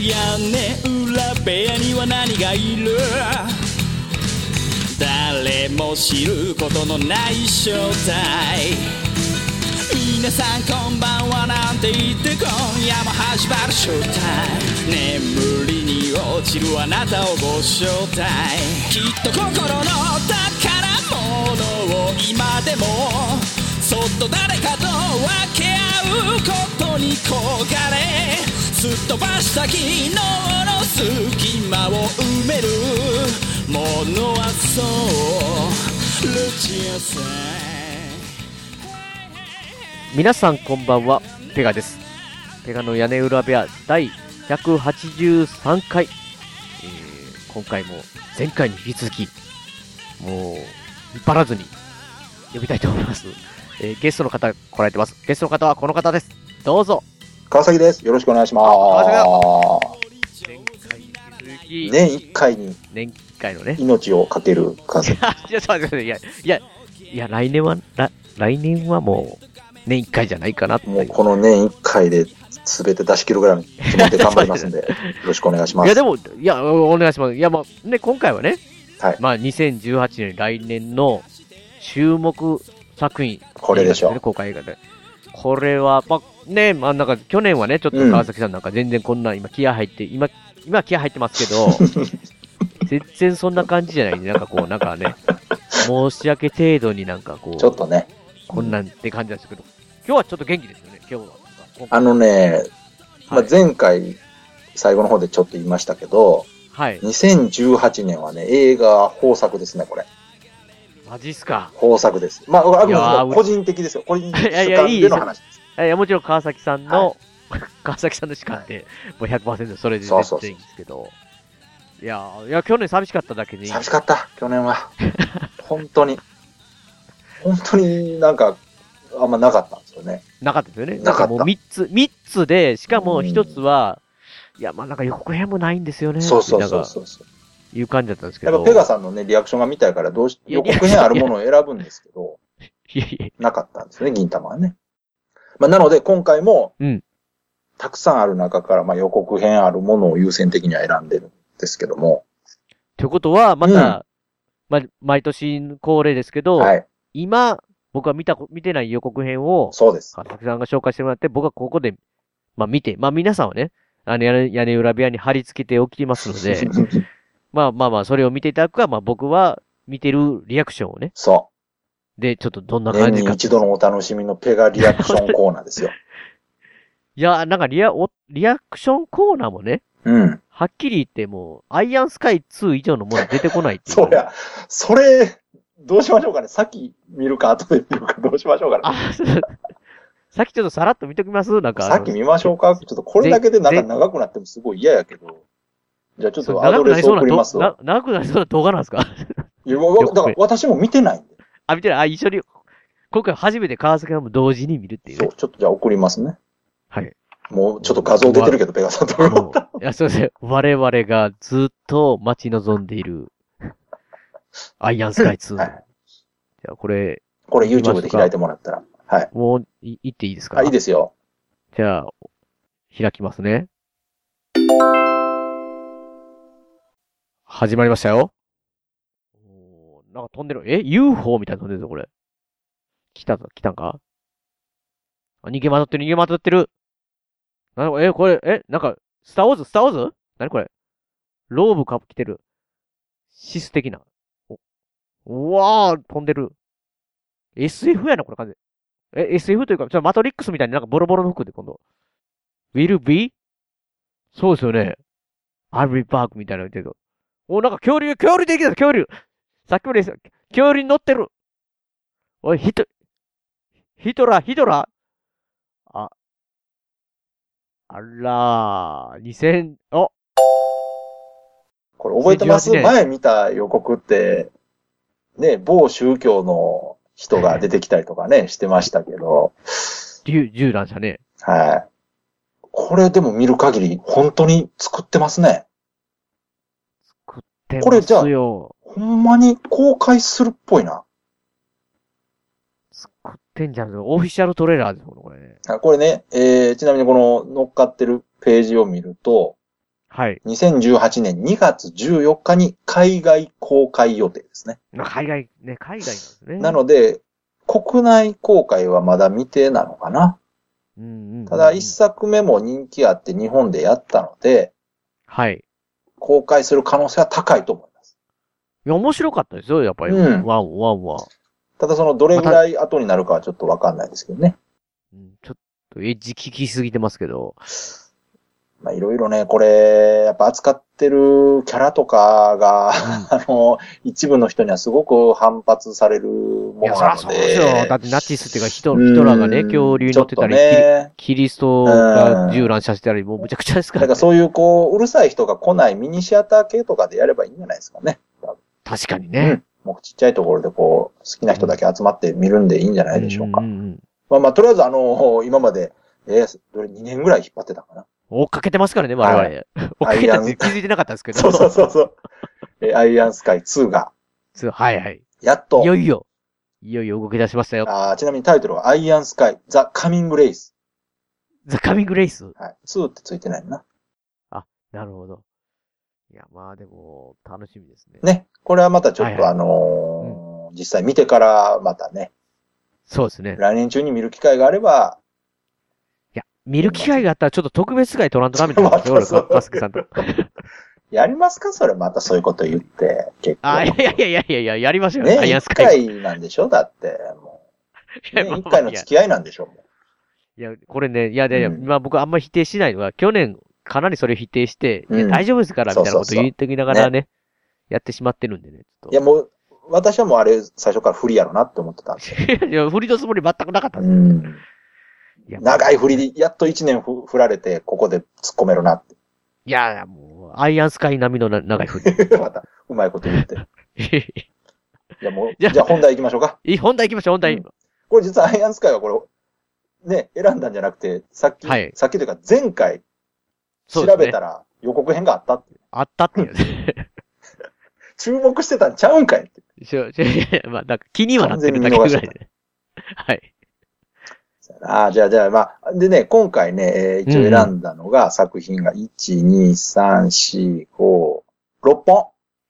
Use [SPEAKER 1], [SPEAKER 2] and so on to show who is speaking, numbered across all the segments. [SPEAKER 1] 屋根裏部屋には何がいる誰も知ることのない正体皆さんこんばんはなんて言って今夜も始まるショータイム眠りに落ちるあなたをご招待きっと心の宝物を今でもそっと誰かと分け合うことに焦がれすっ飛ばした昨日の隙間を埋めるものはそうルチアさん
[SPEAKER 2] 皆さんこんばんは、ペガです。ペガの屋根裏部屋第183回。えー今回も前回に引き続き、もう、引っ張らずに呼びたいと思います。えーゲストの方来られてます。ゲストの方はこの方です。どうぞ。
[SPEAKER 3] 川崎です。よろしくお願いしま
[SPEAKER 2] あ
[SPEAKER 3] す。
[SPEAKER 2] 前回に引き続き、
[SPEAKER 3] 年一回に
[SPEAKER 2] 年1回のね。
[SPEAKER 3] 命をかける川崎。
[SPEAKER 2] いや、ちょっと待っていや、いや、いや、来年は、ら来年はもう、年1回じゃないかなって。
[SPEAKER 3] もうこの年一回で全て出し切るぐらいの気持ちで頑張りますんで、よろしくお願いしま
[SPEAKER 2] いや、
[SPEAKER 3] す。
[SPEAKER 2] でも、いや、おお願いします。いや、まあ、ね、今回はね、
[SPEAKER 3] はい
[SPEAKER 2] まあ、2018年、来年の注目作品、
[SPEAKER 3] これでしょ
[SPEAKER 2] ね公開映画で。これは、まあ、ね、まあ、なんか、去年はね、ちょっと
[SPEAKER 3] うん
[SPEAKER 2] 川崎さんなんか全然こんな、今、気合入って、今、今は気合入ってますけど、 全然そんな感じじゃないね。なんかこう、なんかね、申し訳程度になんかこ
[SPEAKER 3] ちょっ
[SPEAKER 2] う、
[SPEAKER 3] とね、
[SPEAKER 2] こんなんって感じなんですけど、今日はちょっと元気ですよね、今日は。今回
[SPEAKER 3] あのね、まあ
[SPEAKER 2] はい、
[SPEAKER 3] 前回、最後の方でちょっと言いましたけど、
[SPEAKER 2] はい。
[SPEAKER 3] 2018年はね、映画豊作ですね、これ。
[SPEAKER 2] マジっすか。
[SPEAKER 3] 豊作です。まあ、あく
[SPEAKER 2] いや
[SPEAKER 3] ま
[SPEAKER 2] ー
[SPEAKER 3] で個人的ですよ。個人的
[SPEAKER 2] いやい
[SPEAKER 3] 主
[SPEAKER 2] や
[SPEAKER 3] 観
[SPEAKER 2] いい
[SPEAKER 3] での話です。
[SPEAKER 2] いや、もちろん川崎さんの、 川崎さんの主観って、もう100%それで
[SPEAKER 3] そうそ
[SPEAKER 2] 全
[SPEAKER 3] うそう
[SPEAKER 2] 然いいんですけど。いやー、いや、去年寂しかっただけに、
[SPEAKER 3] 寂しかった、去 年は。本当に。本当になんか、あんまなかったんですよね。
[SPEAKER 2] なかったですよね。
[SPEAKER 3] なかった
[SPEAKER 2] んもう3つ、三つで、しかも
[SPEAKER 3] うん
[SPEAKER 2] 1つは、いや、まあなんか予告編もないんですよね。
[SPEAKER 3] そうそう
[SPEAKER 2] なん
[SPEAKER 3] そう
[SPEAKER 2] か、
[SPEAKER 3] そうそう。
[SPEAKER 2] いう感じだったんですけ
[SPEAKER 3] やっ
[SPEAKER 2] ど。
[SPEAKER 3] ぱペガさんのね、リアクションが見たいから、どうし
[SPEAKER 2] いや
[SPEAKER 3] 予告編あるものを選ぶんですけど、
[SPEAKER 2] いやいや
[SPEAKER 3] なかったんですよね、銀玉はね。まあ、なので、今回も、
[SPEAKER 2] うん
[SPEAKER 3] たくさんある中から、まあ、予告編あるものを優先的には選んでるんですけども、
[SPEAKER 2] ということは、また、ま、毎年恒例ですけど、
[SPEAKER 3] はい、
[SPEAKER 2] 今、僕は見たこ、見てない予告編を、
[SPEAKER 3] そうです。
[SPEAKER 2] 川崎さんが紹介してもらって、僕はここで、まあ見て、まあ皆さんはね、あの屋根屋根裏部屋に貼り付けておきますので、まあまあまあ、それを見ていただくか、まあ僕は見てるリアクションをね、
[SPEAKER 3] そ
[SPEAKER 2] で、ちょっとどんな
[SPEAKER 3] う。年
[SPEAKER 2] 感じ
[SPEAKER 3] に
[SPEAKER 2] か。
[SPEAKER 3] 一度のお楽しみのペガリアクションコーナーですよ。
[SPEAKER 2] いや、なんかリア、おリアクションコーナーもね、
[SPEAKER 3] うん。
[SPEAKER 2] はっきり言ってもう、アイアンスカイ2以上のもの出てこないっていう。
[SPEAKER 3] そりゃ、それ、どうしましょうかね。さっき見るか、後で見るか、どうしましょうかね。
[SPEAKER 2] あ、そう さっきちょっとさらっと見ときますなんかあの。
[SPEAKER 3] さっき見ましょうか。ちょっとこれだけでなんか長くなってもすごい嫌やけど。じゃあちょっ
[SPEAKER 2] そう
[SPEAKER 3] とア
[SPEAKER 2] 長
[SPEAKER 3] ド
[SPEAKER 2] くなり
[SPEAKER 3] レス
[SPEAKER 2] そう
[SPEAKER 3] 送
[SPEAKER 2] な
[SPEAKER 3] り
[SPEAKER 2] 動
[SPEAKER 3] ますわ
[SPEAKER 2] 画、長くなりそうな動画なんですか
[SPEAKER 3] いや、わわだから私も見てないんで。
[SPEAKER 2] あ、見てない。あ、一緒に、今回初めて川崎さんも同時に見るっていう
[SPEAKER 3] そ
[SPEAKER 2] ね、
[SPEAKER 3] う、ちょっとじゃあ送りますね。
[SPEAKER 2] はい。
[SPEAKER 3] もうちょっと画像出てるけど、ペガさんとこ
[SPEAKER 2] もう いや、そうですね。我々がずっと待ち望んでいる、アイアンスカイ2。
[SPEAKER 3] は
[SPEAKER 2] じ
[SPEAKER 3] い
[SPEAKER 2] ゃあ、これ、
[SPEAKER 3] これ YouTube で開いてもらったら。はい。
[SPEAKER 2] もう、い、行っていいですか
[SPEAKER 3] あ、いいですよ。
[SPEAKER 2] じゃあ、開きますね。始まりましたよ。おーなんか飛んでる。え ?UFO みたいなの飛んでるぞ、これ。来たぞ、来たんかあ、逃げまとってる、逃げまとってる。なにこれ、え、これ、え、なんか、スターウォーズ、スターウォーズなにこれローブかぶ着てる。シス的な。おうわー、飛んでる。SF やな、これ完全に。え、SF というか、ちょマトリックスみたいになんかボロボロの服で今度。will be? そうですよね。I'll be back みたいなの言ってるけど。お、なんか恐竜、恐竜できた、恐竜さっきまでです恐竜に乗ってるおい、ヒト、ヒトラー、ヒトラーあ、あらー、2000、お、
[SPEAKER 3] これ覚えてます
[SPEAKER 2] 18年
[SPEAKER 3] 前見た予告って、ね、某宗教の人が出てきたりとかね、してましたけど、
[SPEAKER 2] 銃、銃なんじゃね
[SPEAKER 3] はい。これでも見る限り、本当に作ってますね。
[SPEAKER 2] え。
[SPEAKER 3] これじゃあ
[SPEAKER 2] 出ますよ
[SPEAKER 3] ほんまに公開するっぽいな。
[SPEAKER 2] 食ってんじゃん。オフィシャルトレーラーですよ、これね。
[SPEAKER 3] あこれね、えー、ちなみにこの乗っかってるページを見ると、
[SPEAKER 2] はい。
[SPEAKER 3] 2018年2月14日に海外公開予定ですね。
[SPEAKER 2] まあ海外、ね、海外なんですね。
[SPEAKER 3] なので、国内公開はまだ未定なのかな。
[SPEAKER 2] うんうんうん
[SPEAKER 3] ただ一作目も人気あって日本でやったので、
[SPEAKER 2] はい。
[SPEAKER 3] 公開する可能性は高いと思います。
[SPEAKER 2] いや、面白かったですよ、やっぱり。
[SPEAKER 3] うん
[SPEAKER 2] ワン、ワンは。
[SPEAKER 3] ただそのどれぐらい後になるかはちょっとわかんないですけどね。
[SPEAKER 2] うんちょっと、エッジ効きすぎてますけど。
[SPEAKER 3] まあいろいろね、これ、やっぱ扱ってるキャラとかが、 あの、一部の人にはすごく反発される
[SPEAKER 2] い
[SPEAKER 3] も
[SPEAKER 2] や、
[SPEAKER 3] の
[SPEAKER 2] そら
[SPEAKER 3] な
[SPEAKER 2] そ
[SPEAKER 3] の
[SPEAKER 2] うですよ。だ
[SPEAKER 3] で。
[SPEAKER 2] ってナチスっていうかヒト、ヒトラーがね、
[SPEAKER 3] うん
[SPEAKER 2] 恐竜に乗ってたり、
[SPEAKER 3] ちょっとね。
[SPEAKER 2] キリキリストが銃乱射してたり、もうむちゃくちゃですか
[SPEAKER 3] な
[SPEAKER 2] ら、
[SPEAKER 3] ん
[SPEAKER 2] ね
[SPEAKER 3] か。そういうこう、うるさい人が来ないミニシアター系とかでやればいいんじゃないですかね。
[SPEAKER 2] 確かに
[SPEAKER 3] う
[SPEAKER 2] ね
[SPEAKER 3] ん。もうちっちゃいところでこう、好きな人だけ集まって見るんでいいんじゃないでしょうか。
[SPEAKER 2] んんん
[SPEAKER 3] まあまあ、とりあえずあの、今まで、えー、どれ2年ぐらい引っ張ってたかな。
[SPEAKER 2] 追っかけてますからね、我々。
[SPEAKER 3] は
[SPEAKER 2] 追っかけたっ
[SPEAKER 3] アイア
[SPEAKER 2] て
[SPEAKER 3] ン
[SPEAKER 2] 気づいてなかったですけど。
[SPEAKER 3] そうそうそうそう。えーアイアンスカイ2が、
[SPEAKER 2] そうはいはい。
[SPEAKER 3] やっと
[SPEAKER 2] い、よいよ、いよいよ動き出しましたよ。
[SPEAKER 3] あーちなみにタイトルはアイアンスカイ、ザ・カミング・レイス。
[SPEAKER 2] ザ・カミング・レイス。
[SPEAKER 3] はい。2ってついてないな。
[SPEAKER 2] なるほど。いや、まあでも、楽しみですね。
[SPEAKER 3] ね。これはまたちょっ
[SPEAKER 2] は
[SPEAKER 3] と
[SPEAKER 2] いはい
[SPEAKER 3] あのー実際見てからまたね、
[SPEAKER 2] そうですね。
[SPEAKER 3] 来年中に見る機会があれば、
[SPEAKER 2] いや、見る機会があったらちょっと特別会取らんとダメだ
[SPEAKER 3] またそう
[SPEAKER 2] か、スケさんと。
[SPEAKER 3] やりますかそれまたそういうこと言って、結構。
[SPEAKER 2] あ、いやいやいやいやいや、やりましょうよ。ア
[SPEAKER 3] ね、
[SPEAKER 2] イアン
[SPEAKER 3] 一
[SPEAKER 2] スカイ。
[SPEAKER 3] 回なんでしょだって、もう。
[SPEAKER 2] い
[SPEAKER 3] ね
[SPEAKER 2] やまあ
[SPEAKER 3] 一回の
[SPEAKER 2] いや
[SPEAKER 3] 付き合いなんでしょもう
[SPEAKER 2] いや、これね、いやいやいや、
[SPEAKER 3] うん
[SPEAKER 2] まあ僕あんま否定しないのは、去年かなりそれ否定して、いや
[SPEAKER 3] うん
[SPEAKER 2] 大丈夫ですから、みたいなこと
[SPEAKER 3] そうそうそう
[SPEAKER 2] 言ってきながらね、やってしまってるんでね、ちょっ
[SPEAKER 3] いや、もう、私はもうあれ、最初から不利やろなって思ってたんですよ。
[SPEAKER 2] と。 いや、振りのつもり全くなかったん
[SPEAKER 3] う
[SPEAKER 2] です
[SPEAKER 3] ん。
[SPEAKER 2] いや
[SPEAKER 3] 長い振りで、やっと一年ふ振られて、ここで突っ込めるなって。
[SPEAKER 2] いや、もう、アイアンスカイ並みのな長い振り。
[SPEAKER 3] また、うまいこと言って。いや、も う、
[SPEAKER 2] じ
[SPEAKER 3] じ
[SPEAKER 2] ゃ
[SPEAKER 3] ゃ
[SPEAKER 2] あ
[SPEAKER 3] あ本題行きましょうか。
[SPEAKER 2] いい本題行きましょう、本題。
[SPEAKER 3] うんこれ実はアイアンスカイはこれ、ね、選んだんじゃなくて、さっき、
[SPEAKER 2] はい
[SPEAKER 3] さっきというか前回
[SPEAKER 2] そう
[SPEAKER 3] 調
[SPEAKER 2] ですね
[SPEAKER 3] べたら予告編があったって。
[SPEAKER 2] あったっていう ね。
[SPEAKER 3] 注目してたんちゃうんかいって。
[SPEAKER 2] しょ、しょ、いやいやまあ、なんか気にはなってるだけぐらい
[SPEAKER 3] 完全に見逃
[SPEAKER 2] で。はい。
[SPEAKER 3] ああ、じゃあじゃあ、まあ、でね、今回ね、えー一応選んだのが作品が1、2、3、4、5、6本。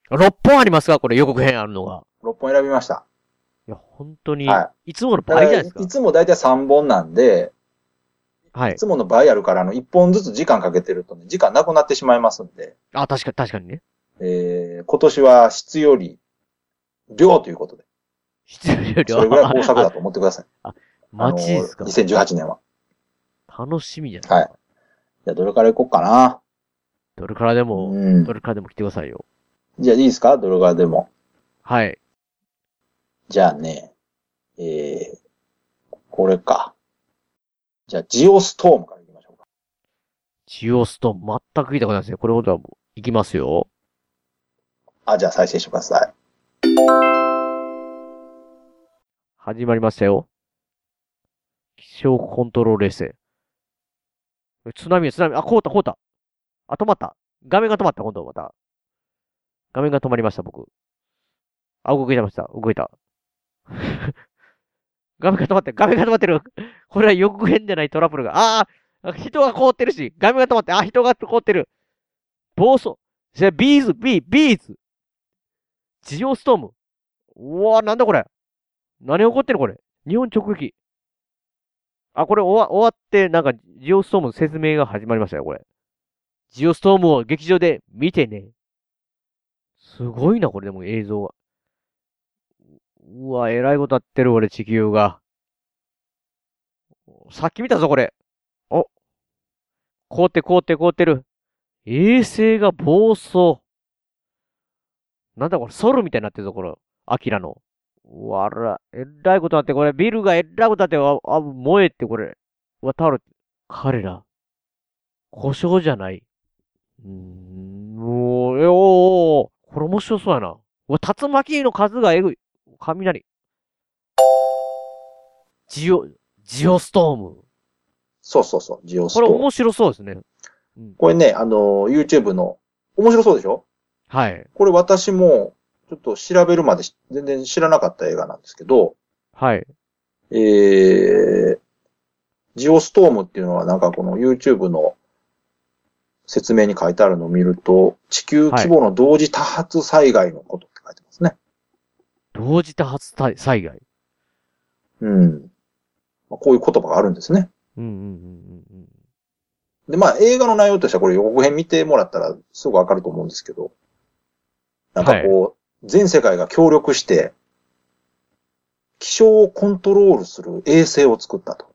[SPEAKER 2] 6本ありますかこれ予告編あるのが。
[SPEAKER 3] 6本選びました。
[SPEAKER 2] いや、本当に
[SPEAKER 3] は、
[SPEAKER 2] いつもの
[SPEAKER 3] だ
[SPEAKER 2] 倍
[SPEAKER 3] か
[SPEAKER 2] じゃない
[SPEAKER 3] ら
[SPEAKER 2] です
[SPEAKER 3] いつもだいたい3本なんで、
[SPEAKER 2] か。はいい。
[SPEAKER 3] つもの倍あるから、あの、1本ずつ時間かけてるとね、時間なくなってしまいますんで、
[SPEAKER 2] あ、確かに、確かにね。
[SPEAKER 3] えー、今年は質より量ということで、
[SPEAKER 2] 必要量
[SPEAKER 3] それぐらい豊作だと思ってください。
[SPEAKER 2] マジですか
[SPEAKER 3] あの2018年は。
[SPEAKER 2] 楽しみじゃない
[SPEAKER 3] はい。じゃあ、どれからいこうかな。
[SPEAKER 2] どれからでも、
[SPEAKER 3] うん
[SPEAKER 2] ど。れからでも来てくださいよ。
[SPEAKER 3] じゃあ、いいですかどれからでも。
[SPEAKER 2] はい。
[SPEAKER 3] じゃあね、えー、これか。じゃあ、ジオストームからいきましょうか。
[SPEAKER 2] ジオストーン、全く聞いたことないですね。これほどはもう、いきますよ。
[SPEAKER 3] あ、じゃあ、再生してください。
[SPEAKER 2] 始まりましたよ。気象コントロール衛星。津波よ、津波。あ、凍った、凍った。あ、止まった。画面が止まった、今度また。画面が止まりました、僕。あ、動いてました。動いた。 画面が止まってる、画面が止まってる。これは予告編じゃないトラブルが。ああ、人が凍ってるし、画面が止まって、あ、人が凍ってる。暴走。じゃあ、ビーズ、ビー、ビーズ。ジオストーム。うわなんだこれ。何起こってるこれ。日本直撃。あ、これ終わ終わって、なんか、ジオストームの説明が始まりましたよ、これ。ジオストームを劇場で見てね。すごいな、これでも映像が。ううわ、えらいことやってる、俺、地球が。さっき見たぞ、これ。お凍って凍って凍ってる。衛星が暴走。なんだこれ、ソルみたいになってるぞ、これ。アキラの。うわあら、えらいことなって、これ、ビルがえらいことなって、あ、あ燃えって、これ。うわ、倒れて。彼ら、故障じゃない。うーん、おー、えおーおーこれ面白そうやな。うわ、竜巻の数がえぐい。雷。ジオ、ジオストーム。
[SPEAKER 3] そうそうそう、ジオス
[SPEAKER 2] こ
[SPEAKER 3] ト
[SPEAKER 2] れ
[SPEAKER 3] ーム。
[SPEAKER 2] 面白そうですね。
[SPEAKER 3] これね、あの、YouTube の、面白そうでしょ
[SPEAKER 2] はい。
[SPEAKER 3] これ私も、ちょっと調べるまでし全然知らなかった映画なんですけど、
[SPEAKER 2] はい。
[SPEAKER 3] えー、ジオストームっていうのはなんかこの YouTube の説明に書いてあるのを見ると、地球規模の同時多発災害のことって書いてますね。
[SPEAKER 2] 同時多発災災害。
[SPEAKER 3] うん。まあ、こういう言葉があるんですね。
[SPEAKER 2] うんうんうんうんうん。
[SPEAKER 3] で、まあ映画の内容としてはこれ予告編見てもらったらすぐわかると思うんですけど、なんかこう、全世界が協力して、気象をコントロールする衛星を作ったと。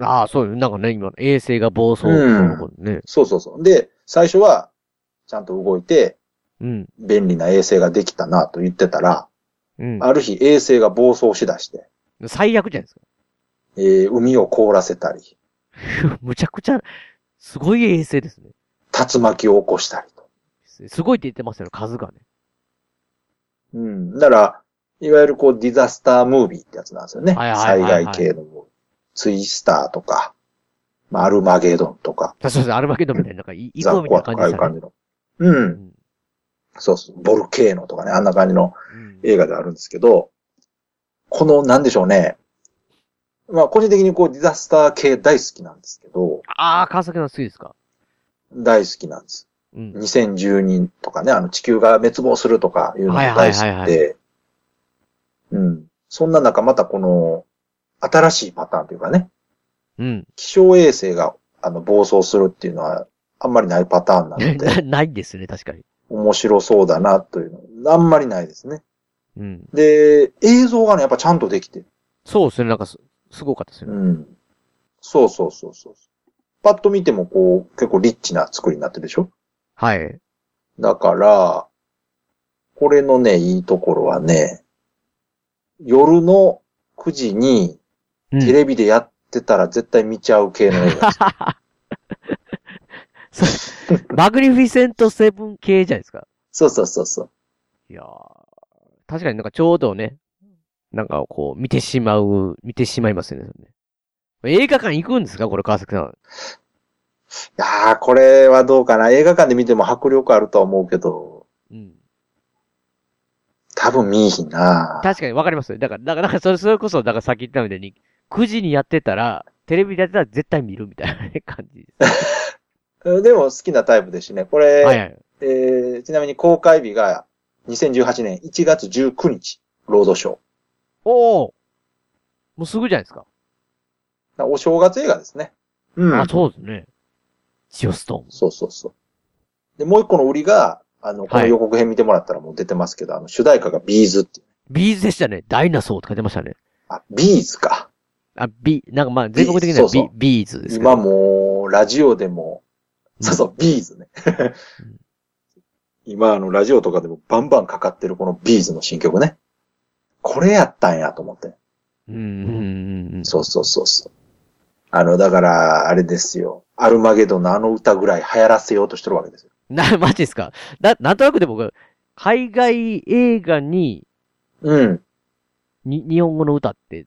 [SPEAKER 2] ああ、そうよ。なんかね、今、衛星が暴走。
[SPEAKER 3] うん
[SPEAKER 2] そうね。
[SPEAKER 3] そうそうそう。で、最初は、ちゃんと動いて、
[SPEAKER 2] うん。
[SPEAKER 3] 便利な衛星ができたなと言ってたら、
[SPEAKER 2] うん。
[SPEAKER 3] ある日衛星が暴走しだして、
[SPEAKER 2] 最悪じゃないです
[SPEAKER 3] えー海を凍らせたり、
[SPEAKER 2] か。 むちゃくちゃ、すごい衛星ですね。
[SPEAKER 3] 竜巻を起こしたりと。
[SPEAKER 2] すごいって言ってますよ、数がね。
[SPEAKER 3] うん。だから、いわゆるこう、ディザスタームービーってやつなんですよね。
[SPEAKER 2] はいはいはいはい
[SPEAKER 3] 災害系のムービーツイスターとか、まあアルマゲドンとか、
[SPEAKER 2] 確かに、アルマゲドンみたいな、なんか、い行
[SPEAKER 3] ザ
[SPEAKER 2] こうみたいな
[SPEAKER 3] コア
[SPEAKER 2] 感
[SPEAKER 3] とかああ
[SPEAKER 2] じ
[SPEAKER 3] い
[SPEAKER 2] で
[SPEAKER 3] う
[SPEAKER 2] したね。
[SPEAKER 3] 感じの。う。
[SPEAKER 2] うんん
[SPEAKER 3] そうそう。ボルケーノとかね、あんな感じの
[SPEAKER 2] うん
[SPEAKER 3] 映画であるんですけど、この、なんでしょうね。まあ、個人的にこう、ディザスター系大好きなんですけど、
[SPEAKER 2] ああ、川崎の好きですか。
[SPEAKER 3] 大好きなんです。
[SPEAKER 2] うん。
[SPEAKER 3] 2012とかね、あの、地球が滅亡するとかいうのが大好
[SPEAKER 2] はいはいはい
[SPEAKER 3] きで、うん。そんな中、またこの、新しいパターンというかね、
[SPEAKER 2] うん。
[SPEAKER 3] 気象衛星が、あの、暴走するっていうのは、あんまりないパターンなので、
[SPEAKER 2] なないん ですね、確かに。
[SPEAKER 3] 面白そうだな、というの。あんまりないですね。
[SPEAKER 2] うん。
[SPEAKER 3] で、映像がね、やっぱちゃんとできてる
[SPEAKER 2] そうですね、なんかす、すごかったですよね。
[SPEAKER 3] うん。そうそうそうそう。パッと見てもこう、結構リッチな作りになってるでしょ
[SPEAKER 2] はい。
[SPEAKER 3] だから、これのね、いいところはね、夜の9時に
[SPEAKER 2] うん
[SPEAKER 3] テレビでやってたら絶対見ちゃう系の映 画。
[SPEAKER 2] そうマグニフィセントセブン系じゃないですか。
[SPEAKER 3] そうそうそうそう。
[SPEAKER 2] いやー確かになんかちょうどね、なんかこう、見てしまう、見てしまいますよね。映画館行くんですかこれ川崎さん。
[SPEAKER 3] いやー、これはどうかな。映画館で見ても迫力あるとは思うけど、
[SPEAKER 2] うん。
[SPEAKER 3] 多分見いひんな。
[SPEAKER 2] 確かにわかりますよ。だから、だから、だからそれ、それこそ、だからさっき言ったみたいに、9時にやってたら、テレビでやってたら絶対見るみたいなね 感じです。
[SPEAKER 3] でも好きなタイプですしね。これ、
[SPEAKER 2] はいはい。
[SPEAKER 3] えーちなみに公開日が2018年1月19日、ロードショー。
[SPEAKER 2] おおもうすぐじゃないですか。
[SPEAKER 3] お正月映画ですね。う
[SPEAKER 2] あ、そうですね。ジオストーン。
[SPEAKER 3] そうそうそう。で、もう一個の売りが、あの、この
[SPEAKER 2] はい
[SPEAKER 3] 予告編見てもらったらもう出てますけど、あの、主題歌がビーズっていう。
[SPEAKER 2] ビーズでしたね。ダイナソーって書いてましたね。
[SPEAKER 3] あ、ビーズか。
[SPEAKER 2] あ、ビ、なんかまあ、全国的にはビ、
[SPEAKER 3] そうそう
[SPEAKER 2] ビーズですけど。
[SPEAKER 3] 今もう、ラジオでも、
[SPEAKER 2] うん
[SPEAKER 3] そうそう、ビーズね。今、あの、ラジオとかでもバンバンかかってるこのビーズの新曲ね。これやったんやと思って。
[SPEAKER 2] うん。うんうんうん。
[SPEAKER 3] そうそうそうそう。あの、だから、あれですよ。アルマゲドンのあの歌ぐらい流行らせようとしてるわけですよ。
[SPEAKER 2] な、マジですかな、なんとなくで僕、海外映画に、
[SPEAKER 3] うん。
[SPEAKER 2] に、日本語の歌って、っ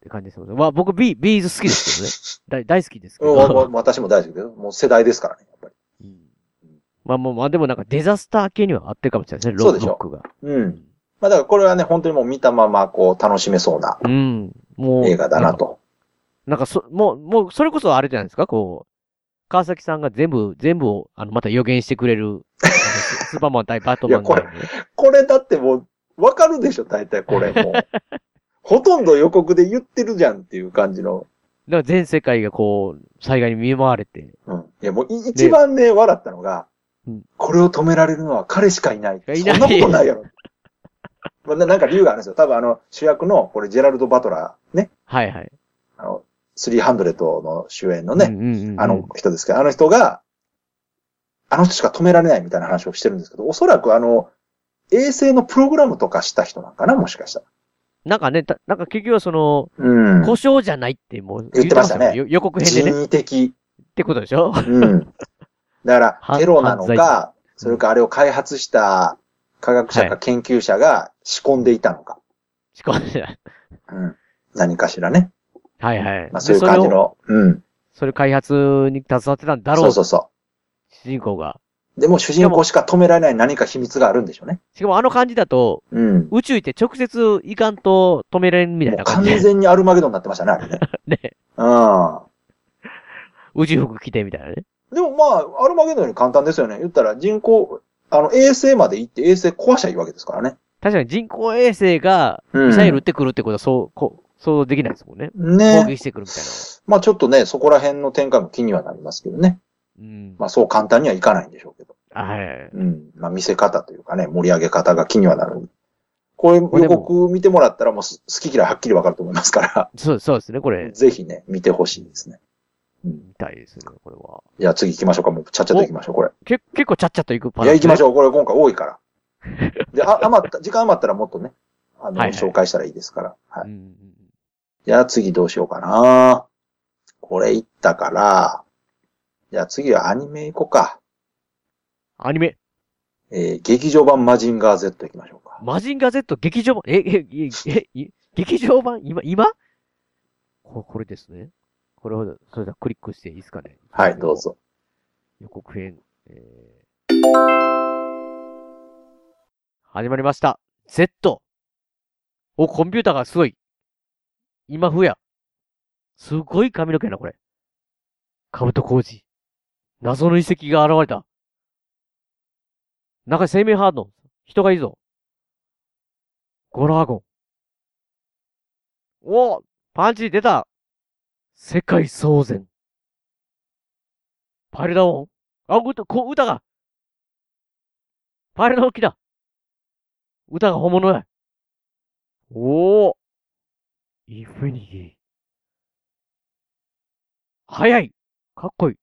[SPEAKER 2] て感じですもんね。わ、僕、ビー、ビーズ好きですけどね。大、大好きですけ
[SPEAKER 3] うんわわ
[SPEAKER 2] ど。
[SPEAKER 3] 私も大好きだよ。もう世代ですからね、やっぱり。
[SPEAKER 2] まあまあまあ、でもなんかデザスター系には合ってるかもしれないですね、ロ
[SPEAKER 3] そうでしょ
[SPEAKER 2] ロックが。
[SPEAKER 3] うん。まあだからこれはね、本当にもう見たままこう楽しめそうな
[SPEAKER 2] うん。もう。
[SPEAKER 3] 映画だな。と。
[SPEAKER 2] なんかそ、もう、もう、それこそあれじゃないですか、こう。川崎さんが全部、全部を、あの、また予言してくれる、 あのススーパーマン対バットマンの
[SPEAKER 3] いやこれだってもうわかるでしょ、大体これもう。 ほとんど予告で言ってるじゃんっていう感じの。
[SPEAKER 2] だから全世界がこう、災害に見舞われて。
[SPEAKER 3] うん。いやもうい一番ね、笑ったのが
[SPEAKER 2] うん、
[SPEAKER 3] これを止められるのは彼しかいない。
[SPEAKER 2] いない
[SPEAKER 3] そんなことないやろ。 まあ、ななんか理由があるんですよ。多分あの、主役の、これジェラルド・バトラーね、
[SPEAKER 2] はいはい。
[SPEAKER 3] あの、300の主演のね、
[SPEAKER 2] うんうんうんうん
[SPEAKER 3] あの、人ですけど、あの人が、あの人しか止められないみたいな話をしてるんですけど、おそらくあの、衛星のプログラムとかした人なんかな、もしかしたら。
[SPEAKER 2] なんかね、たなんか結局はその、
[SPEAKER 3] うん
[SPEAKER 2] 故障じゃないってもう
[SPEAKER 3] 言ってましたね
[SPEAKER 2] 言よ予告編でね。っ
[SPEAKER 3] 人為的。
[SPEAKER 2] てことでしょ
[SPEAKER 3] うん。だか
[SPEAKER 2] は
[SPEAKER 3] ら、テロなの
[SPEAKER 2] 犯罪
[SPEAKER 3] か、それかあれを開発した科学者
[SPEAKER 2] は
[SPEAKER 3] か研究者が仕込んでいたのか。
[SPEAKER 2] しかもね
[SPEAKER 3] うん。何かしらね。
[SPEAKER 2] はいはい。
[SPEAKER 3] まあそういう感
[SPEAKER 2] で
[SPEAKER 3] じ
[SPEAKER 2] それを
[SPEAKER 3] の。うん。
[SPEAKER 2] それ開発に携わってたんだろう。
[SPEAKER 3] そうそうそ
[SPEAKER 2] 主人公が。
[SPEAKER 3] う。でも主人公しか止められない何か秘密があるんでしょうね。
[SPEAKER 2] しかもあの感じだと、
[SPEAKER 3] うん。
[SPEAKER 2] 宇宙行って直接行かんと止めれんみたい
[SPEAKER 3] もう
[SPEAKER 2] な感
[SPEAKER 3] 完
[SPEAKER 2] じで。
[SPEAKER 3] 全に アルマゲドンになってましたね、あれね。
[SPEAKER 2] ね。
[SPEAKER 3] うん。
[SPEAKER 2] 宇宙服着てみたいなね。
[SPEAKER 3] でもまあ、アルマゲドンより簡単ですよね。言ったら人工、あの、衛星まで行って衛星壊しちゃいいわけですからね。
[SPEAKER 2] 確かに人工衛星が、
[SPEAKER 3] うん。
[SPEAKER 2] ミサイル撃ってくるってことは、そう、こう、想像できないですもんね。攻
[SPEAKER 3] ね
[SPEAKER 2] 撃してくるみたいな。
[SPEAKER 3] まあちょっとね、そこら辺の展開も気にはなりますけどね。
[SPEAKER 2] うん。
[SPEAKER 3] まあそう簡単にはいかないんでしょうけど。
[SPEAKER 2] あ、はい。
[SPEAKER 3] うん。まあ見せ方というかね、盛り上げ方が気にはなる。これ予告見てもらったらもうす好き嫌いはっきりわかると思いま すか
[SPEAKER 2] そう、そうですね、こ
[SPEAKER 3] ら、
[SPEAKER 2] れ、
[SPEAKER 3] ぜひね、見てほしいですね。
[SPEAKER 2] 見たいですね、これは。
[SPEAKER 3] じゃあ次行きましょうか。もうちゃっちゃと行きましょう、これ。
[SPEAKER 2] け結構ちゃっちゃと行くパタ
[SPEAKER 3] い
[SPEAKER 2] ー
[SPEAKER 3] や、
[SPEAKER 2] ン、
[SPEAKER 3] 行きまし
[SPEAKER 2] ょ
[SPEAKER 3] ょう。これ今回多いから。で、あ、余った、時間余ったらもっとね、あの、
[SPEAKER 2] はいはい
[SPEAKER 3] 紹介したらいいですから。はい。
[SPEAKER 2] うんうんうん。
[SPEAKER 3] じゃあ次どうしようかな。これ行ったから、じゃあ次はアニメ行こうか。
[SPEAKER 2] アニメ、
[SPEAKER 3] えー、劇場版マジンガー Z 行きましょうか。
[SPEAKER 2] マジンガー Z 劇場版、え、え、え、え、え劇場版、今、今ここれですね。これを、それではクリックしていいですかね。
[SPEAKER 3] はい、どう。ぞ。
[SPEAKER 2] 予告編、えー始まりました。Z! お、コンピューターがすごい。今風や。すごい髪の毛やな、これ。カブト工事。謎の遺跡が現れた。中に生命反応。人がいるぞ。ゴラーゴン。おパンチ出た世界騒然。パイルダオンあ、歌、こ、歌がパイルダオン来た歌が本物やおおインフィニティ。早いかっこいい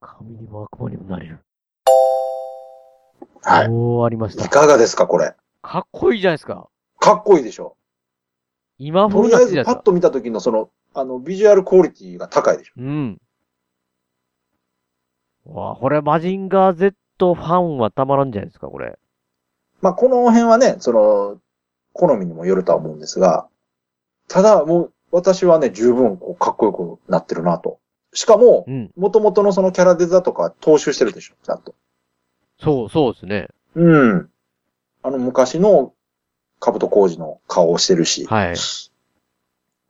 [SPEAKER 2] 神にも悪魔にもなれる。
[SPEAKER 3] はい。
[SPEAKER 2] おおありまし
[SPEAKER 3] い
[SPEAKER 2] た。
[SPEAKER 3] かがですか、これ。
[SPEAKER 2] かっこいいじゃないですか。
[SPEAKER 3] かっこいいでしょ。
[SPEAKER 2] 今
[SPEAKER 3] と
[SPEAKER 2] 風
[SPEAKER 3] り
[SPEAKER 2] な
[SPEAKER 3] あ
[SPEAKER 2] や
[SPEAKER 3] え
[SPEAKER 2] つじゃないで
[SPEAKER 3] ずパ
[SPEAKER 2] す
[SPEAKER 3] ッ
[SPEAKER 2] か。
[SPEAKER 3] と見た時のその、あの、ビジュアルクオリティが高いでしょ。
[SPEAKER 2] うん。わあ、これマジンガー Z ファンはたまらんじゃないですか、これ。
[SPEAKER 3] まあ、この辺はね、その、好みにもよるとは思うんですが、ただもう、私はね、十分こうかっこよくなってるなと。しかも
[SPEAKER 2] う、ん。
[SPEAKER 3] 元々のそのキャラデザとか踏襲してるでしょ、ちゃんと。
[SPEAKER 2] そう、そうですね。
[SPEAKER 3] うん。あの、昔の、カブト工事の顔をしてるし、
[SPEAKER 2] はい。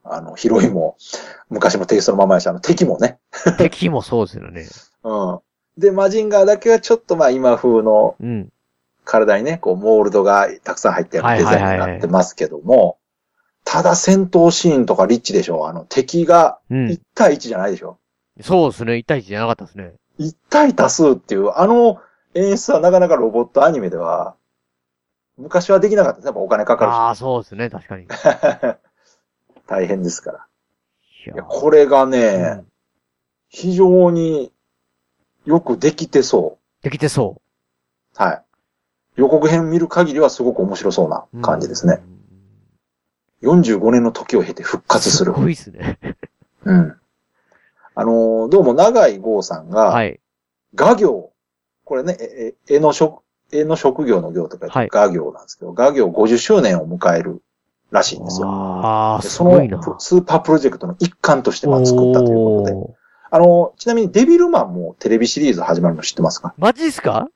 [SPEAKER 3] あの、ヒロインも、昔のテイストのままやし、あの、敵もね。
[SPEAKER 2] 敵もそうですよね。
[SPEAKER 3] うん。で、マジンガーだけはちょっとまあ今風の
[SPEAKER 2] うん。
[SPEAKER 3] 体にね、こう、モールドがたくさん入ったようなデザインになってますけども、ただ戦闘シーンとかリッチでしょあの、敵が
[SPEAKER 2] うん
[SPEAKER 3] 1。対1じゃないでしょ、
[SPEAKER 2] そうですね。1対1じゃなかったですね。
[SPEAKER 3] ?1 対多数っていう、あの演出はなかなかロボットアニメでは、昔はできなかったです。やっぱお金かか
[SPEAKER 2] ああ、そうですね。確かに。い
[SPEAKER 3] るし。 大変ですから。
[SPEAKER 2] や
[SPEAKER 3] いや、これがね、
[SPEAKER 2] うん
[SPEAKER 3] 非常によくできてそ。
[SPEAKER 2] できてそう
[SPEAKER 3] はい。予告編見る限りはすごく面白そうな
[SPEAKER 2] う。うん
[SPEAKER 3] 感じですね。。
[SPEAKER 2] うん
[SPEAKER 3] 45年の時を経て復活する
[SPEAKER 2] す。ごいですね。
[SPEAKER 3] うん。あのーどうも長井豪さんが、
[SPEAKER 2] はい。
[SPEAKER 3] 画業、これね、ええ絵の職、絵の職業の業とか
[SPEAKER 2] はい
[SPEAKER 3] 画業なんですけど、画業50周年を迎えるらしいんですよ。
[SPEAKER 2] ああ、
[SPEAKER 3] ですそ
[SPEAKER 2] ごいな。
[SPEAKER 3] のスーパープロジェクトの一環としてまあ作ったということで。
[SPEAKER 2] おー
[SPEAKER 3] あのーちなみにデビルマンもテレビシリーズ始まるの知ってますか
[SPEAKER 2] マジっすか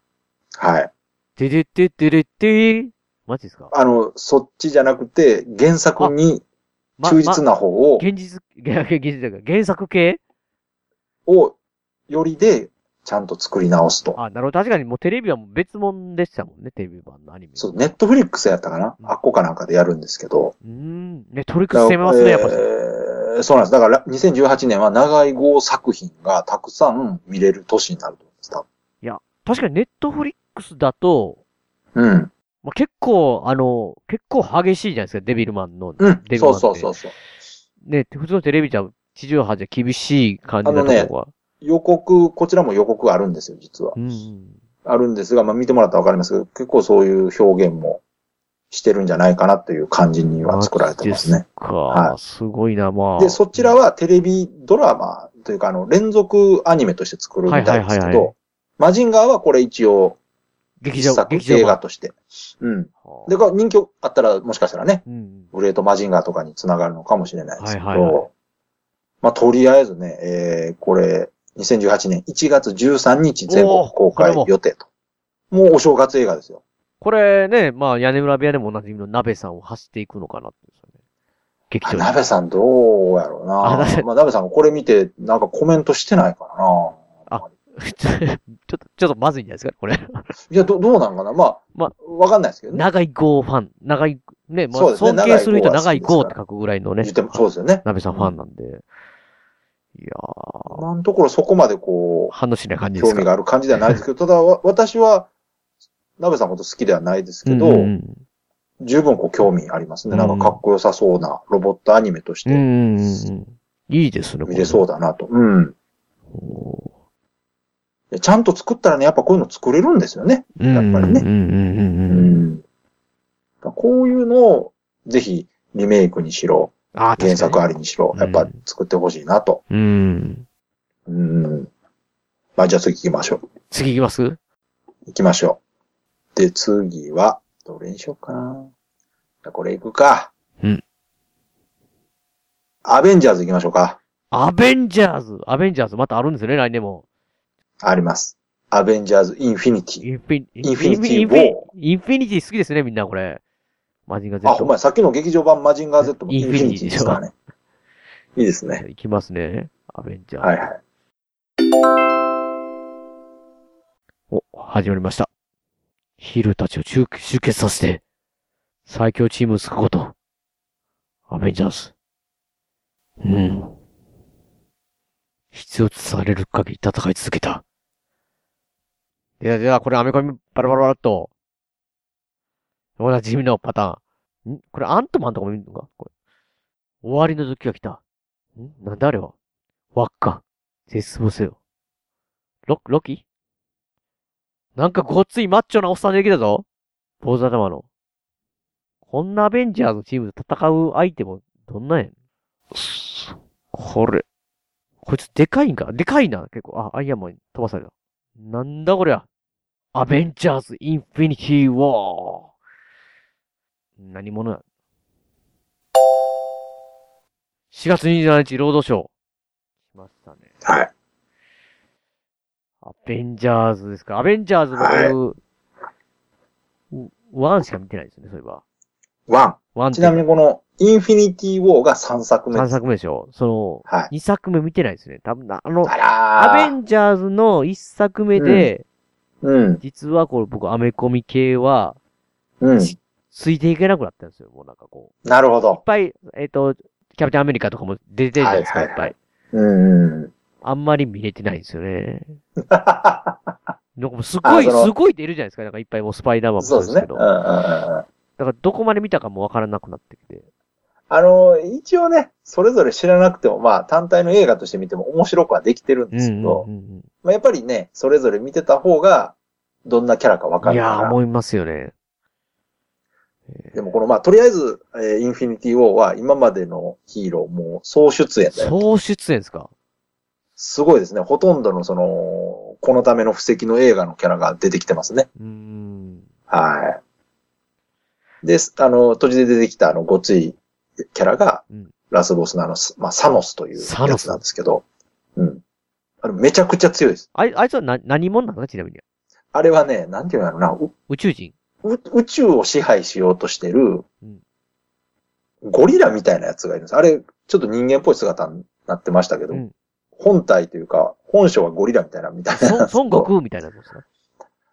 [SPEAKER 3] はい。
[SPEAKER 2] てれってってれってー。マジっすか
[SPEAKER 3] あの、そっちじゃなくて、原作に
[SPEAKER 2] ま
[SPEAKER 3] 忠実
[SPEAKER 2] ま
[SPEAKER 3] な方を、
[SPEAKER 2] 現実、 現実だから原作系
[SPEAKER 3] を、よりで、ちゃんと作り直すと。
[SPEAKER 2] あ、なるほど。確かにもうテレビはもう別物でしたもんね。テレビ版のアニメ。
[SPEAKER 3] そう、ネットフリックスやったかな、
[SPEAKER 2] うん
[SPEAKER 3] あっこかなんかでやるんですけど。
[SPEAKER 2] うーん。ね、トリックス攻めますね、やっぱ。
[SPEAKER 3] えーそうなんです。だから、2018年は長井号作品がたくさん見れる年になると思うんです、多
[SPEAKER 2] 確かにネットフリックスだと、
[SPEAKER 3] 分。うん。
[SPEAKER 2] まあ、結構、あの、結構激しいじゃないですか、デビルマンの。
[SPEAKER 3] う
[SPEAKER 2] デ
[SPEAKER 3] ん。
[SPEAKER 2] ビル
[SPEAKER 3] そ
[SPEAKER 2] マン
[SPEAKER 3] う
[SPEAKER 2] って
[SPEAKER 3] そうそうそう。
[SPEAKER 2] ね、普通のテレビじゃ、地上波じゃ厳しい感じのところが。
[SPEAKER 3] 予告、こちらも予告あるんですよ、実は。
[SPEAKER 2] うんうん。
[SPEAKER 3] あるんですが、まあ見てもらったらわかりますけど、結構そういう表現もしてるんじゃないかなという感じには作られてます
[SPEAKER 2] マジ
[SPEAKER 3] ね
[SPEAKER 2] で。か、
[SPEAKER 3] はい
[SPEAKER 2] すごいな、まあ。
[SPEAKER 3] で、そちら、はテレビドラマというか、あの、連続アニメとして作るみたいで
[SPEAKER 2] は
[SPEAKER 3] すけど、
[SPEAKER 2] いはいはいは
[SPEAKER 3] マジンガーはこれ一応、
[SPEAKER 2] 劇
[SPEAKER 3] 一
[SPEAKER 2] 場、
[SPEAKER 3] 作
[SPEAKER 2] 劇場
[SPEAKER 3] 映画
[SPEAKER 2] 版。
[SPEAKER 3] として。うん。
[SPEAKER 2] はあ
[SPEAKER 3] で、これ人気あったらもしかしたらね、
[SPEAKER 2] うんうん。
[SPEAKER 3] グレートマジンガーとかに繋がるのかもしれないですけど、
[SPEAKER 2] はいはいは
[SPEAKER 3] まあ、とりあえずね、えー、これ、2018年1月13日全
[SPEAKER 2] お
[SPEAKER 3] 国
[SPEAKER 2] ー
[SPEAKER 3] 公開予定と。もうお正月映画ですよ。
[SPEAKER 2] これね、まあ、屋根裏部屋でもおなじみの鍋さんを走っていくのかなっていうね。劇
[SPEAKER 3] あ、
[SPEAKER 2] 場に。
[SPEAKER 3] 鍋さんどうやろう
[SPEAKER 2] あ
[SPEAKER 3] な
[SPEAKER 2] 鍋。
[SPEAKER 3] まあ、鍋さんがこれ見て、なんかコメントしてないからな。
[SPEAKER 2] ちょっと、ちょっとまずいんじゃないですか、これ。
[SPEAKER 3] いや、ど、どうなんかなま
[SPEAKER 2] ま
[SPEAKER 3] あ、わかんないですけどね。
[SPEAKER 2] 長い号ファン。長い、ね、ま
[SPEAKER 3] そう
[SPEAKER 2] あ、
[SPEAKER 3] ですね
[SPEAKER 2] 尊敬する人は長
[SPEAKER 3] 長
[SPEAKER 2] い
[SPEAKER 3] い号
[SPEAKER 2] 号っ
[SPEAKER 3] は好きですか
[SPEAKER 2] て書
[SPEAKER 3] ら
[SPEAKER 2] くぐらいのね
[SPEAKER 3] 言っ、てもそうですよね。
[SPEAKER 2] なべさんファンなんで。いやー、
[SPEAKER 3] 今のところそこまでこ
[SPEAKER 2] 反応しない感
[SPEAKER 3] う、
[SPEAKER 2] じです
[SPEAKER 3] 興
[SPEAKER 2] か
[SPEAKER 3] 味がある感じではないですけど、ただわ私は、ナベさんのこと好きではないですけど、
[SPEAKER 2] うんうん
[SPEAKER 3] 十分こう興味ありますね。なん
[SPEAKER 2] うん
[SPEAKER 3] かかっこよさそうなロボットアニメとし
[SPEAKER 2] うん、うん
[SPEAKER 3] て
[SPEAKER 2] うんうん。いいですね、
[SPEAKER 3] 見れそうだなと。うん。
[SPEAKER 2] こ
[SPEAKER 3] でちゃんと作ったらね、やっぱこういうの作れるんですよね。
[SPEAKER 2] れ。や
[SPEAKER 3] やっぱりね
[SPEAKER 2] うんうんうん
[SPEAKER 3] う
[SPEAKER 2] うんうん。
[SPEAKER 3] ん。こういうのを、ぜひ、リメイクにしろ、
[SPEAKER 2] ああ、確かに
[SPEAKER 3] 原作ありにしろ、やっ
[SPEAKER 2] う
[SPEAKER 3] ぱ
[SPEAKER 2] ん
[SPEAKER 3] 作ってほしいなと。
[SPEAKER 2] うん。
[SPEAKER 3] うん。まあ、じゃあ次行きましょう。
[SPEAKER 2] 次行きます
[SPEAKER 3] 行きましょう。で、次は、どれにしようかな。じゃあこれ行くか。
[SPEAKER 2] うん。
[SPEAKER 3] アベンジャーズ行きましょうか。
[SPEAKER 2] アベンジャーズアベンジャーズまたあるんですよね、来年も。
[SPEAKER 3] あります。アベンジャーズインフィニティ。
[SPEAKER 2] インフィニ
[SPEAKER 3] インフィニティ
[SPEAKER 2] インフィニ
[SPEAKER 3] ウォ
[SPEAKER 2] インフィニティ好きですね、みんなこれ。マジンガー Z。
[SPEAKER 3] あ、ほんまや、さっきの劇場版マジンガー Z も
[SPEAKER 2] イ
[SPEAKER 3] イ
[SPEAKER 2] ン
[SPEAKER 3] ン
[SPEAKER 2] フ
[SPEAKER 3] フ
[SPEAKER 2] ィニテ
[SPEAKER 3] ィ
[SPEAKER 2] ィ
[SPEAKER 3] ニティですからね。いいですね。
[SPEAKER 2] いきますね。アベンジャーズ。
[SPEAKER 3] はいはい。
[SPEAKER 2] お、始まりました。ヒールたちを集集結させて、最強チームを救うこと。アベンジャーズ。うん。必要とされる限り戦い続けた。ではでは、これアメコミバラバラバラっと。おなじみのパターン。んこれアントマンとかも見るのかこれ。終わりの時が来た。んなんだあれは輪っか。絶望せよ。ロ、ロキなんかごっついマッチョなおっさんできたぞ。坊主頭の。こんなアベンジャーズのチームで戦う相手もどんなんやねん。これ。こいつでかいんかでかいな、結構。あ、アイアンマンに飛ばされた。なんだこりゃ。アベンジャーズインフィニティウォー。何者や。4月27日、労働省。しましたね。
[SPEAKER 3] はい。
[SPEAKER 2] アベンジャーズですか。アベンジャーズも僕、ワンしか見てないですね、そういえば。
[SPEAKER 3] ワン。
[SPEAKER 2] ワン
[SPEAKER 3] ちなみにこの、インフィニティウォーが3作目で
[SPEAKER 2] 3
[SPEAKER 3] す。
[SPEAKER 2] 作目でしょ。そ
[SPEAKER 3] は
[SPEAKER 2] の、2作目見てないですね。多分な、あの
[SPEAKER 3] い。、あら
[SPEAKER 2] アベ
[SPEAKER 3] ー
[SPEAKER 2] ンジャーズの1作目で、
[SPEAKER 3] うん。
[SPEAKER 2] 実はこれ僕アメコミ系は、
[SPEAKER 3] うん。
[SPEAKER 2] ついていけなくなったんですよ。もうなんかこう。
[SPEAKER 3] なるほ
[SPEAKER 2] い
[SPEAKER 3] ど
[SPEAKER 2] っ。ぱい、えっ、と、キャプテンアメリカとかも出てるじゃないですか、
[SPEAKER 3] はいい
[SPEAKER 2] っ
[SPEAKER 3] はい
[SPEAKER 2] ぱ
[SPEAKER 3] はい
[SPEAKER 2] い。
[SPEAKER 3] うんうん。
[SPEAKER 2] あんまり見れてないんですよ ね。なんかもうすご
[SPEAKER 3] あ
[SPEAKER 2] い、
[SPEAKER 3] その
[SPEAKER 2] すごい出るじゃないですか。なんかいっぱいもうスパイダーマンも
[SPEAKER 3] そ
[SPEAKER 2] そう
[SPEAKER 3] う
[SPEAKER 2] で
[SPEAKER 3] です
[SPEAKER 2] け
[SPEAKER 3] すね。
[SPEAKER 2] ど。
[SPEAKER 3] うんうんうんうん。
[SPEAKER 2] だからどこまで見たかもわからなくなってきて。
[SPEAKER 3] あの、一応ね、それぞれ知らなくても、まあ、単体の映画として見ても面白くはできてるんですけど、
[SPEAKER 2] うんうんうん
[SPEAKER 3] まあ、やっぱりね、それぞれ見てた方が、どんなキャラかわか
[SPEAKER 2] い
[SPEAKER 3] る
[SPEAKER 2] や
[SPEAKER 3] か
[SPEAKER 2] ー、
[SPEAKER 3] ら。
[SPEAKER 2] 思いますよね。
[SPEAKER 3] でもこの、まあ、とりあえず、えーインフィニティウォーは今までのヒーローも総出演だよ。
[SPEAKER 2] 総出演ですか
[SPEAKER 3] すごいですね。ほとんどのその、このための布石の映画のキャラが出てきてますね。
[SPEAKER 2] うーん。
[SPEAKER 3] はい。で、あの、途中で出てきたあの、ごついキャラが
[SPEAKER 2] うん、
[SPEAKER 3] ラスボスのあの、すまあ、サノスという
[SPEAKER 2] サノ
[SPEAKER 3] や
[SPEAKER 2] ス
[SPEAKER 3] つなんですけど、うん。あの、めちゃくちゃ強いです。
[SPEAKER 2] あい、あいつはな、何者なのちなみに。
[SPEAKER 3] あれはね、なんていうのかな、う
[SPEAKER 2] 宇宙 人
[SPEAKER 3] う宇宙を支配しようとしてる
[SPEAKER 2] うん、
[SPEAKER 3] ゴリラみたいなやつがいるんです。あれ、ちょっと人間っぽい姿になってましたけど、
[SPEAKER 2] うん
[SPEAKER 3] 本体というか、本性はゴリラみたいな、みたいなん
[SPEAKER 2] 孫
[SPEAKER 3] ですけど。
[SPEAKER 2] 悟空みたいなもんですか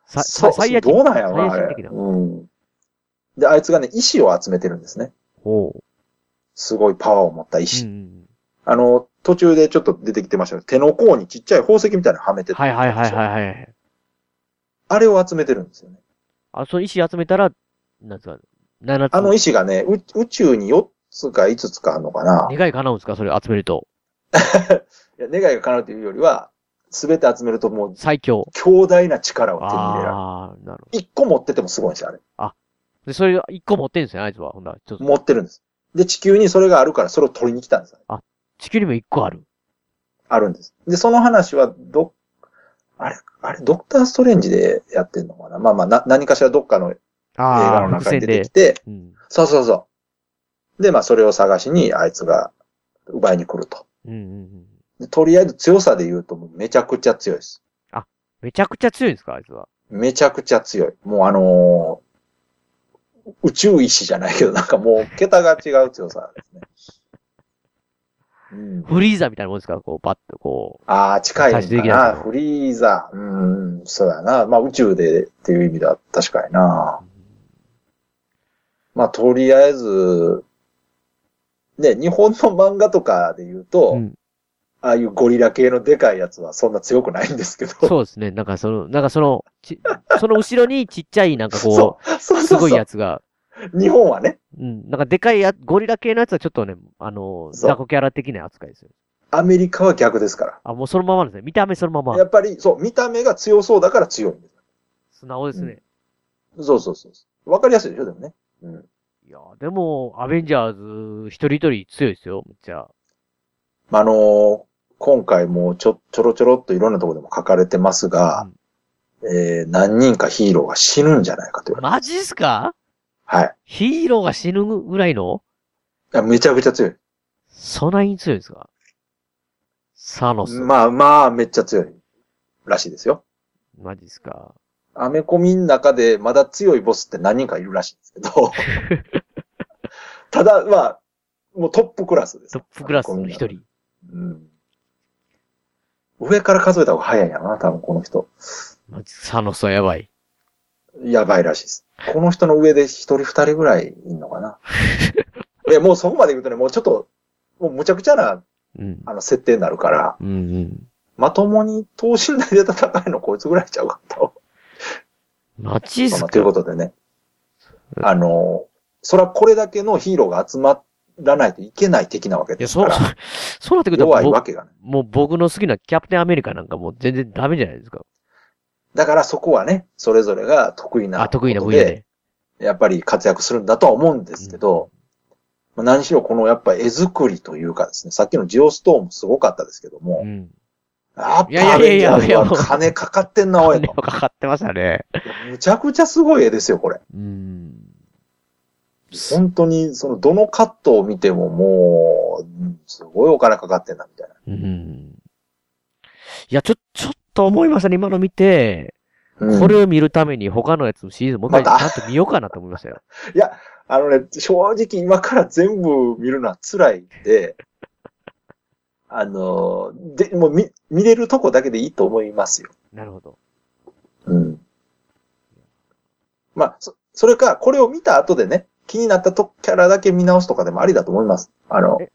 [SPEAKER 2] さ、
[SPEAKER 3] そ
[SPEAKER 2] さ、
[SPEAKER 3] う、
[SPEAKER 2] サイヤ人
[SPEAKER 3] どうなんやろな、あ
[SPEAKER 2] サイヤ人
[SPEAKER 3] れ。
[SPEAKER 2] 的な。
[SPEAKER 3] うん。で、あいつがね、石を集めてるんですね。
[SPEAKER 2] ほう。
[SPEAKER 3] すごいパワーを持った
[SPEAKER 2] う
[SPEAKER 3] 石。
[SPEAKER 2] んうん
[SPEAKER 3] あの、途中でちょっと出てきてましたけど、手の甲にちっちゃい宝石みたいなのはめ
[SPEAKER 2] う
[SPEAKER 3] て
[SPEAKER 2] ん。
[SPEAKER 3] て、
[SPEAKER 2] はいはいはいはいはい。
[SPEAKER 3] あれを集めてるんですよね。
[SPEAKER 2] あ、その石集めたら、なんですか、7つ。
[SPEAKER 3] あの石がね、う宇宙に4つか5つかあるのかな。
[SPEAKER 2] 願い叶うんですかそれ集めると。
[SPEAKER 3] いや願いが叶うというよりは、すべて集めるともう
[SPEAKER 2] 最強。
[SPEAKER 3] 強大な力を手に入れられる。
[SPEAKER 2] あー、なるほ
[SPEAKER 3] 1個持っててもすごいんですよ、あれ。
[SPEAKER 2] ど。で、それ一個持ってんですよね、あいつは。ほんなら、ちょっと。
[SPEAKER 3] 持ってるんです。で、地球にそれがあるから、それを取りに来たんです。
[SPEAKER 2] 地球にも一個ある。
[SPEAKER 3] あるんです。で、その話は、ど、あれ、あれ、ドクターストレンジでやってんのかなまあまあ、な、何かしらどっかの映画
[SPEAKER 2] あ
[SPEAKER 3] の
[SPEAKER 2] ー、伏
[SPEAKER 3] 中
[SPEAKER 2] 線
[SPEAKER 3] に出て
[SPEAKER 2] で
[SPEAKER 3] き。て、
[SPEAKER 2] うん。
[SPEAKER 3] そうそうそう。で、まあ、それを探しに、あいつが奪いに来ると。
[SPEAKER 2] うんうんうん。
[SPEAKER 3] でとりあえず強さで言うと、もうめちゃくちゃ強いです。
[SPEAKER 2] めちゃくちゃ強いんですかあいつは。
[SPEAKER 3] めちゃくちゃ強い。もうあのー宇宙石じゃないけど、なんかもう、桁が違う強さですね。うん、
[SPEAKER 2] フリーザみたいなもんですから、こう、バッとこ
[SPEAKER 3] ああ、近い
[SPEAKER 2] 最終
[SPEAKER 3] ん
[SPEAKER 2] 的
[SPEAKER 3] か
[SPEAKER 2] な
[SPEAKER 3] な。
[SPEAKER 2] とこ
[SPEAKER 3] フリーザ。うん、そうやな。まあ宇宙でっていう意味だ。確かにな。まあとりあえず、ね、日本の漫画とかで言うと、
[SPEAKER 2] う、うん。
[SPEAKER 3] ああいうゴリラ系のでかいやつはそんな強くないんですけ ど。
[SPEAKER 2] そうですね。なんかその、なんかその、 ちその後ろにちっちゃい、なんかこ
[SPEAKER 3] そう。そう
[SPEAKER 2] う、
[SPEAKER 3] そ
[SPEAKER 2] す
[SPEAKER 3] うそ
[SPEAKER 2] ご
[SPEAKER 3] う
[SPEAKER 2] いやつが、
[SPEAKER 3] 日本はね、
[SPEAKER 2] うん、なんかでかいや、ゴリラ系のやつはちょっとね、あの、
[SPEAKER 3] そう
[SPEAKER 2] 雑魚キャラ的な扱いですよ。
[SPEAKER 3] アメリカは逆ですか
[SPEAKER 2] あ、もうそのままですね。見た目そのまま
[SPEAKER 3] ら。や。っぱり、そう、見た目が強そうだから強いんです。
[SPEAKER 2] 素直ですね。
[SPEAKER 3] そうそうそう。わかりやすいでしょ、でもね。うん。
[SPEAKER 2] いやー、でも、アベンジャーズ、一人一人強いですよ、めっちゃ。
[SPEAKER 3] まあ、あのー今回もちょ、ちょろちょろっといろんなところでも書かれてますが、えー、何人かヒーローが死ぬんじゃないかという。
[SPEAKER 2] マジっすか
[SPEAKER 3] はい
[SPEAKER 2] ヒーローが死ぬぐらいの
[SPEAKER 3] いや。めちゃくちゃ強い。
[SPEAKER 2] そないに強いんですかサノス。
[SPEAKER 3] まあまあ、めっちゃ強い。らしいですよ。
[SPEAKER 2] マジっすか
[SPEAKER 3] アメコミの中でまだ強いボスって何人かいるらしいんですけ ど。ただ、まあ、もうトップクラスです。
[SPEAKER 2] トップクラスの一
[SPEAKER 3] アメコミ
[SPEAKER 2] 人。
[SPEAKER 3] の中で。うん。上から数えた方が早いんやろな、多分この人。
[SPEAKER 2] マジサノスはやばい。
[SPEAKER 3] やばいらしいです。この人の上で一人二人ぐらいいんのか な。いや、もうそこまで言うとね、もうちょっと、もうむちゃくちゃな、
[SPEAKER 2] うん。
[SPEAKER 3] あの、設定になるから、
[SPEAKER 2] うんうん。
[SPEAKER 3] まともに等身大で戦えるのこいつぐらいちゃうかったわ。
[SPEAKER 2] マジっ
[SPEAKER 3] まあ
[SPEAKER 2] す
[SPEAKER 3] まあ
[SPEAKER 2] か
[SPEAKER 3] ということでね。あの、そらこれだけのヒーローが集まらないといけない敵なわけ
[SPEAKER 2] い
[SPEAKER 3] で
[SPEAKER 2] や、
[SPEAKER 3] すか
[SPEAKER 2] そう
[SPEAKER 3] ら。、
[SPEAKER 2] そうなってくると、
[SPEAKER 3] 弱いわ
[SPEAKER 2] ぼ
[SPEAKER 3] けがない。
[SPEAKER 2] もう僕の好きなキャプテンアメリカなんかもう全然ダメじゃないですか。
[SPEAKER 3] だからそこはね、それぞれが得意な
[SPEAKER 2] あ、得意な
[SPEAKER 3] こと
[SPEAKER 2] 分野
[SPEAKER 3] で、
[SPEAKER 2] で。
[SPEAKER 3] やっぱり活躍するんだとは思うんですけど、まあ何しろこのやっぱ絵作りというかですね、さっきのジオストーンもすごかったですけど
[SPEAKER 2] う
[SPEAKER 3] も、
[SPEAKER 2] ん。
[SPEAKER 3] やっ
[SPEAKER 2] いや
[SPEAKER 3] ぱ
[SPEAKER 2] いやい
[SPEAKER 3] り
[SPEAKER 2] やいやいや
[SPEAKER 3] 金かかってんな、おい
[SPEAKER 2] 金
[SPEAKER 3] と。
[SPEAKER 2] はかかってましたね。
[SPEAKER 3] むちゃくちゃすごい絵ですよ、これ。
[SPEAKER 2] うん。
[SPEAKER 3] 本当に、その、どのカットを見てももううん、すごいお金かかってんな、みたい
[SPEAKER 2] うん。いや、ちょ、ちょっと思いましたね、今の見て。
[SPEAKER 3] な。うん
[SPEAKER 2] これを見るために他のやつのシリーズもう一回ち
[SPEAKER 3] また
[SPEAKER 2] ゃんと見ようかなと思いましたよ。
[SPEAKER 3] いや、あのね、正直今から全部見るのは辛いんで、 あの、で、もう見、見れるとこだけでいいと思いますよ。
[SPEAKER 2] なるほど。
[SPEAKER 3] うん。まあ、そ、それか、これを見た後でね、気になったとキャラだけ見直すとかでもありだと思います。あの
[SPEAKER 2] え、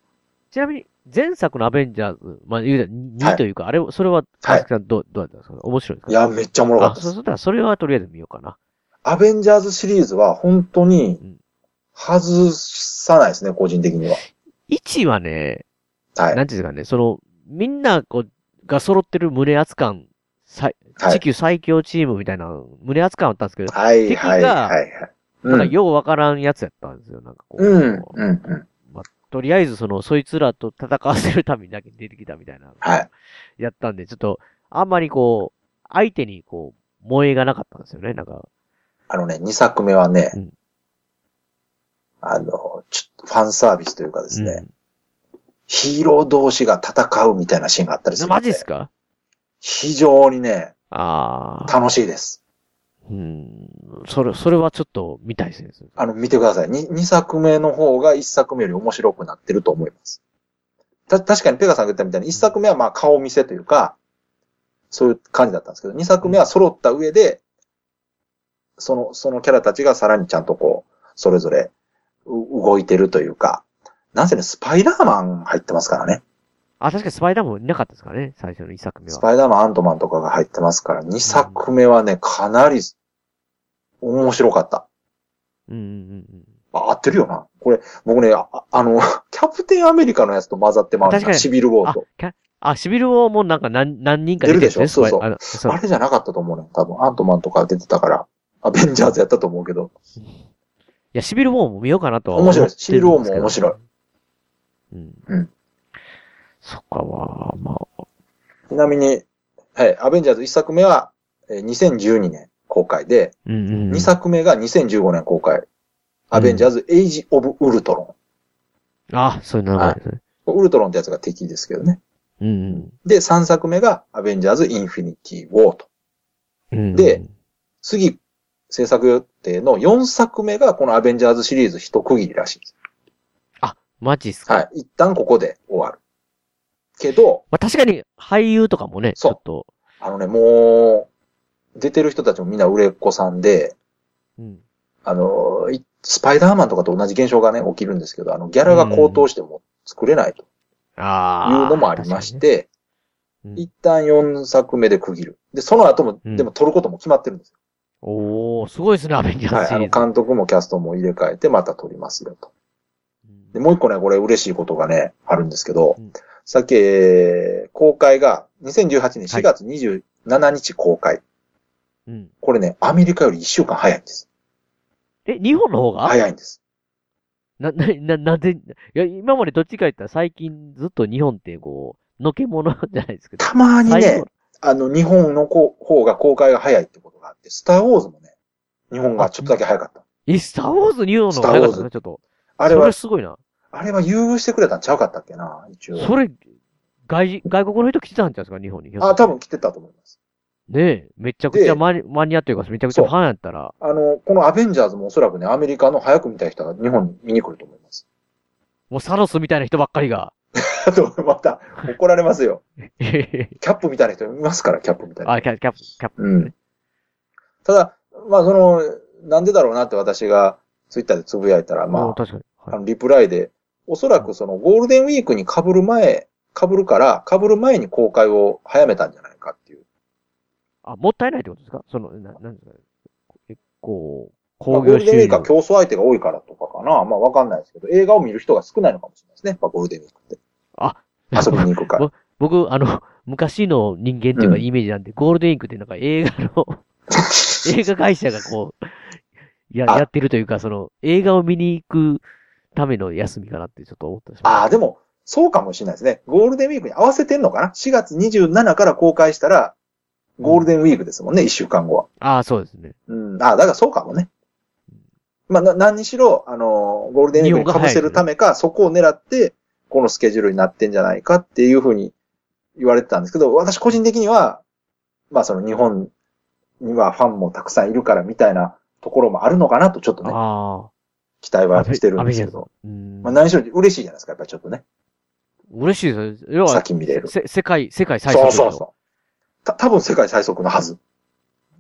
[SPEAKER 2] ちなみに、前作のアベンジャーズ、まあ、言うたら
[SPEAKER 3] は
[SPEAKER 2] 2
[SPEAKER 3] い
[SPEAKER 2] というか、あれ、それは、川崎さんどう、どうだったんですか面白いですか
[SPEAKER 3] いや、めっちゃおもろかっ
[SPEAKER 2] あ、
[SPEAKER 3] たで
[SPEAKER 2] そ
[SPEAKER 3] す。
[SPEAKER 2] そしたらそれはとりあえず見ようかな。
[SPEAKER 3] アベンジャーズシリーズは本当
[SPEAKER 2] うん
[SPEAKER 3] に、外さないですね、個人的には。
[SPEAKER 2] 1はね、
[SPEAKER 3] は。
[SPEAKER 2] ないんていうんですかね、その、みんな、こう、が揃ってる胸圧感、さい
[SPEAKER 3] はい
[SPEAKER 2] 地球最強チームみたいな、胸圧感あったんですけど、
[SPEAKER 3] はい、はい、
[SPEAKER 2] 敵が
[SPEAKER 3] はいはい。
[SPEAKER 2] なんか
[SPEAKER 3] うん、
[SPEAKER 2] ようわからんやつやったんですよ、なんかこう。
[SPEAKER 3] うん、うん、うん。
[SPEAKER 2] とりあえず、その、そいつらと戦わせるためにだけ出てきたみたいな、
[SPEAKER 3] はい。
[SPEAKER 2] やったんで、ちょっと、あんまりこう、相手にこう、萌えがなかったんですよね、なんか。
[SPEAKER 3] あのね、2作目はね、
[SPEAKER 2] うん
[SPEAKER 3] あの、ちょっとファンサービスというかですね、
[SPEAKER 2] うん
[SPEAKER 3] ヒーロー同士が戦うみたいなシーンがあったりするんで。
[SPEAKER 2] マジっすか
[SPEAKER 3] 非常にね、
[SPEAKER 2] ああ。
[SPEAKER 3] 楽しいです。
[SPEAKER 2] うん。それ、それはちょっと見たいですね。
[SPEAKER 3] あの、見てください。2, 作目の方が1作目より面白くなってると思います。た、確かにペガさんが言ったみたいに1作目はまあ顔見せというか、そういう感じだったんですけど、2作目は揃った上で、その、そのキャラたちがさらにちゃんとこう、それぞれう動いてるというか、なんせね、スパイダーマン入ってますからね。
[SPEAKER 2] あ、確かにスパイダーマンいなかったですかね、最初の一作目
[SPEAKER 3] ス
[SPEAKER 2] は。
[SPEAKER 3] パイダーマン、アントマンとかが入ってますから、2作目はね、かなり面白かった。
[SPEAKER 2] うんうんうんうん。
[SPEAKER 3] あ、合ってるよな。これ、僕ね、あ あの、キャプテンアメリカのやつと混ざってまうねん
[SPEAKER 2] 確
[SPEAKER 3] な
[SPEAKER 2] かに
[SPEAKER 3] シビルウォー
[SPEAKER 2] あ
[SPEAKER 3] と。、
[SPEAKER 2] キャあ、シビルウォーもなんか何、何人か出てるんです
[SPEAKER 3] 出る
[SPEAKER 2] ね、
[SPEAKER 3] でしょそうそ
[SPEAKER 2] ス
[SPEAKER 3] う
[SPEAKER 2] パイあのそ
[SPEAKER 3] あ
[SPEAKER 2] う
[SPEAKER 3] れじゃなかったと思うねん。多分、アントマンとか出てたから、アベンジャーズやったと思うけど。
[SPEAKER 2] いや、シビルウォーも見ようかなとは思
[SPEAKER 3] 面白い
[SPEAKER 2] っ
[SPEAKER 3] で
[SPEAKER 2] てるん
[SPEAKER 3] すシビルウォーも
[SPEAKER 2] ですけど
[SPEAKER 3] 面白い。
[SPEAKER 2] うん。
[SPEAKER 3] うん
[SPEAKER 2] そっかわ、まあ、
[SPEAKER 3] ちなみに、はい、アベンジャーズ1作目は、えー2012年公開で、
[SPEAKER 2] うんうんうん。
[SPEAKER 3] 2作目が2015年公開。アベンジャーズ、エイジ・オブ・ウルトロ
[SPEAKER 2] あ、そういうのがあるんですね。
[SPEAKER 3] ン。ウルトロンってやつが敵ですけどね。
[SPEAKER 2] うんうん
[SPEAKER 3] で、3作目が、アベンジャーズ・インフィニティ・ウォーと。
[SPEAKER 2] うんうん。
[SPEAKER 3] で次、制作予定の4作目がこのアベンジャーズシリーズ一区切りらしいです。
[SPEAKER 2] マジっすか
[SPEAKER 3] はい。一旦ここで終わる。けど、
[SPEAKER 2] まあ確かに俳優とかもね、ち
[SPEAKER 3] そう
[SPEAKER 2] ょっと、
[SPEAKER 3] あのね、もう、出てる人たちもみんな売れっ子さんで、
[SPEAKER 2] うん。
[SPEAKER 3] あの、いスパイダーマンとかと同じ現象がね、起きるんですけど、あの、ギャラが高騰しても作れないと
[SPEAKER 2] あ
[SPEAKER 3] い
[SPEAKER 2] あ。。
[SPEAKER 3] うのもありましてて、
[SPEAKER 2] うん
[SPEAKER 3] 一旦4作目で区切る。で、その後も、
[SPEAKER 2] うん
[SPEAKER 3] でも撮ることも決まってるんですよ。
[SPEAKER 2] おー、すごいですね、アベンジャー
[SPEAKER 3] は
[SPEAKER 2] ズ
[SPEAKER 3] い。
[SPEAKER 2] シ
[SPEAKER 3] あ
[SPEAKER 2] リ
[SPEAKER 3] の、
[SPEAKER 2] ーズ。
[SPEAKER 3] 監督もキャストも入れ替えてまた撮りますよと。
[SPEAKER 2] うん
[SPEAKER 3] で、もう一個ね、これ嬉しいことがね、あるんですけど、
[SPEAKER 2] うん
[SPEAKER 3] さっき、えー公開が2018年4月27日公開。
[SPEAKER 2] うん。
[SPEAKER 3] これね、アメリカより1週間早いんです。
[SPEAKER 2] え、日本の方が
[SPEAKER 3] 早いんです。
[SPEAKER 2] な、 な、な、なんで、いや、今までどっちか言ったら最近ずっと日本ってこう、のけものじゃないですけど。
[SPEAKER 3] たまに
[SPEAKER 2] 最
[SPEAKER 3] ね
[SPEAKER 2] 後、
[SPEAKER 3] あの、日本のこ方が公開が早いってことがあって、スターウォーズもね、日本がちょっとだけ早かった。
[SPEAKER 2] え、スターウォーズ日本の方が早かった
[SPEAKER 3] スターウォー
[SPEAKER 2] ね、ちょっと。
[SPEAKER 3] あれ
[SPEAKER 2] そ
[SPEAKER 3] は
[SPEAKER 2] れ、すごいな。
[SPEAKER 3] あれは優遇してくれたんちゃうかったっけな、一応。
[SPEAKER 2] それ、外人、外国の人来てたんじゃないですか、日本に。
[SPEAKER 3] あ、多分。来てたと思います。
[SPEAKER 2] ねえ、めちゃくちゃマニマニアというか、めちゃくちゃファンやったら、
[SPEAKER 3] あの、このアベンジャーズもおそらくね、アメリカの早く見たい人は日本に見に来ると思います。
[SPEAKER 2] もうサノスみたいな人ばっかりが。
[SPEAKER 3] あと、また、怒られますよ。
[SPEAKER 2] へへへ
[SPEAKER 3] キャップみたいな人いますから、キャップみたいな。
[SPEAKER 2] あ、キャキャップ、キャップ。
[SPEAKER 3] うん。ただ、まあ、その、なんでだろうなって私がツイッターでつぶやいたら、ま
[SPEAKER 2] も
[SPEAKER 3] あ
[SPEAKER 2] う、確かに。
[SPEAKER 3] あ
[SPEAKER 2] はい
[SPEAKER 3] の、リプライで、おそらくそのゴールデンウィークに被る前、被るから、被る前に公開を早めたんじゃないかっていう。
[SPEAKER 2] あ、もったいないってことですかその、な、なんですか結構、
[SPEAKER 3] まあ
[SPEAKER 2] 工
[SPEAKER 3] ゴー
[SPEAKER 2] 業
[SPEAKER 3] ルデンウィ
[SPEAKER 2] 収
[SPEAKER 3] ークは
[SPEAKER 2] 入。
[SPEAKER 3] 競争相手が多いからとかかな。まあわかんないですけど、映画を見る人が少ないのかもしれないですね。まあゴールデンウィーク って。
[SPEAKER 2] あ
[SPEAKER 3] 遊びに行くから。
[SPEAKER 2] 僕、あの、 昔の人間っていうか
[SPEAKER 3] うん
[SPEAKER 2] イメージなんで、ゴールデンウィークってなんか映画 の、映画会社がこう、や、
[SPEAKER 3] あ
[SPEAKER 2] やってるというか、その、映画を見に行くための休みかなってちょっと思ってしま
[SPEAKER 3] ああ、で
[SPEAKER 2] も。
[SPEAKER 3] も、そうかもしれないですね。ゴールデンウィークに合わせてんのかな ?4 月27から公開したら、ゴールデンウィークですもんね、1週間後は。
[SPEAKER 2] ああ、そうですね。
[SPEAKER 3] うん。ああ、だからそうかもね。まあ、な、何にしろ、あのー、ゴールデンウィークに被せるためか、そこを狙って、このスケジュールになってんじゃないかっていうふうに言われてたんですけど、私個人的には、まあその日本にはファンもたくさんいるからみたいなところもあるのかなとちょっとね、
[SPEAKER 2] あ
[SPEAKER 3] 期待
[SPEAKER 2] あ。
[SPEAKER 3] はしてるんですけど。
[SPEAKER 2] アベンジャーズ。う
[SPEAKER 3] まあ
[SPEAKER 2] ん。
[SPEAKER 3] 何しろ嬉しいじゃないですか、やっぱりちょっとね、
[SPEAKER 2] 嬉しいですよ。要は、
[SPEAKER 3] 先見れる。
[SPEAKER 2] せ、世界、世界最速
[SPEAKER 3] そう
[SPEAKER 2] ですよ
[SPEAKER 3] そうそう。た、多分世界最速のはず。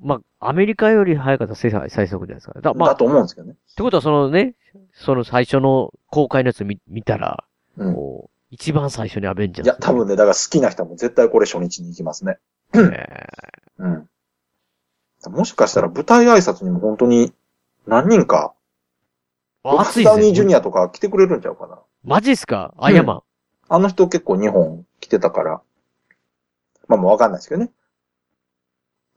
[SPEAKER 2] まあ、アメリカより早かったら世界最速じゃないですか。だからまあ、
[SPEAKER 3] だと思うんですけどね。
[SPEAKER 2] ってことは、そのね、その最初の公開のやつ見見たら、
[SPEAKER 3] うん
[SPEAKER 2] こう、一番最初にアベンジャーズ。
[SPEAKER 3] いや、多分ね、だから好きな人はもう絶対これ初日に行きますね。
[SPEAKER 2] え
[SPEAKER 3] うん。もしかしたら舞台挨拶にも本当に何人か、
[SPEAKER 2] ーあ熱い
[SPEAKER 3] ロ
[SPEAKER 2] で
[SPEAKER 3] ックダウニージ
[SPEAKER 2] す
[SPEAKER 3] ュ
[SPEAKER 2] ね。
[SPEAKER 3] ニアとか来てくれるんちゃうかな。
[SPEAKER 2] マジっすかアイアンマン。
[SPEAKER 3] あの人結構日本来てたから。まあもうわかんないですけどね。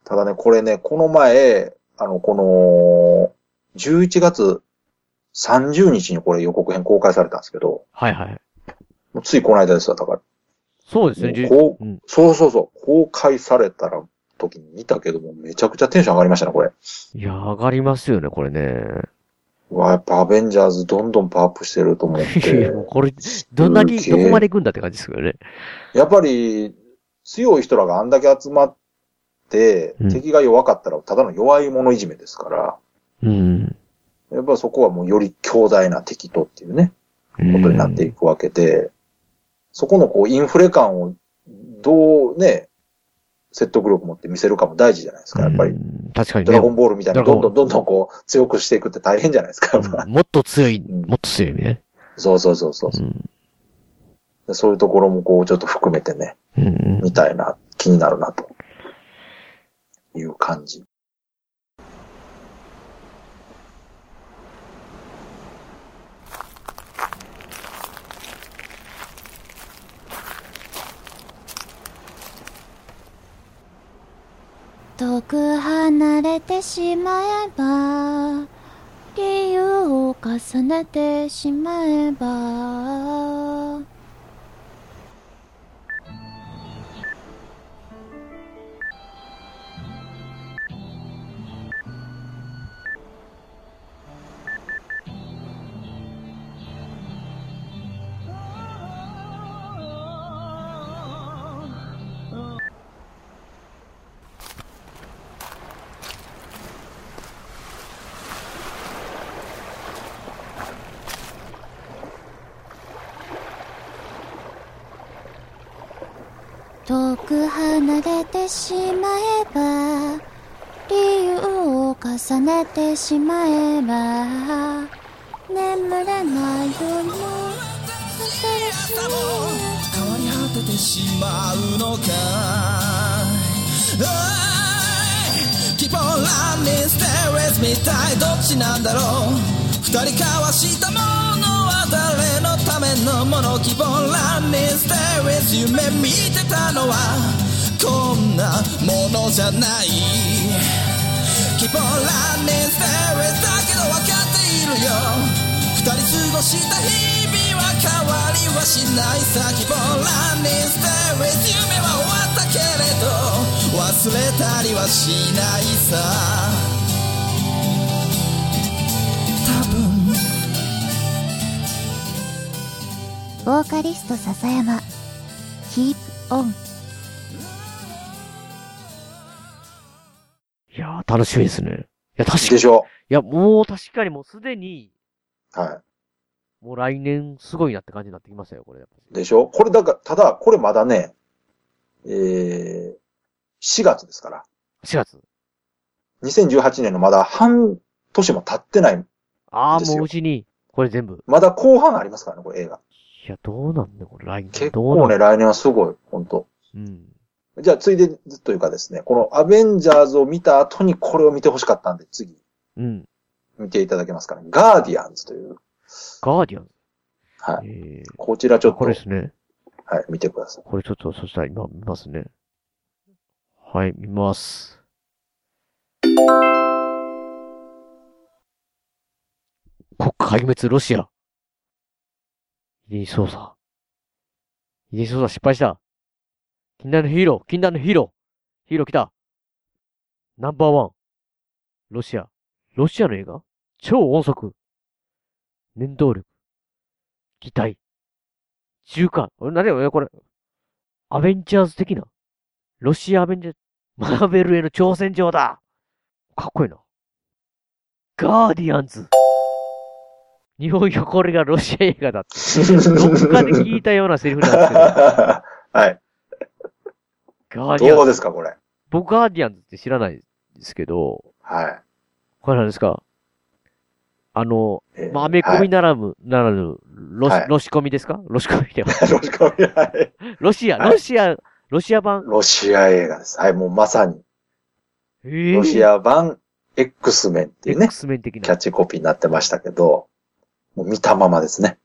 [SPEAKER 3] ただね、これね、この前、あの、この、11月30日にこれ予告編公開されたんですけど、
[SPEAKER 2] はいはい。
[SPEAKER 3] もうついこの間ですよ、だから。
[SPEAKER 2] そうですね。じゅ
[SPEAKER 3] もうこう
[SPEAKER 2] うん
[SPEAKER 3] そうそうそう、公開されたら時に見たけども、めちゃくちゃテンション上がりましたね、これ。
[SPEAKER 2] いや、上がりますよね、これね。
[SPEAKER 3] うわ、やっぱアベンジャーズどんどんパワーアップしてると思っ
[SPEAKER 2] いや、もう
[SPEAKER 3] て。
[SPEAKER 2] これ、どんなに、
[SPEAKER 3] す
[SPEAKER 2] ど
[SPEAKER 3] げえ
[SPEAKER 2] こまで行くんだって感じですけどね。
[SPEAKER 3] やっぱり、強い人らがあんだけ集まって、
[SPEAKER 2] うん
[SPEAKER 3] 敵が弱かったらただの弱い者いじめですから、
[SPEAKER 2] うん。
[SPEAKER 3] やっぱそこはもうより強大な敵とっていうね、ことになっていくわけで、そこのこうインフレ感をどうね、説得力持って見せるかも大事じゃないですか、やっぱり
[SPEAKER 2] う。ん。確かに
[SPEAKER 3] ド
[SPEAKER 2] ね
[SPEAKER 3] ラ。ゴンボールみたいに
[SPEAKER 2] ドラ
[SPEAKER 3] ど
[SPEAKER 2] ゴ
[SPEAKER 3] ん
[SPEAKER 2] ン
[SPEAKER 3] どんどんどんこう強くしていくって大変じゃないですか、やっぱ
[SPEAKER 2] うんもっと強い、
[SPEAKER 3] うん
[SPEAKER 2] もっと強いね。
[SPEAKER 3] そうそうそうそう
[SPEAKER 2] う。ん。
[SPEAKER 3] でそういうところもこうちょっと含めてね、
[SPEAKER 2] うん。
[SPEAKER 3] みたいな、気になるな、という感じ。
[SPEAKER 4] 遠く離れてしまえば理由を重ねてしまえば
[SPEAKER 3] あ
[SPEAKER 4] 遠く離れてしまえば理由を重ねてしまえば眠れない夜も新しい
[SPEAKER 1] 朝も変わり果ててしまうのかおい Keep on running, stay with me 一体どっちなんだろう二人交わしたものは誰のためのもの Keep on running, stay with you 夢見てたのはこんなものじゃない Keep on running, stay with だけど分かっているよ二人過ごした日々は変わりはしないさ Keep on running, stay with 夢は終わったけれど忘れたりはしないさ多分
[SPEAKER 4] ボーカリスト笹山 Keep on
[SPEAKER 2] いやー、楽しみですね。いや、確か
[SPEAKER 3] で
[SPEAKER 2] に。い
[SPEAKER 3] しょ
[SPEAKER 2] や、もう確かにもうすでに、
[SPEAKER 3] は
[SPEAKER 2] もう来年すごいなって感じになってきましたよ、これ。やっぱ
[SPEAKER 3] い。でしょこれだから、ただ、これまだね、えー、4月ですから。
[SPEAKER 2] 4月。
[SPEAKER 3] 2018年のまだ半年も経ってない。
[SPEAKER 2] あ
[SPEAKER 3] で
[SPEAKER 2] あ、
[SPEAKER 3] すよ
[SPEAKER 2] もううちに、これ全部。
[SPEAKER 3] まだ後半ありますからね、これ映画。
[SPEAKER 2] いや、どうなんだよ、これ、来年。
[SPEAKER 3] 結
[SPEAKER 2] どうな
[SPEAKER 3] 構
[SPEAKER 2] んだ
[SPEAKER 3] ね、
[SPEAKER 2] よ
[SPEAKER 3] 来年はすごい、本当
[SPEAKER 2] うん。
[SPEAKER 3] じゃあ、ついでというかですね、このアベンジャーズを見た後にこれを見てほしかったんで、次、
[SPEAKER 2] うん。
[SPEAKER 3] 見ていただけますから、ガーディアンズという、
[SPEAKER 2] ガーディアンズ。
[SPEAKER 3] はい。
[SPEAKER 2] えー、
[SPEAKER 3] こちらちょっと、
[SPEAKER 2] これで
[SPEAKER 3] は
[SPEAKER 2] すね。
[SPEAKER 3] い、見てください。
[SPEAKER 2] これちょっと、そしたら今見ますね。はい、見ます。国家壊滅ロシア。遺伝子操作。遺伝子操作失敗した。禁断のヒーロー、禁断のヒーロー。ヒーロー来た。ナンバーワン。ロシア。ロシアの映画超音速。念動力。擬態。中間。俺、何よ、これ。アベンジャーズ的なロシアアベンジャーズ、マーベルへの挑戦状だかっこいいな。ガーディアンズ。日本よ、これがロシア映 画だって。 どっかで聞いたようなセリフなんですけど。
[SPEAKER 3] はい。
[SPEAKER 2] ガーディ
[SPEAKER 3] ど
[SPEAKER 2] ア
[SPEAKER 3] う
[SPEAKER 2] ンズ。
[SPEAKER 3] ですか、これ。
[SPEAKER 2] 僕、ガーディアンズって知らないですけど、
[SPEAKER 3] はい。
[SPEAKER 2] これなんですかあの、
[SPEAKER 3] えー
[SPEAKER 2] まあ、アメ コミならぬ、ならぬ、ロシ、
[SPEAKER 3] はい
[SPEAKER 2] ロシコミですかロシコミでは。
[SPEAKER 3] はいロシコミはい
[SPEAKER 2] ロシア、
[SPEAKER 3] はい
[SPEAKER 2] ロシア、ロシア版。
[SPEAKER 3] ロシア映画です。はい、もうまさに、
[SPEAKER 2] え
[SPEAKER 3] ロシア版 X メンっていうね、
[SPEAKER 2] X メン的
[SPEAKER 3] キャ
[SPEAKER 2] な
[SPEAKER 3] ッ。チコピーになってましたけど、もう見たままですね。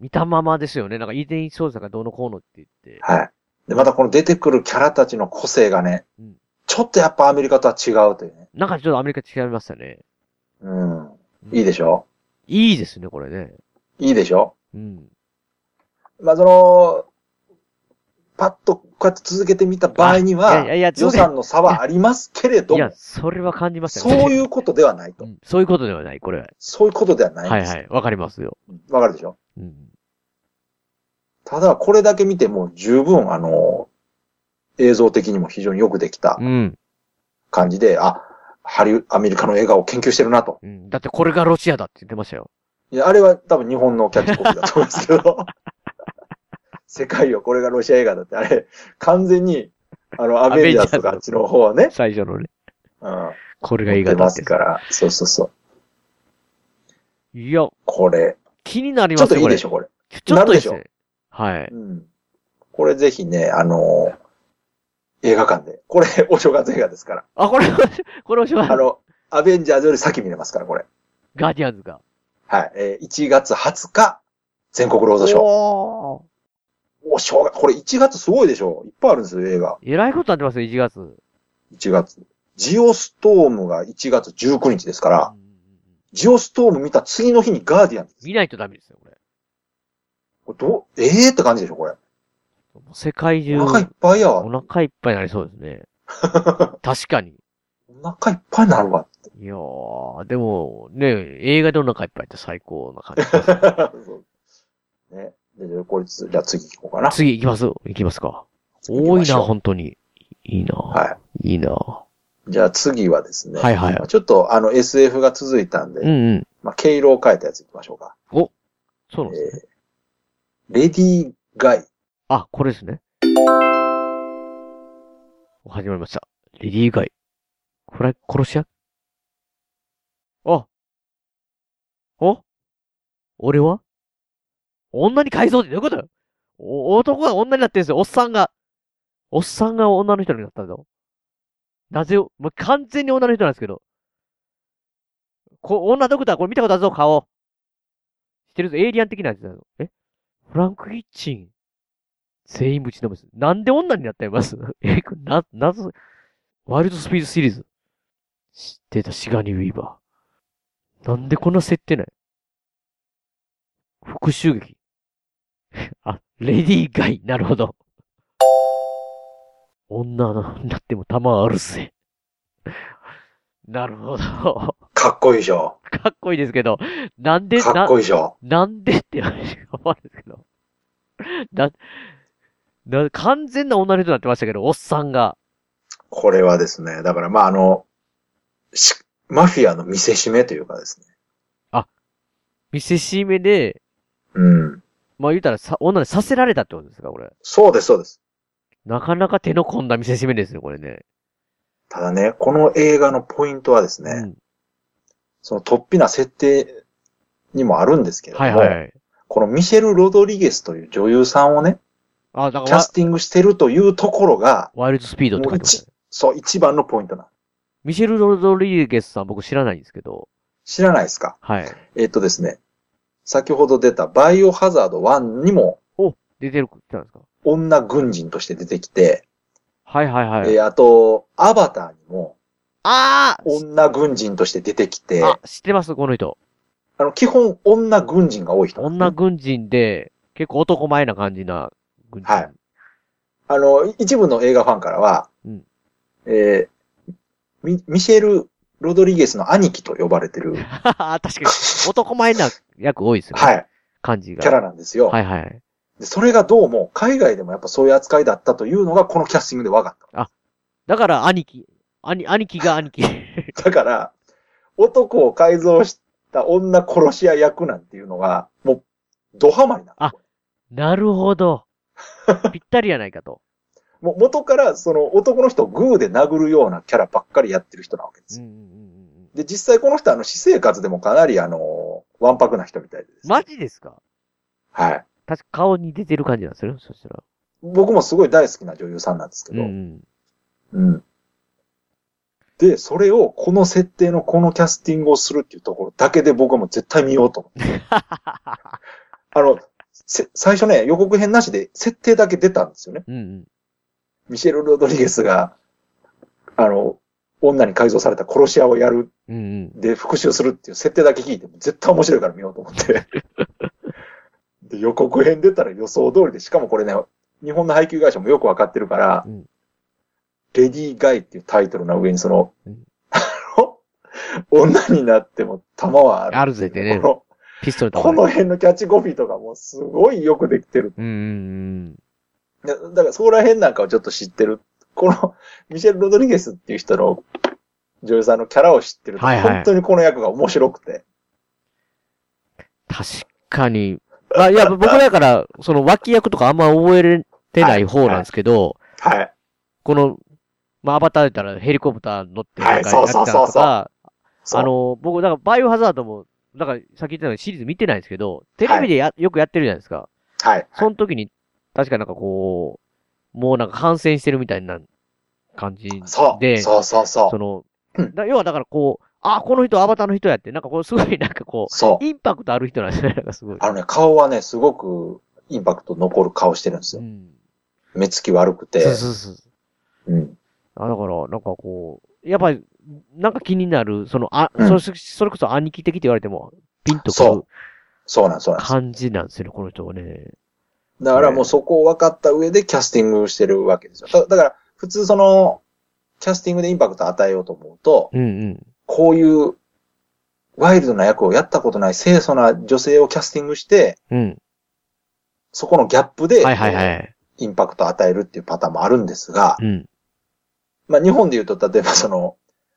[SPEAKER 2] 見たままですよね。なんか遺伝子操作がどうのこうのって言って。
[SPEAKER 3] はい。で、またこの出てくるキャラたちの個性がね、
[SPEAKER 2] うん
[SPEAKER 3] ちょっとやっぱアメリカとは違うというね。
[SPEAKER 2] なんかちょっとアメリカ違いましたね。
[SPEAKER 3] うん。いいでしょ
[SPEAKER 2] いいですね、これね。
[SPEAKER 3] いいでしょ
[SPEAKER 2] うん。
[SPEAKER 3] まあ、その、パッとこうやって続けてみた場合に
[SPEAKER 2] あ
[SPEAKER 3] はい
[SPEAKER 2] やいやいや、
[SPEAKER 3] 予算の差はありますけれど
[SPEAKER 2] いや
[SPEAKER 3] も、、
[SPEAKER 2] それは感じましたね。
[SPEAKER 3] そういうことではないと
[SPEAKER 2] う。んそういうことではない、これは。
[SPEAKER 3] そういうことではな
[SPEAKER 2] はい
[SPEAKER 3] ん
[SPEAKER 2] い
[SPEAKER 3] です。
[SPEAKER 2] はい。わかりますよ。
[SPEAKER 3] わかるでしょ
[SPEAKER 2] うん。
[SPEAKER 3] ただ、これだけ見ても十分、あの、映像的にも非常によくできた
[SPEAKER 2] うん。
[SPEAKER 3] 感じで、あ、ハリウアメリカの映画を研究してるなと。
[SPEAKER 2] うん。だってこれがロシアだって言ってましたよ。
[SPEAKER 3] いや、あれは多分日本のキャッチコピーだと思うんですけ ど。世界よ、これがロシア映画だって、あれ、完全に、あの、アベンジャーズとかあっちの方はね、
[SPEAKER 2] 最初のね。
[SPEAKER 3] うん、
[SPEAKER 2] これが
[SPEAKER 3] 持
[SPEAKER 2] 映
[SPEAKER 3] って
[SPEAKER 2] 画だ
[SPEAKER 3] ま
[SPEAKER 2] っ
[SPEAKER 3] す
[SPEAKER 2] て。
[SPEAKER 3] から、そうそうそう。
[SPEAKER 2] いや、
[SPEAKER 3] これ、
[SPEAKER 2] 気になり
[SPEAKER 3] ちょ
[SPEAKER 2] ま
[SPEAKER 3] っ
[SPEAKER 2] す
[SPEAKER 3] と
[SPEAKER 2] よ、
[SPEAKER 3] いい
[SPEAKER 2] これ。
[SPEAKER 3] でし
[SPEAKER 2] ちょ
[SPEAKER 3] ょ、これ。
[SPEAKER 2] ちょっといいです
[SPEAKER 3] な
[SPEAKER 2] ね。はい。
[SPEAKER 3] うん。これぜひね、あのー映画館で。これ、お正月映画です から。
[SPEAKER 2] あ、これ、 これおしまい
[SPEAKER 3] あ。の、アベンジャーズより先見れますから、これ。
[SPEAKER 2] ガーディアンズが。
[SPEAKER 3] はい。えー1月20日、全国ロードショー。
[SPEAKER 2] おー。
[SPEAKER 3] お正月、これ1月すごいでしょ。いっぱいあるんですよ、映画。
[SPEAKER 2] えらいことになってますよ、1月。
[SPEAKER 3] 1月。ジオストームが1月19日ですから
[SPEAKER 2] う、ん
[SPEAKER 3] ジオストーム見た次の日にガーディアンです。
[SPEAKER 2] 見ないとダメですよ、これ。
[SPEAKER 3] これどう、ええー、って感じでしょ、これ。
[SPEAKER 2] もう世界中、
[SPEAKER 3] お腹いっぱいやわ。
[SPEAKER 2] お腹いっぱいになりそうです ね。確かに。
[SPEAKER 3] お腹いっぱいになる わ。
[SPEAKER 2] いやー、でも、ね、映画でお腹いっぱいって最高な感じし ます
[SPEAKER 3] そうね。で、じゃあこれつ、じゃあ次行こうかな。
[SPEAKER 2] 次行きます行きますか。
[SPEAKER 3] 行
[SPEAKER 2] 多
[SPEAKER 3] き
[SPEAKER 2] い
[SPEAKER 3] まし
[SPEAKER 2] な、
[SPEAKER 3] ょう
[SPEAKER 2] 本当に。いいな、、
[SPEAKER 3] はい。
[SPEAKER 2] いなはい
[SPEAKER 3] じゃあ次はですね。
[SPEAKER 2] いはい。
[SPEAKER 3] ちょっとあの SF が続いたんで、
[SPEAKER 2] うんうん。
[SPEAKER 3] まあ、毛色を変えたやつ行きましょうか。
[SPEAKER 2] そうなんですね。
[SPEAKER 3] レディー・ガイ。
[SPEAKER 2] あ、これですね。始まりました。レディーガイ。これ、殺し屋あお俺は女に改造ってどういうことよお男が女になってんすよ。おっさんが。おっさんが女の人になったんだよ。なぜよ、もう完全に女の人なんですけど。こ、女ドクター、これ見たことあるぞ、顔。してるぞ、エイリアン的なやつだよ。えフランク・ヒッチン。全員ぶちのめす。なんで女になったよ、まず。 え、これな、なぜ、ワイルドスピードシリーズ。知ってた、シガニ・ウィーバー。なんでこんな設定ない復讐劇。 あ、レディー・ガイ。なるほど。女のになっても弾あるぜ。 なるほど。 か
[SPEAKER 3] かっこいいでしょ。
[SPEAKER 2] っこいいですけど、なんで、
[SPEAKER 3] かっ
[SPEAKER 2] な、
[SPEAKER 3] こいいでしょ。
[SPEAKER 2] なんでって話が思うんですけど。な、な、完全な女の人になってましたけど、おっさんが。
[SPEAKER 3] これはですね、だからまああの、しマフィアの見せしめというかですね。
[SPEAKER 2] 見せしめで、
[SPEAKER 3] うん。
[SPEAKER 2] まあ言うたらさ、女にさせられたってことですか、これ。
[SPEAKER 3] そうです、そうです。
[SPEAKER 2] なかなか手の込んだ見せしめですね、これね。
[SPEAKER 3] ただね、この映画のポイントはですね、
[SPEAKER 2] うん
[SPEAKER 3] その突飛な設定にもあるんですけれども、
[SPEAKER 2] はいはいはい。
[SPEAKER 3] このミシェル・ロドリゲスという女優さんをね、
[SPEAKER 2] あ、だか
[SPEAKER 3] キャ
[SPEAKER 2] ら
[SPEAKER 3] スティングしてるというところが、
[SPEAKER 2] ワ、ワイルドスピードって書いてましたね。
[SPEAKER 3] そう、一番のポイントなの。
[SPEAKER 2] ミシェル・ロドリゲスさん僕知らないんですけど。
[SPEAKER 3] 知らないですか
[SPEAKER 2] はい。
[SPEAKER 3] えっとですね、先ほど出たバイオハザード1にも
[SPEAKER 2] 出てる、来たんですか
[SPEAKER 3] 女軍人として出てきて、
[SPEAKER 2] はいはいはい。
[SPEAKER 3] えーあと、アバターにも
[SPEAKER 2] あー
[SPEAKER 3] 女軍人として出てきて、
[SPEAKER 2] あ
[SPEAKER 3] あ
[SPEAKER 2] 知ってます、この人。
[SPEAKER 3] の、基本女軍人が多い人なんですね、
[SPEAKER 2] 女軍人で、結構男前な感じな軍人。
[SPEAKER 3] はいあの、一部の映画ファンからは、
[SPEAKER 2] うん
[SPEAKER 3] えーミ、ミシェル・ロドリゲスの兄貴と呼ばれ てる、
[SPEAKER 2] 確かに、男前な役多いですよね。
[SPEAKER 3] はい、
[SPEAKER 2] 感じが。
[SPEAKER 3] キャラなんですよ、
[SPEAKER 2] はいはい。
[SPEAKER 3] で。それがどうも、海外でもやっぱそういう扱いだったというのが、このキャスティングで分かっ
[SPEAKER 2] だから、兄貴。兄、兄貴が兄貴。
[SPEAKER 3] た。だから、男を改造した女殺し屋役なんていうのが、もう、ドハマりなんですよ
[SPEAKER 2] あなるほ ど。ぴったりやないかと。
[SPEAKER 3] もう元から、その男の人をグーで殴るようなキャラばっかりやってる人なわけで
[SPEAKER 2] う
[SPEAKER 3] す
[SPEAKER 2] んう
[SPEAKER 3] よ。
[SPEAKER 2] んうんうん。
[SPEAKER 3] で、実際この人、あの、私生活でもかなり、あの、わんぱくな人みたいでですね、
[SPEAKER 2] マジですか
[SPEAKER 3] はい。
[SPEAKER 2] 確か顔に出てる感じなんですよね、そしたら。
[SPEAKER 3] 僕もすごい大好きな女優さんなんですけ
[SPEAKER 2] うん
[SPEAKER 3] ど、
[SPEAKER 2] う
[SPEAKER 3] うん。
[SPEAKER 2] ん。
[SPEAKER 3] で、それをこの設定のこのキャスティングをするっていうところだけで僕はもう絶対見ようと思って。あの、せ最初ね、予告編なしで設定だけ出たんですよね。
[SPEAKER 2] うんうん。
[SPEAKER 3] ミシェル・ロドリゲスが、あの、女に改造された殺し屋をやる、
[SPEAKER 2] うんうん。
[SPEAKER 3] で、復讐するっていう設定だけ聞いて、絶対面白いから見ようと 思って。で予告編出たら予想通りで、しかもこれね、日本の配給会社もよくわかってるから、
[SPEAKER 2] うん
[SPEAKER 3] レディー・ガイっていうタイトルの上にその、
[SPEAKER 2] うん
[SPEAKER 3] あの女になっても弾はある。
[SPEAKER 2] あるぜってね
[SPEAKER 3] こ。の
[SPEAKER 2] ピストルとか
[SPEAKER 3] こ
[SPEAKER 2] ね。
[SPEAKER 3] の辺のキャッチコピーとかもすごいよくできてる。
[SPEAKER 2] うんうんうん。
[SPEAKER 3] だだからそこら辺なんかをちょっと知ってる。このミシェル・ロドリゲスっていう人の女優さんのキャラを知ってると、
[SPEAKER 2] はいはい
[SPEAKER 3] 本当にこの役が面白くて。
[SPEAKER 2] 確かに。まあ、いや、僕だから、その脇役とかあんま覚えれてない方なんですけど、
[SPEAKER 3] はい。
[SPEAKER 2] この、まあ、アバターだったらヘリコプター乗って、
[SPEAKER 3] はい
[SPEAKER 2] なんかやってたりとか
[SPEAKER 3] そうそうそうそう
[SPEAKER 2] あ
[SPEAKER 3] そう
[SPEAKER 2] の、僕、だからバイオハザードも、だからさっき言ったようにシリーズ見てないんですけど、テレビでや、よくやってるじゃないですか。
[SPEAKER 3] はい。
[SPEAKER 2] その時に、確かなんかこう、もうなんか反戦してるみたいな感じ
[SPEAKER 3] そう。
[SPEAKER 2] で、
[SPEAKER 3] そうそうそう
[SPEAKER 2] そ。の
[SPEAKER 3] うん、
[SPEAKER 2] だ要はだからこう、あ、この人アバターの人やって、なんかこう、すごいなんかこ
[SPEAKER 3] そう
[SPEAKER 2] う、。インパクトある人なんですね、なんかすごい。
[SPEAKER 3] あのね、顔はね、すごくインパクト残る顔してるんです
[SPEAKER 2] う
[SPEAKER 3] よ。
[SPEAKER 2] ん。
[SPEAKER 3] 目つき悪くて。
[SPEAKER 2] そうそうそう。
[SPEAKER 3] うん。
[SPEAKER 2] あ、だから、なんかこう、やっぱり、なんか気になる、その、あ、
[SPEAKER 3] うん
[SPEAKER 2] それ、それこそ兄貴的って言われても、ピンとく
[SPEAKER 3] そ
[SPEAKER 2] る
[SPEAKER 3] うそうなんそうなんです。
[SPEAKER 2] 感じなんですよね、この人はね。
[SPEAKER 3] だからもうそこを分かった上でキャスティングしてるわけですよ。だだから、普通その、キャスティングでインパクト与えようと思うと、
[SPEAKER 2] うんうん。
[SPEAKER 3] こういうワイルドな役をやったことない清楚な女性をキャスティングして、
[SPEAKER 2] うん。
[SPEAKER 3] そこのギャップで、
[SPEAKER 2] はいはいはい。
[SPEAKER 3] インパクト与えるっていうパターンもあるんですが、
[SPEAKER 2] うん。
[SPEAKER 3] まあ日本で言うと、例えばその、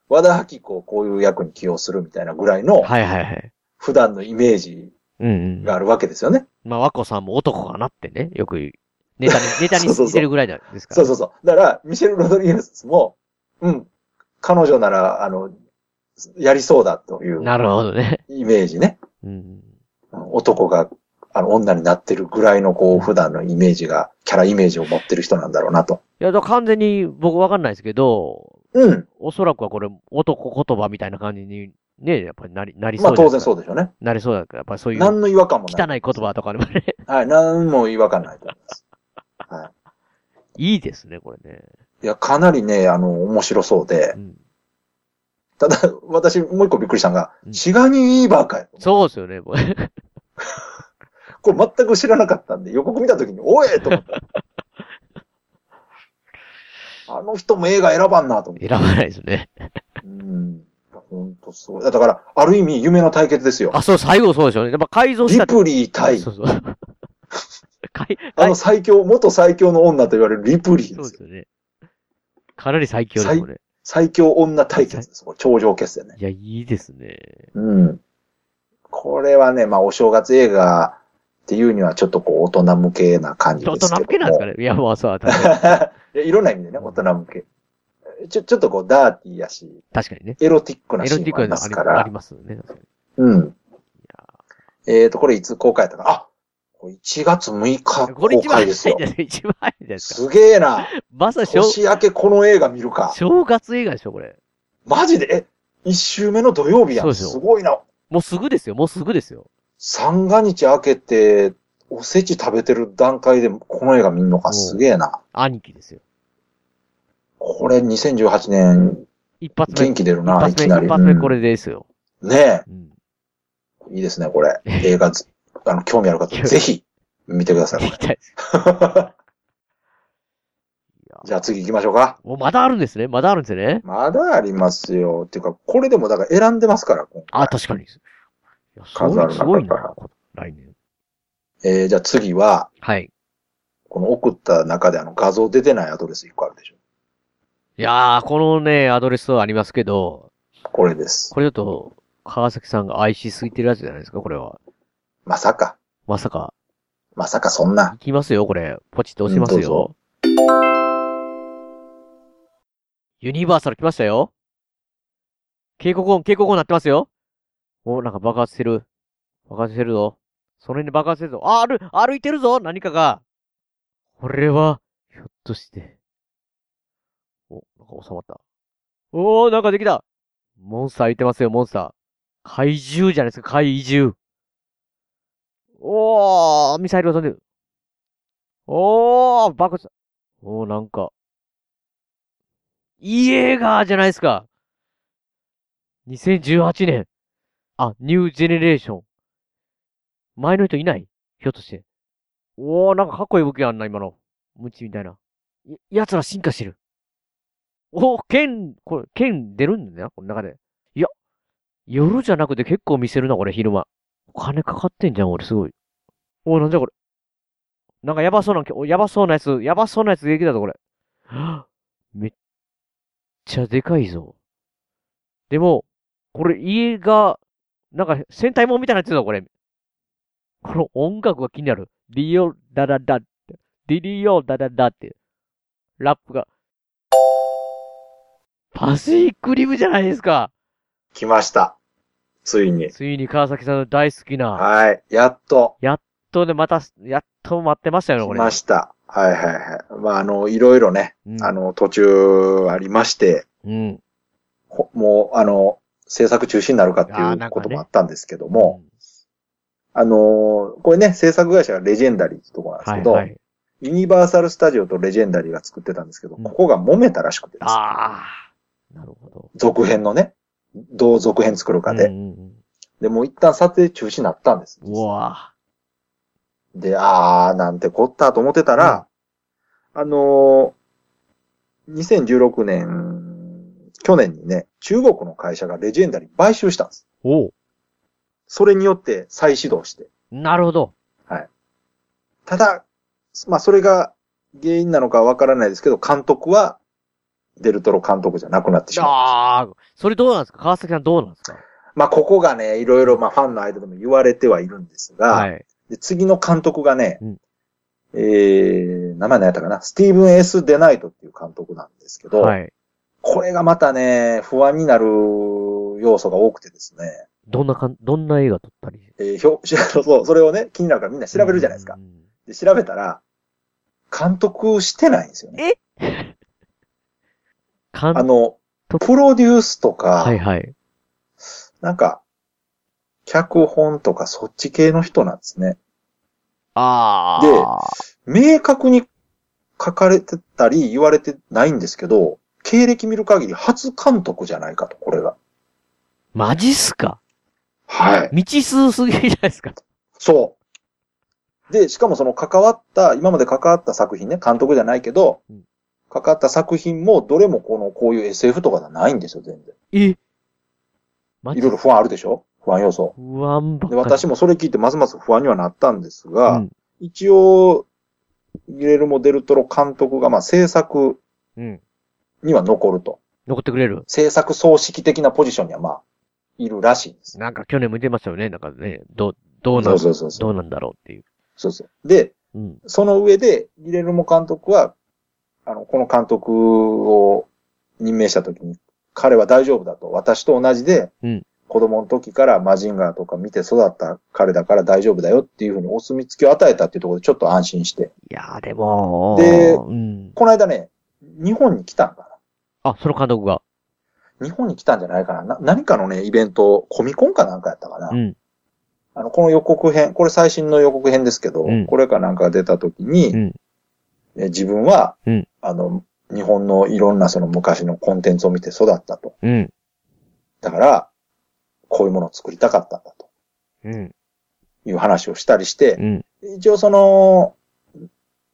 [SPEAKER 3] 和田明子をこういう役に起用するみたいなぐらいの、
[SPEAKER 2] はいはいはい。
[SPEAKER 3] 普段のイメージ
[SPEAKER 2] うんうん
[SPEAKER 3] が。あるわけですよね。
[SPEAKER 2] まあ、和子さんも男かなってね、よく言うネ タに、ネタに
[SPEAKER 3] そうそうそう
[SPEAKER 2] してるぐらいですから。
[SPEAKER 3] そうそうそう。だから、ミシェル・ロドリゲスも、うん、彼女なら、あの、やりそうだという
[SPEAKER 2] なるほどね。
[SPEAKER 3] イメージね。
[SPEAKER 2] うん。
[SPEAKER 3] うん男が、あの、女になってるぐらいの、こう、普段のイメージが、キャライメージを持ってる人なんだろうなと。
[SPEAKER 2] いや、だから完全に僕わかんないですけど、
[SPEAKER 3] うん。
[SPEAKER 2] おそらくはこれ男言葉みたいな感じに、ね、やっぱりなり、なりそ
[SPEAKER 3] まあ
[SPEAKER 2] うじゃないで
[SPEAKER 3] 当然
[SPEAKER 2] すか
[SPEAKER 3] そうでしょうね。
[SPEAKER 2] なりそうだから、やっぱりそういう汚
[SPEAKER 3] 何の違和感も
[SPEAKER 2] い
[SPEAKER 3] ない。
[SPEAKER 2] 言葉とかでもね、
[SPEAKER 3] はい、何も違和感ないと思います。
[SPEAKER 2] いいですね、これね。
[SPEAKER 3] いや、かなりね、あの、面白そうで
[SPEAKER 2] う、ん、
[SPEAKER 3] ただ、私、もう一個びっくりしたのが
[SPEAKER 2] う、ん
[SPEAKER 3] シガニー・ウィーバーかよ。
[SPEAKER 2] そうですよね、これ。
[SPEAKER 3] これ全く知らなかったんで、予告見た時に、おえと思 った。あの人も映画選ばんなと思って
[SPEAKER 2] 選ばないですね。
[SPEAKER 3] うん。本当そう。だから、ある意味、夢の対決ですよ。
[SPEAKER 2] あ、そう、最後そうですよね。やっぱ改造し
[SPEAKER 3] ジ
[SPEAKER 2] たって。
[SPEAKER 3] プリー対、
[SPEAKER 2] そう そう。改
[SPEAKER 3] あの最強、元最強の女と言われるリプリ
[SPEAKER 2] そ
[SPEAKER 3] ーで
[SPEAKER 2] う
[SPEAKER 3] す
[SPEAKER 2] で
[SPEAKER 3] よ。
[SPEAKER 2] すよね。かなり最強です、これ。
[SPEAKER 3] 最強女対決です。これ頂上決戦ね。
[SPEAKER 2] いや、いいですね。
[SPEAKER 3] うん。これはね、まあ、お正月映画っていうにはちょっとこう、大人向けな感じです
[SPEAKER 2] 大
[SPEAKER 3] けども。
[SPEAKER 2] 人向けなんですかねいや、まあ、そう、確かに
[SPEAKER 3] いやいろんな意味でね、大人向け。ちょ、ちょっとこう、ダーティーやし、
[SPEAKER 2] 確かにね。
[SPEAKER 3] エロティックな
[SPEAKER 2] エ
[SPEAKER 3] シ
[SPEAKER 2] ロ
[SPEAKER 3] ーン
[SPEAKER 2] ティッ
[SPEAKER 3] も
[SPEAKER 2] ク
[SPEAKER 3] ありま
[SPEAKER 2] な
[SPEAKER 3] す
[SPEAKER 2] の
[SPEAKER 3] か
[SPEAKER 2] ありあ
[SPEAKER 3] ら
[SPEAKER 2] り。ますよね。確かに
[SPEAKER 3] うん。
[SPEAKER 2] いや
[SPEAKER 3] えっ、と、これいつ公開だったかなあこれ !1 月6日
[SPEAKER 2] これ
[SPEAKER 3] 公
[SPEAKER 2] 一番早い
[SPEAKER 3] 開で
[SPEAKER 2] ん
[SPEAKER 3] す
[SPEAKER 2] じゃ
[SPEAKER 3] よ
[SPEAKER 2] な。い一番早いんじゃないですか。
[SPEAKER 3] すげえな。
[SPEAKER 2] まさにしょ
[SPEAKER 3] 年明けこの映画見るか。
[SPEAKER 2] 正月映画でしょ、これ。
[SPEAKER 3] マジで、え、1週目の土曜日や。
[SPEAKER 2] そうんですよ
[SPEAKER 3] すごいな。
[SPEAKER 2] もうすぐですよ、もうすぐですよ。
[SPEAKER 3] 三が日明けて、おせち食べてる段階でこの映画見るの
[SPEAKER 2] お
[SPEAKER 3] か。
[SPEAKER 2] う
[SPEAKER 3] すげえな。
[SPEAKER 2] 兄貴ですよ。
[SPEAKER 3] これ2018年
[SPEAKER 2] 一発目。
[SPEAKER 3] 元気出る
[SPEAKER 2] 一
[SPEAKER 3] な、い
[SPEAKER 2] 発
[SPEAKER 3] き
[SPEAKER 2] 目、
[SPEAKER 3] なり。
[SPEAKER 2] 一発目
[SPEAKER 3] うん
[SPEAKER 2] これですよ。
[SPEAKER 3] ね
[SPEAKER 2] うん。
[SPEAKER 3] え。いいですね、これ。映画ず、あの、興味あ る方、ぜひ、見てくださ
[SPEAKER 2] 行
[SPEAKER 3] い。
[SPEAKER 2] きたいです。
[SPEAKER 3] じゃあ次行きましょうか。
[SPEAKER 2] もうまだあるんですね、まだあるんですね。
[SPEAKER 3] まだありますよ。っていうか、これでもだから選んでますから、今回
[SPEAKER 2] あ、確かに。いやす
[SPEAKER 3] 数あ
[SPEAKER 2] ご
[SPEAKER 3] る
[SPEAKER 2] い、
[SPEAKER 3] 中
[SPEAKER 2] すごい
[SPEAKER 3] か
[SPEAKER 2] な
[SPEAKER 3] ら、
[SPEAKER 2] 来年。
[SPEAKER 3] えー、じゃあ次は、
[SPEAKER 2] はい。
[SPEAKER 3] この送った中であの画像出てないアドレス一個あるでしょ。
[SPEAKER 2] いやー、このね、アドレスはありますけど、
[SPEAKER 3] これです。
[SPEAKER 2] これだと、川崎さんが愛しすぎてるやつじゃないですか、これは。
[SPEAKER 3] まさか。
[SPEAKER 2] まさか、
[SPEAKER 3] まさかそんな。
[SPEAKER 2] いきますよ、これ。ポチッと押します
[SPEAKER 3] うんどう
[SPEAKER 2] よ。ユニバーサル来ましたよ。警告音、警告音鳴ってますよ。お、なんか爆発してる。爆発してるぞ。その辺で爆発してるぞ。あ、ある、歩いてるぞ何かが。これは、ひょっとして。お、なんか収まった。おー、なんかできたモンスターいてますよ、モンスター。怪獣じゃないですか、怪獣。おー、ミサイルが飛んでる。おー、爆発。おー、なんか。いい映画じゃないですか。2018年。あ、ニュージェネレーション。前の人いないひょっとして。おー、なんかかっこいい武器あんな、今の。ムチみたいな。や、奴ら進化してる。おー、剣、これ、剣出るんだよな、この中で。いや、夜じゃなくて結構見せるな、これ、昼間。お金かかってんじゃん、俺、すごい。おー、なんじゃこれ。なんかやばそうな、おやばそうなやつ、やばそうなやつ出てきたぞ、これ。 はぁめっちゃでかいぞ。でも、これ家が、なんか戦隊もんみたいになってるぞ、これ。この音楽が気になる。リオダダダって。リリオダダダって。ラップが。パシフィックリブじゃないですか。
[SPEAKER 3] 来ました。ついに。
[SPEAKER 2] ついに川崎さんの大好きな。
[SPEAKER 3] はい。やっと、
[SPEAKER 2] とね、また、やっと待ってましたよね、
[SPEAKER 3] 来
[SPEAKER 2] これ。
[SPEAKER 3] ました。はいはいはい。まあ、あの、いろいろね、
[SPEAKER 2] うん
[SPEAKER 3] あの、途中ありまして、
[SPEAKER 2] うん。
[SPEAKER 3] ほもう、あの、制作中止になるかって
[SPEAKER 2] あーな
[SPEAKER 3] い
[SPEAKER 2] んかね
[SPEAKER 3] うこともあったんですけども、あのーこれね、制作会社がレジェンダリーってとこなんです
[SPEAKER 2] は
[SPEAKER 3] け
[SPEAKER 2] い
[SPEAKER 3] ど、
[SPEAKER 2] はい。
[SPEAKER 3] ユニバーサル・スタジオとレジェンダリーが作ってたんですけど、
[SPEAKER 2] うん
[SPEAKER 3] ここが揉めたらしくてですね
[SPEAKER 2] ああ。なるほど。
[SPEAKER 3] 続編のね、どう続編作るかで。
[SPEAKER 2] うんうんうん
[SPEAKER 3] で、もう一旦撮影中止になったんです。
[SPEAKER 2] うわ
[SPEAKER 3] で、あー、なんてこったと思ってたら、あのー2016年、去年にね、中国の会社がレジェンダリー買収したんです。
[SPEAKER 2] ぁおう
[SPEAKER 3] それによって再始動して。
[SPEAKER 2] なるほど。
[SPEAKER 3] ただ、まあ、それが原因なのかはわからないですけど、監督は、デルトロ監督じゃなくなってしまう。
[SPEAKER 2] ああ、それどうなんですか川崎さんどうなんですか
[SPEAKER 3] まあ、ここがね、いろいろ、まあ、ファンの間でも言われてはいるんですが、
[SPEAKER 2] はい。
[SPEAKER 3] で次の監督がね、
[SPEAKER 2] うん
[SPEAKER 3] えー、名前何やったかなスティーブン・ S ・デナイトっていう監督なんですけど、
[SPEAKER 2] はい。
[SPEAKER 3] これがまたね、不安になる要素が多くてですね、
[SPEAKER 2] どんなかん、どんな映画撮ったり
[SPEAKER 3] えー、ひょ そう、それをね、気になるからみんな調べるじゃないですか
[SPEAKER 2] う。ん
[SPEAKER 3] で、調べたら、監督してないんですよね。
[SPEAKER 2] 監
[SPEAKER 3] あの、
[SPEAKER 2] 督
[SPEAKER 3] プロデュースとか、
[SPEAKER 2] はいはい。
[SPEAKER 3] なんか、脚本とかそっち系の人なんですね。
[SPEAKER 2] あ
[SPEAKER 3] 明確に書かれてたり言われてないんですけど、経歴見る限り初監督じゃないかと、これが。
[SPEAKER 2] マジっすか
[SPEAKER 3] はい。
[SPEAKER 2] 未知数すぎるじゃないですか。
[SPEAKER 3] そう。で、しかもその関わった、今まで関わった作品ね、監督じゃないけど
[SPEAKER 2] うん、
[SPEAKER 3] 関わった作品もどれもこの、こういう SF とかじゃないんですよ、全然。
[SPEAKER 2] えマ
[SPEAKER 3] い
[SPEAKER 2] ジ
[SPEAKER 3] ろいろ不安あるでしょ不安要素。
[SPEAKER 2] 不安ばっかり。
[SPEAKER 3] で、私もそれ聞いてますます不安にはなったんですが、
[SPEAKER 2] うん
[SPEAKER 3] 一応、ギレルモ・デルトロ監督が、まあ、制作
[SPEAKER 2] うん。
[SPEAKER 3] には残ると。
[SPEAKER 2] 残ってくれる
[SPEAKER 3] 制作総指揮的なポジションには、まあ、いるらしいんです。
[SPEAKER 2] なんか去年も出ましたよね。なんかね、どう、どうな
[SPEAKER 3] そ
[SPEAKER 2] ん
[SPEAKER 3] う、そうそうそ
[SPEAKER 2] ど
[SPEAKER 3] う。
[SPEAKER 2] うなんだろうっていう。
[SPEAKER 3] そうそうで、
[SPEAKER 2] うん。
[SPEAKER 3] その上で、ギレルモ監督は、あの、この監督を任命したときに、彼は大丈夫だと。私と同じで、
[SPEAKER 2] うん
[SPEAKER 3] 子供の時からマジンガーとか見て育った彼だから大丈夫だよっていうふうにお墨付きを与えたっていうところでちょっと安心して。
[SPEAKER 2] いやーでも、
[SPEAKER 3] で
[SPEAKER 2] うん。
[SPEAKER 3] この間ね、日本に来たんか
[SPEAKER 2] あ、その監督が。
[SPEAKER 3] な。日本に来たんじゃないかな。な何かのね、イベント、コミコンかなんかやったかな。
[SPEAKER 2] うん。
[SPEAKER 3] あの、この予告編、これ最新の予告編ですけど、
[SPEAKER 2] うん
[SPEAKER 3] これかなんかが出た時に、
[SPEAKER 2] うん
[SPEAKER 3] え自分は、
[SPEAKER 2] うん
[SPEAKER 3] あの、日本のいろんなその昔のコンテンツを見て育ったと。
[SPEAKER 2] うん。
[SPEAKER 3] だから、こういうものを作りたかったんだと
[SPEAKER 2] うん。
[SPEAKER 3] いう話をしたりして
[SPEAKER 2] う、ん。
[SPEAKER 3] 一応その、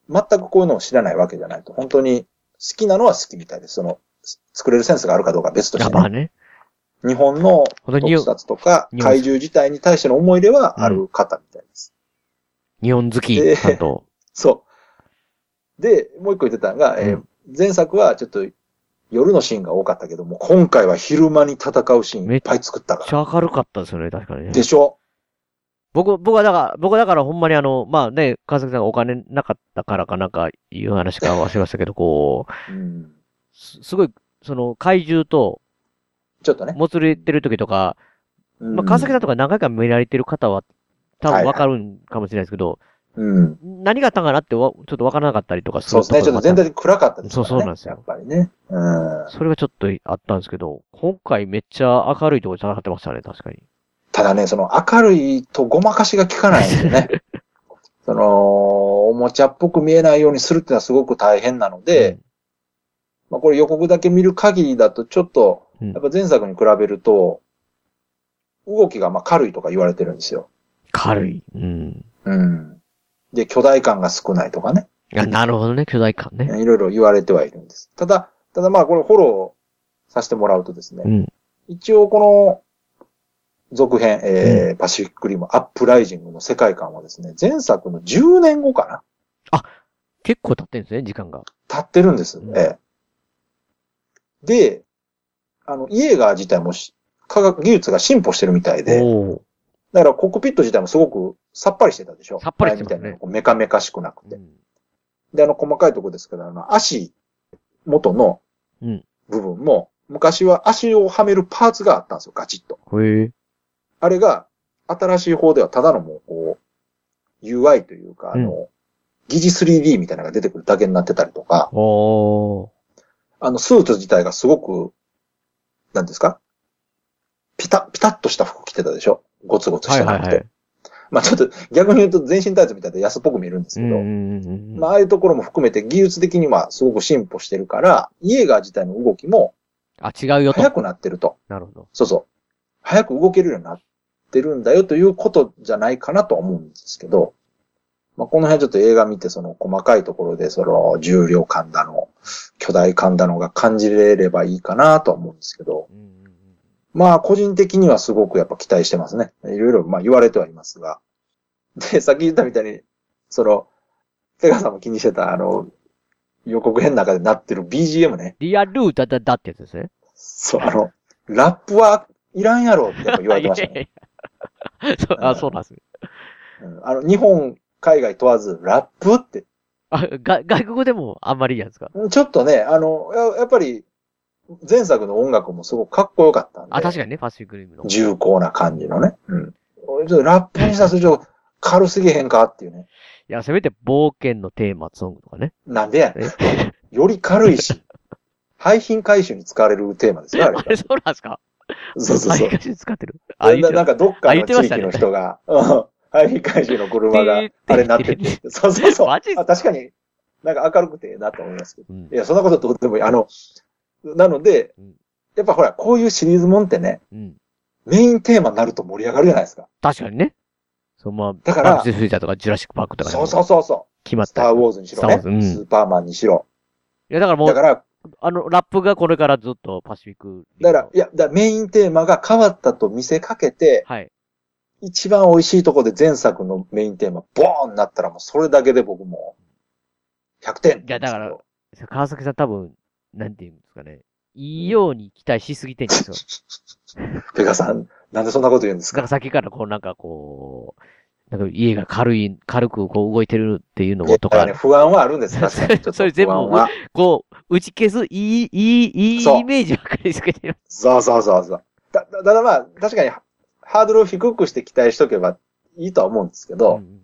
[SPEAKER 3] 全くこういうのを知らないわけじゃないと。本当に好きなのは好きみたいです。その、す作れるセンスがあるかどうかは別とし
[SPEAKER 2] や
[SPEAKER 3] て、
[SPEAKER 2] ば
[SPEAKER 3] ね。
[SPEAKER 2] ね。
[SPEAKER 3] 日本の
[SPEAKER 2] 本当に
[SPEAKER 3] 特撮とか
[SPEAKER 2] 日本
[SPEAKER 3] 怪獣自体に対しての思い出はある方みたいです。
[SPEAKER 2] 日本好き
[SPEAKER 3] で
[SPEAKER 2] 担当。
[SPEAKER 3] そう。で、もう一個言ってたのが、えー
[SPEAKER 2] うん
[SPEAKER 3] 前作はちょっと夜のシーンが多かったけども、今回は昼間に戦うシーンいっぱい作った
[SPEAKER 2] めっ
[SPEAKER 3] か
[SPEAKER 2] ちゃ明るかったですよね、確かにね
[SPEAKER 3] ら。。でしょ
[SPEAKER 2] 僕、僕はだから、僕はだからほんまにあの、まあね、川崎さんがお金なかったからかなんかいう話か忘れましたけど、こう、
[SPEAKER 3] うん。
[SPEAKER 2] すすごい、その怪獣と、
[SPEAKER 3] ちょっとね。
[SPEAKER 2] もつれてる時とか、
[SPEAKER 3] うん
[SPEAKER 2] まあ川崎さんとか何回か見られてる方は、多分わかるんかもしれないですけど、
[SPEAKER 3] うん。
[SPEAKER 2] 何があったんかなってわちょっとわからなかったりとかす
[SPEAKER 3] そう
[SPEAKER 2] る
[SPEAKER 3] ですね。ちょっと全体的に暗かったですからね。
[SPEAKER 2] そうそうなんですよ
[SPEAKER 3] やっぱりね。うん。
[SPEAKER 2] それがちょっとあったんですけど、今回めっちゃ明るいところに繋がってましたね、確かに。
[SPEAKER 3] ただね、その明るいとごまかしが効かないんですよね。 その、おもちゃっぽく見えないようにするっていうのはすごく大変なので、まあこれ予告だけ見る限りだとちょっと、
[SPEAKER 2] うん
[SPEAKER 3] やっぱ前作に比べると、動きがまあ軽いとか言われてるんですよ。
[SPEAKER 2] 軽い。うん。
[SPEAKER 3] うん。で、巨大感が少ないとかね。
[SPEAKER 2] あなるほどね、巨大感ね。
[SPEAKER 3] いろいろ言われてはいるんです。ただ、ただまあこれフォローさせてもらうとですね、
[SPEAKER 2] うん。
[SPEAKER 3] 一応この続編、えーパシフィックリムアップライジングの世界観はですね、前作の10年後かな
[SPEAKER 2] 結構経ってるんですね、時間が。
[SPEAKER 3] 経ってるんです。
[SPEAKER 2] うん
[SPEAKER 3] ええで、あの、イエーガー自体もし科学技術が進歩してるみたいで、
[SPEAKER 2] おー
[SPEAKER 3] だからコックピット自体もすごくさっぱりしてたでしょ
[SPEAKER 2] さっぱりしてますね
[SPEAKER 3] 前みたいなこうメカメカしくなく
[SPEAKER 2] う
[SPEAKER 3] て。
[SPEAKER 2] ん
[SPEAKER 3] で、あの、細かいとこですけど、あの、足元の
[SPEAKER 2] うん
[SPEAKER 3] 部分も、昔は足をはめるパーツがあったんですよ、ガチッと。
[SPEAKER 2] へえ。
[SPEAKER 3] あれが、新しい方ではただのもう、こう、UI というか、あの、疑似 3D みたいなのが出てくるだけになってたりとか、
[SPEAKER 2] おー。
[SPEAKER 3] あの、スーツ自体がすごく、なんですかピタッ、ピタッとした服着てたでしょゴツゴツし
[SPEAKER 2] はい
[SPEAKER 3] て
[SPEAKER 2] は
[SPEAKER 3] ないくて。
[SPEAKER 2] はい。
[SPEAKER 3] まあちょっと逆に言うと全身タイツみたいで安っぽく見えるんです
[SPEAKER 2] う
[SPEAKER 3] け
[SPEAKER 2] んう
[SPEAKER 3] ど、
[SPEAKER 2] んうんうん
[SPEAKER 3] まあああいうところも含めて技術的にはすごく進歩してるから、イエーガー自体の動きも
[SPEAKER 2] あ、違うよと。
[SPEAKER 3] 速くなってると。
[SPEAKER 2] なるほど。
[SPEAKER 3] そうそう。早く動けるようになってるんだよということじゃないかなとは思うんですけど、まあ、この辺ちょっと映画見てその細かいところでその重量感だの、巨大感だのが感じれればいいかなとは思うんですけど、
[SPEAKER 2] うんうんうん
[SPEAKER 3] まあ個人的にはすごくやっぱ期待してますね。いろいろまあ言われてはいますが。で、さっき言ったみたいに、その、ペガさんも気にしてたあの、予告編の中でなってる BGM ね。
[SPEAKER 2] リアルダダダってやつですね。
[SPEAKER 3] そう、あの、ラップはいらんやろってやっぱ言われてましたね。
[SPEAKER 2] そうあ、そうなんですね。
[SPEAKER 3] うんあの、日本、海外問わず、ラップって
[SPEAKER 2] あ、が、外国でもあんまりいいやんですか
[SPEAKER 3] ちょっとね、あの、ややっぱり、前作の音楽もすごくかっこよかったんで。
[SPEAKER 2] あ、確かにね、パシフィックリムの。
[SPEAKER 3] 重厚な感じのね。うん。ちょっとラップにしたらそれちょっと軽すぎへんかっていうね。
[SPEAKER 2] いや、せめて冒険のテーマソングとかね。
[SPEAKER 3] なんでやね
[SPEAKER 2] え
[SPEAKER 3] ん。より軽いし、廃品回収に使われるテーマですよ、あれ
[SPEAKER 2] あ。れ、そうなんですか
[SPEAKER 3] そうそうそ
[SPEAKER 2] 毎。
[SPEAKER 3] う
[SPEAKER 2] 回使ってる。あ、言っ
[SPEAKER 3] な
[SPEAKER 2] てま
[SPEAKER 3] なん
[SPEAKER 2] す
[SPEAKER 3] かどっか
[SPEAKER 2] あ言
[SPEAKER 3] の
[SPEAKER 2] ってま
[SPEAKER 3] 地
[SPEAKER 2] したね
[SPEAKER 3] 域の人が、うん廃品回収の車が
[SPEAKER 2] てー、
[SPEAKER 3] あれなっ
[SPEAKER 2] て
[SPEAKER 3] て
[SPEAKER 2] ー
[SPEAKER 3] て。そうそうそう。
[SPEAKER 2] マジっすか
[SPEAKER 3] あ確かに、なんか明るくてええなと思いますけど。
[SPEAKER 2] うん
[SPEAKER 3] いや、そんなことどうでもいい。あの、なので
[SPEAKER 2] うん、
[SPEAKER 3] やっぱほら、こういうシリーズもんってね、
[SPEAKER 2] うん。
[SPEAKER 3] メインテーマになると盛り上がるじゃないですか。
[SPEAKER 2] 確かにね。そのまま、
[SPEAKER 3] だから
[SPEAKER 2] バックトゥーフューチャーとかジュラシックパークとかね
[SPEAKER 3] そうそうそうそ
[SPEAKER 2] 決まっ
[SPEAKER 3] う。スター
[SPEAKER 2] た。い
[SPEAKER 3] ウォーズにし
[SPEAKER 2] ス
[SPEAKER 3] ろ
[SPEAKER 2] ターウォー
[SPEAKER 3] ね。
[SPEAKER 2] ズうん
[SPEAKER 3] スーパーマンにしろ。
[SPEAKER 2] や、だからも
[SPEAKER 3] だか
[SPEAKER 2] う、
[SPEAKER 3] ら、
[SPEAKER 2] あの、ラップがこれからずっとパシフィックリム
[SPEAKER 3] だ
[SPEAKER 2] の。
[SPEAKER 3] から、いや、だからメインテーマが変わったと見せかけて、
[SPEAKER 2] はい。
[SPEAKER 3] 一番美味しいとこで前作のメインテーマ、ボーンなったらもうそれだけで僕も、100点。
[SPEAKER 2] いやだから川崎さん多分、なんていうんですかね。いいように期待しすぎてんですよ。
[SPEAKER 3] ペガさん、なんでそんなこと言うんです
[SPEAKER 2] だか
[SPEAKER 3] から
[SPEAKER 2] 先からこうなんかこう、なんか家が軽い、軽くこう動いてるっていうの
[SPEAKER 3] いや
[SPEAKER 2] もと
[SPEAKER 3] だから
[SPEAKER 2] か
[SPEAKER 3] ね、、不安はあるんです。確かに。ちょっ と
[SPEAKER 2] それ全部
[SPEAKER 3] 不安は。
[SPEAKER 2] こう、打ち消す、いい、いい、いい
[SPEAKER 3] そう
[SPEAKER 2] イメージばっかりつけてる。
[SPEAKER 3] そうそうそうそう。だ、だ、ただまあ、確かに、ハードルを低くして期待しとけばいいとは思うんですけ
[SPEAKER 2] う
[SPEAKER 3] ど、
[SPEAKER 2] ん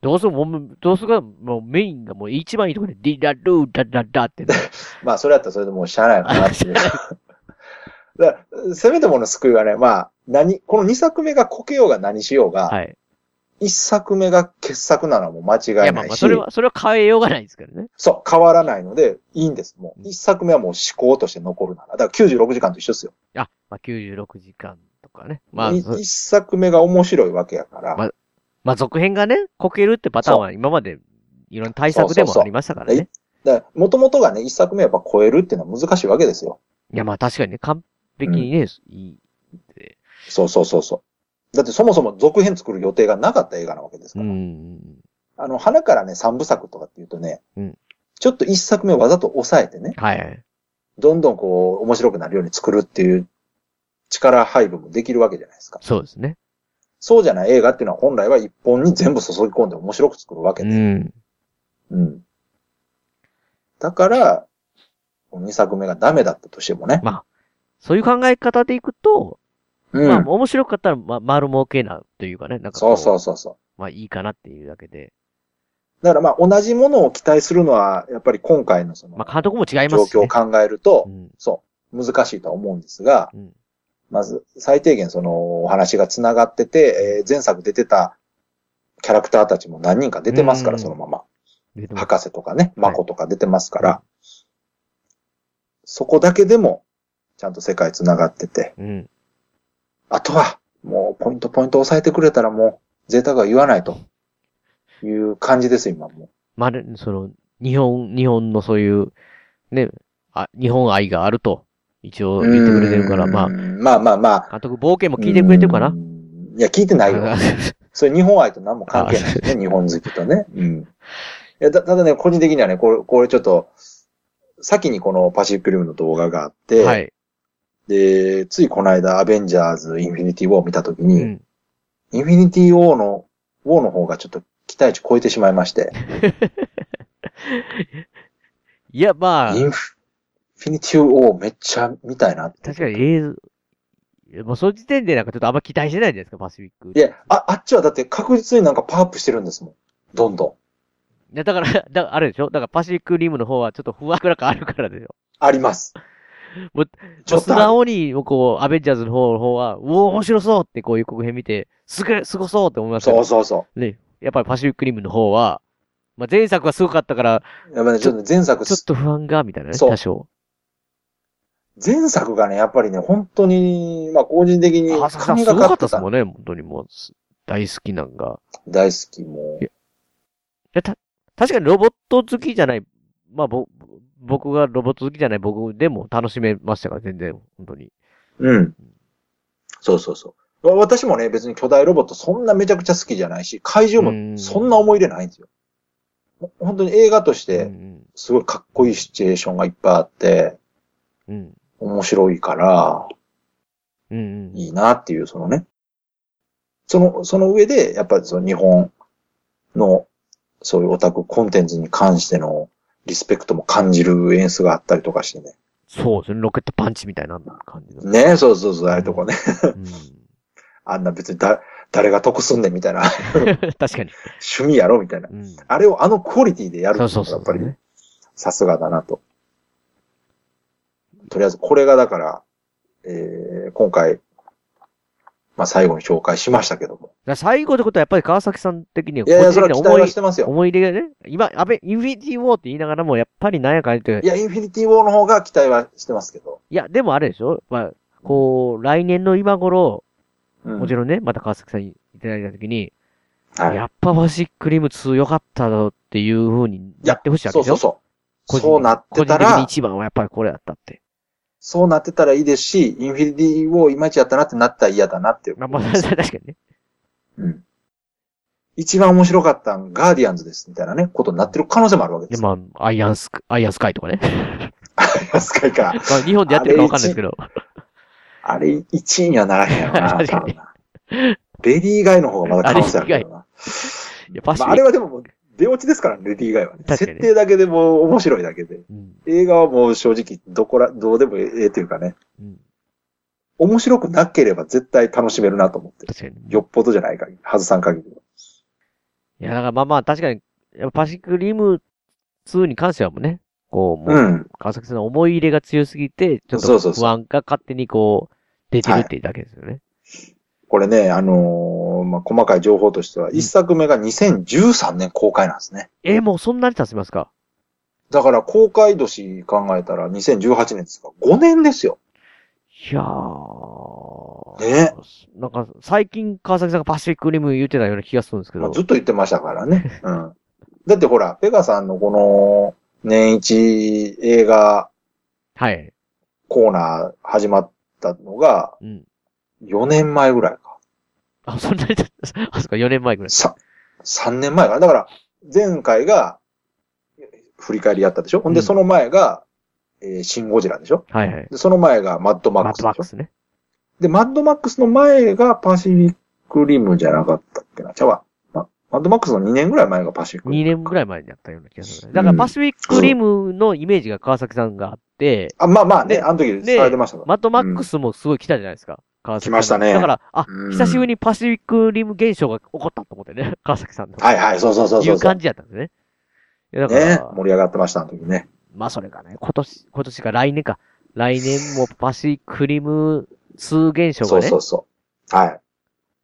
[SPEAKER 2] どうするもう、どうするか、もうメインがもう一番いいところで、ディラルーダダダってね。
[SPEAKER 3] まあ、それだったらそれでもうしゃあないのかなっていう。 だからせめてもの救いはね、まあ、何、この2作目がこけようが何しようが、
[SPEAKER 2] はい。
[SPEAKER 3] 一1作目が傑作なのはもう間
[SPEAKER 2] い
[SPEAKER 3] 違
[SPEAKER 2] や、
[SPEAKER 3] い
[SPEAKER 2] まあ
[SPEAKER 3] ない
[SPEAKER 2] まあ、
[SPEAKER 3] し、
[SPEAKER 2] それは、それは変えようがないですからね。
[SPEAKER 3] そう、変わらないので、いいんです。も
[SPEAKER 2] う
[SPEAKER 3] う、
[SPEAKER 2] ん
[SPEAKER 3] 1作目はもう思考として残るなら。だから96時間と一緒ですよ。
[SPEAKER 2] あ、まあ、96時間とかね。ま
[SPEAKER 3] ま
[SPEAKER 2] あ、そ
[SPEAKER 3] 1作目が面白いわけやから、
[SPEAKER 2] ままあ、続編がね、こけるってパターンは今まで、いろんな対策でも
[SPEAKER 3] そうそうそう
[SPEAKER 2] ありましたからね。
[SPEAKER 3] だから、もともとがね、一作目やっぱ超えるっていうのは難しいわけですよ。
[SPEAKER 2] いや、まあ確かにね、完璧にね、いい。
[SPEAKER 3] そうそうそうそう。だってそもそも続編作る予定がなかった映画なわけです
[SPEAKER 2] う
[SPEAKER 3] から。
[SPEAKER 2] ん。
[SPEAKER 3] あの、花からね、三部作とかっていうとね、
[SPEAKER 2] うん
[SPEAKER 3] ちょっと一作目わざと抑えてね、
[SPEAKER 2] はい。
[SPEAKER 3] どんどんこう、面白くなるように作るっていう力配分もできるわけじゃないですか。
[SPEAKER 2] そうですね。
[SPEAKER 3] そうじゃない映画っていうのは本来は一本に全部注ぎ込んで面白く作るわけ
[SPEAKER 2] う
[SPEAKER 3] で。
[SPEAKER 2] ん。
[SPEAKER 3] うん。だから、二作目がダメだったとしてもね。
[SPEAKER 2] まあ、そういう考え方でいくと、
[SPEAKER 3] うん。
[SPEAKER 2] まあ、面白かったら、まあ、丸儲けな、というかね、なんかこ
[SPEAKER 3] そうそうそうそう。
[SPEAKER 2] まあ、いいかなっていうだけで。
[SPEAKER 3] だからまあ同じものを期待するのは、やっぱり今回のその
[SPEAKER 2] まあ、監督も違いま
[SPEAKER 3] 状
[SPEAKER 2] すし、
[SPEAKER 3] 況を
[SPEAKER 2] ね。
[SPEAKER 3] 考えると、
[SPEAKER 2] うん。
[SPEAKER 3] そう、難しいとは思うんですが、
[SPEAKER 2] うん。
[SPEAKER 3] まず最低限そのお話が繋がってて、えー前作出てたキャラクターたちも何人か出てますか
[SPEAKER 2] う
[SPEAKER 3] ら、
[SPEAKER 2] ん
[SPEAKER 3] そのまま。
[SPEAKER 2] でも
[SPEAKER 3] 博士とかね、
[SPEAKER 2] はい
[SPEAKER 3] マコとか出てますから、そこだけでも、ちゃんと世界繋がってて、
[SPEAKER 2] うん。
[SPEAKER 3] あとは、もうポイントポイント押さえてくれたらもう、贅沢は言わないと。いう感じです、今も
[SPEAKER 2] まあ、ね、その、日本、日本のそういう、ね、あ、日本愛があると、一応
[SPEAKER 3] う。
[SPEAKER 2] 言ってくれてるから、
[SPEAKER 3] うん
[SPEAKER 2] まあ、
[SPEAKER 3] まあまあまあ、
[SPEAKER 2] 監督冒険も聞いてくれてるか
[SPEAKER 3] う
[SPEAKER 2] な。
[SPEAKER 3] んいや、聞いてないよ。それ日本愛と何も関係ないですね、日本好きとね。うん。いや、たただね、個人的にはね、これ、これちょっと、先にこのパシフィックリムの動画があって、
[SPEAKER 2] はい。
[SPEAKER 3] で、ついこの間、アベンジャーズ、インフィニティ・ウォー見たとき
[SPEAKER 2] う
[SPEAKER 3] に、
[SPEAKER 2] ん。
[SPEAKER 3] インフィニティ・ウォーの、ウォーの方がちょっと期待値超えてしまいまして、
[SPEAKER 2] いや、まあ
[SPEAKER 3] イ、ンフィニティ・ウォーめっちゃ見たいなって。
[SPEAKER 2] 確かに映像、いやもうその時点でなんかちょっとあんま期待してないじゃないですか、パシフィック。
[SPEAKER 3] いや、あ、あっちはだって確実になんかパワーアップしてるんですもん。どんどん。
[SPEAKER 2] いや、だから、だ からあれでしょだからパシフィックリムの方はちょっと不安があるからでしょ。
[SPEAKER 3] あります
[SPEAKER 2] もう。
[SPEAKER 3] ちょっ
[SPEAKER 2] 素
[SPEAKER 3] とある
[SPEAKER 2] 直に、こう、アベンジャーズの方の方は、うお、面白そうってこう予告編見て、すげ、すごそうって思いましたけ
[SPEAKER 3] そ
[SPEAKER 2] ど
[SPEAKER 3] うそうそう。
[SPEAKER 2] ね。やっぱりパシフィックリムの方は、まあ、前作はすごかったから、
[SPEAKER 3] やっぱね、ちょっと前作
[SPEAKER 2] ちょっと不安が、みたいなね、
[SPEAKER 3] そう
[SPEAKER 2] 多少。
[SPEAKER 3] 前作がね、やっぱりね、本当に、まあ、個人的に
[SPEAKER 2] あ、さん
[SPEAKER 3] 神
[SPEAKER 2] すご
[SPEAKER 3] が
[SPEAKER 2] か
[SPEAKER 3] か
[SPEAKER 2] っ
[SPEAKER 3] ったて
[SPEAKER 2] です
[SPEAKER 3] た。
[SPEAKER 2] もんね、本当にもう、す大好きなんが。
[SPEAKER 3] 大好き、も
[SPEAKER 2] いや確かにロボット好きじゃない、まあ、ぼ、僕がロボット好きじゃない僕でも楽しめましたから、全然、本当に。
[SPEAKER 3] う。うん。そうそうそう。わ私もね、別に巨大ロボットそんなめちゃくちゃ好きじゃないし、怪獣
[SPEAKER 2] うん
[SPEAKER 3] もそんな思い入れないんですよ。ほ本当に映画とし
[SPEAKER 2] う
[SPEAKER 3] て、
[SPEAKER 2] ん
[SPEAKER 3] すごいかっこいいシチュエーションがいっぱいあって、
[SPEAKER 2] うん。うん。
[SPEAKER 3] 面白いから、
[SPEAKER 2] うんうんうん。
[SPEAKER 3] いいなっていう、そのね。その、その上で、やっぱりその日本のそういうオタクコンテンツに関してのリスペクトも感じる演出があったりとかしてね。
[SPEAKER 2] そうですね。ロケットパンチみたいな感じの。
[SPEAKER 3] ねそうそうそう、ああいうとこね。
[SPEAKER 2] うん、
[SPEAKER 3] あんな別にだ誰が得すんねんみたいな、
[SPEAKER 2] 確かに。
[SPEAKER 3] 趣味やろみたいな。
[SPEAKER 2] うん、
[SPEAKER 3] あれをあのクオリティでやる
[SPEAKER 2] そう
[SPEAKER 3] って
[SPEAKER 2] そ
[SPEAKER 3] いううのが
[SPEAKER 2] そ
[SPEAKER 3] や
[SPEAKER 2] う。
[SPEAKER 3] っぱりね、さすがだなと。とりあえずこれがだから、えー、今回、まあ最後に紹介しましたけども。
[SPEAKER 2] だから最後ってことはやっぱり川崎さん的にはい
[SPEAKER 3] やいや、そ
[SPEAKER 2] 個
[SPEAKER 3] れ
[SPEAKER 2] 人的な
[SPEAKER 3] は
[SPEAKER 2] 思
[SPEAKER 3] 期待はいしてますよ。
[SPEAKER 2] 思い入れがね、今、安倍、インフィニティウォーって言いながらも、やっぱりなんやかんや言っ
[SPEAKER 3] い
[SPEAKER 2] て、
[SPEAKER 3] や、インフィニティウォーの方が期待はしてますけど。
[SPEAKER 2] いや、でもあれでしょまあ、こう、来年の今頃、
[SPEAKER 3] うん
[SPEAKER 2] もちろんね、また川崎さんにいただいたときに、
[SPEAKER 3] はい
[SPEAKER 2] やっぱワシックリーム2良かったぞっていう風になってほしいわけ
[SPEAKER 3] そ
[SPEAKER 2] で
[SPEAKER 3] う
[SPEAKER 2] し
[SPEAKER 3] そ
[SPEAKER 2] ょ
[SPEAKER 3] うそう。
[SPEAKER 2] 個人
[SPEAKER 3] そうなって
[SPEAKER 2] 個人
[SPEAKER 3] た
[SPEAKER 2] 的に
[SPEAKER 3] ら、
[SPEAKER 2] 一番はやっぱりこれだったって。
[SPEAKER 3] そうなってたらいいですし、インフィニティウォーいまいちやったなってなったら嫌だなっていう。
[SPEAKER 2] まあ、まあ、確かにね。
[SPEAKER 3] うん。一番面白かったんガーディアンズです、みたいなね、ことになってる可能性もあるわけで。
[SPEAKER 2] ですまあ、アイアンスク、アイアンスカイとか ね。
[SPEAKER 3] 安かいから。
[SPEAKER 2] まあ、日本でやってるかわかんないですけど。
[SPEAKER 3] あれ、1位にはならへんよな、
[SPEAKER 2] 確か
[SPEAKER 3] 多
[SPEAKER 2] に
[SPEAKER 3] 分な。レディー以外の方がまだ可能性あるけどな。
[SPEAKER 2] いや、パシ
[SPEAKER 3] ま
[SPEAKER 2] フィ
[SPEAKER 3] あ、あ
[SPEAKER 2] ッ
[SPEAKER 3] れ
[SPEAKER 2] ク
[SPEAKER 3] はでももう、出落ちですからね、レディー以外はね。
[SPEAKER 2] 確かに
[SPEAKER 3] 設定だけでも面白いだけで。
[SPEAKER 2] うん
[SPEAKER 3] 映画はもう正直、どこら、どうでもええというかね。
[SPEAKER 2] うん
[SPEAKER 3] 面白くなければ絶対楽しめるなと思ってる。
[SPEAKER 2] 確かに。
[SPEAKER 3] よっぽどじゃない限り、外さん限りは。
[SPEAKER 2] いや、だからまあまあ、確かに、やっぱパシフィックリム2に関してはもうね、こう、も
[SPEAKER 3] う
[SPEAKER 2] う、
[SPEAKER 3] ん。
[SPEAKER 2] 川崎さんの思い入れが強すぎて、ちょっ
[SPEAKER 3] そうそ
[SPEAKER 2] と
[SPEAKER 3] うそう
[SPEAKER 2] 不安が勝手にこう、出てるっていうだけですよね。
[SPEAKER 3] これね、あのーまあ、細かい情報としては、
[SPEAKER 2] ん
[SPEAKER 3] 一作目が2013年公開なんですね。
[SPEAKER 2] えー、もうそんなに経ちますか
[SPEAKER 3] だから公開年考えたら2018年ですか ?5 年ですよ。
[SPEAKER 2] いやー。
[SPEAKER 3] ね
[SPEAKER 2] なんか、最近川崎さんがパシフィックリム言ってたような気がするんですけ
[SPEAKER 3] まあ、
[SPEAKER 2] ど。
[SPEAKER 3] ずっと言ってましたからね。うん。だってほら、ペガさんのこの年一映画
[SPEAKER 2] はい。
[SPEAKER 3] コーナー始まったのが
[SPEAKER 2] うん。
[SPEAKER 3] 4年前ぐらいか。
[SPEAKER 2] あ、そんなに経 っあ、そっか、4年前ぐらい。
[SPEAKER 3] さ、3年前かな。だから、前回が振り返りやったでしょほんで、
[SPEAKER 2] うん
[SPEAKER 3] その前が、えーシン・ゴジラでしょ
[SPEAKER 2] はいはい。
[SPEAKER 3] で、その前がマッドマッ
[SPEAKER 2] マッ
[SPEAKER 3] クス
[SPEAKER 2] ドマ
[SPEAKER 3] で
[SPEAKER 2] ッ
[SPEAKER 3] しょ
[SPEAKER 2] クスね。
[SPEAKER 3] で、マッドマックスの前がパシフィックリムじゃなかったっけな。ちゃうわ。まマッドマックスの2年ぐらい前がパシフィックリム。
[SPEAKER 2] 2年ぐらい前にやったような気がするね。だから
[SPEAKER 3] うん
[SPEAKER 2] パシフィックリムのイメージが川崎さんがあって、
[SPEAKER 3] あ、まあまあね、
[SPEAKER 2] ね
[SPEAKER 3] あの時伝えてましたから。
[SPEAKER 2] マッドマックスもすごい来たじゃないですか。川崎さん
[SPEAKER 3] 来ましたね
[SPEAKER 2] だから、あ、
[SPEAKER 3] うん
[SPEAKER 2] 久しぶりにパシフィックリム現象が起こったと思ってね、川崎さんの。
[SPEAKER 3] はいはい、そうそうそう
[SPEAKER 2] い
[SPEAKER 3] そううそう。
[SPEAKER 2] 感じやったんですね。いや、だから、
[SPEAKER 3] ね、盛り上がってました、あの時ね。
[SPEAKER 2] まあそれがね、今年、今年か来年か。来年もパシフィックリム2現象
[SPEAKER 3] そ
[SPEAKER 2] が
[SPEAKER 3] う
[SPEAKER 2] ね
[SPEAKER 3] そ、うそう。は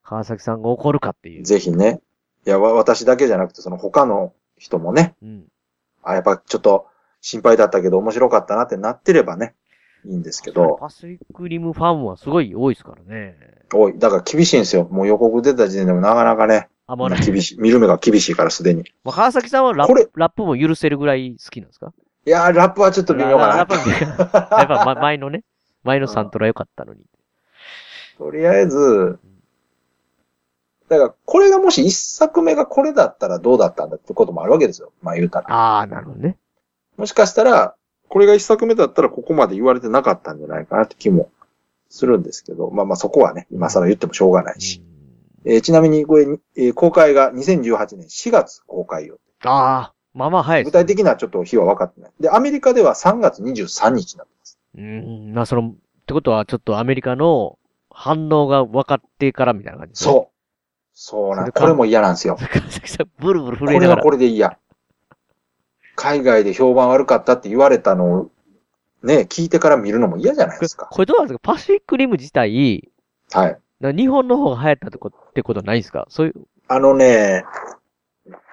[SPEAKER 2] 川崎さんが起こるかってい
[SPEAKER 3] い。
[SPEAKER 2] う。
[SPEAKER 3] ぜひね。いや、わ私だけじゃなくて、その他の人もね、
[SPEAKER 2] うん。
[SPEAKER 3] あ、やっぱちょっと心配だったけど面白かったなってなってればね、いいんですけど、
[SPEAKER 2] パシフィックリムファンはすごい多いですからね。
[SPEAKER 3] おい、だから厳しいんですよ。もう予告出た時点でもなかなかね、
[SPEAKER 2] あ、まあ、
[SPEAKER 3] みん
[SPEAKER 2] ね
[SPEAKER 3] な、厳しい、見る目が厳しいからすでに。
[SPEAKER 2] まあ、川崎さんはラッ
[SPEAKER 3] これ
[SPEAKER 2] プ、ラップも許せるぐらい好きなんですか
[SPEAKER 3] いやー、ラップはちょっと微妙か
[SPEAKER 2] ラ
[SPEAKER 3] な
[SPEAKER 2] ラッ。プもやっぱ、ま、前のね、前のサントラ良かったのに。
[SPEAKER 3] とりあえず、だから、これがもし一作目がこれだったらどうだったんだってこともあるわけですよ。 まあ言うたら。
[SPEAKER 2] ああ、なるほどね。
[SPEAKER 3] もしかしたら、これが一作目だったらここまで言われてなかったんじゃないかなって気もするんですけど、まあまあそこはね、今更言ってもしょうがないし。えーちなみにこれ、えー公開が2018年4月公開よ。
[SPEAKER 2] ああ、まあまあ早いで
[SPEAKER 3] 具
[SPEAKER 2] す。
[SPEAKER 3] 体的なちょっと日は分かってない。で、アメリカでは3月23日になってます。
[SPEAKER 2] うん、まあその、ってことはちょっとアメリカの反応が分かってからみたいな感じ、う。
[SPEAKER 3] そう。そうなん
[SPEAKER 2] それか
[SPEAKER 3] これも嫌なんですよ。
[SPEAKER 2] 川崎さん、ブルブル震えな
[SPEAKER 3] これ
[SPEAKER 2] が
[SPEAKER 3] は
[SPEAKER 2] ら。
[SPEAKER 3] これでいいや。海外で評判悪かったって言われたのを、ね、聞いてから見るのも嫌じゃないですか。
[SPEAKER 2] これどうなんですかパシフィックリム自体、
[SPEAKER 3] はい。
[SPEAKER 2] な日本の方が流行ったとこってことはないんですかそういう、
[SPEAKER 3] あのね、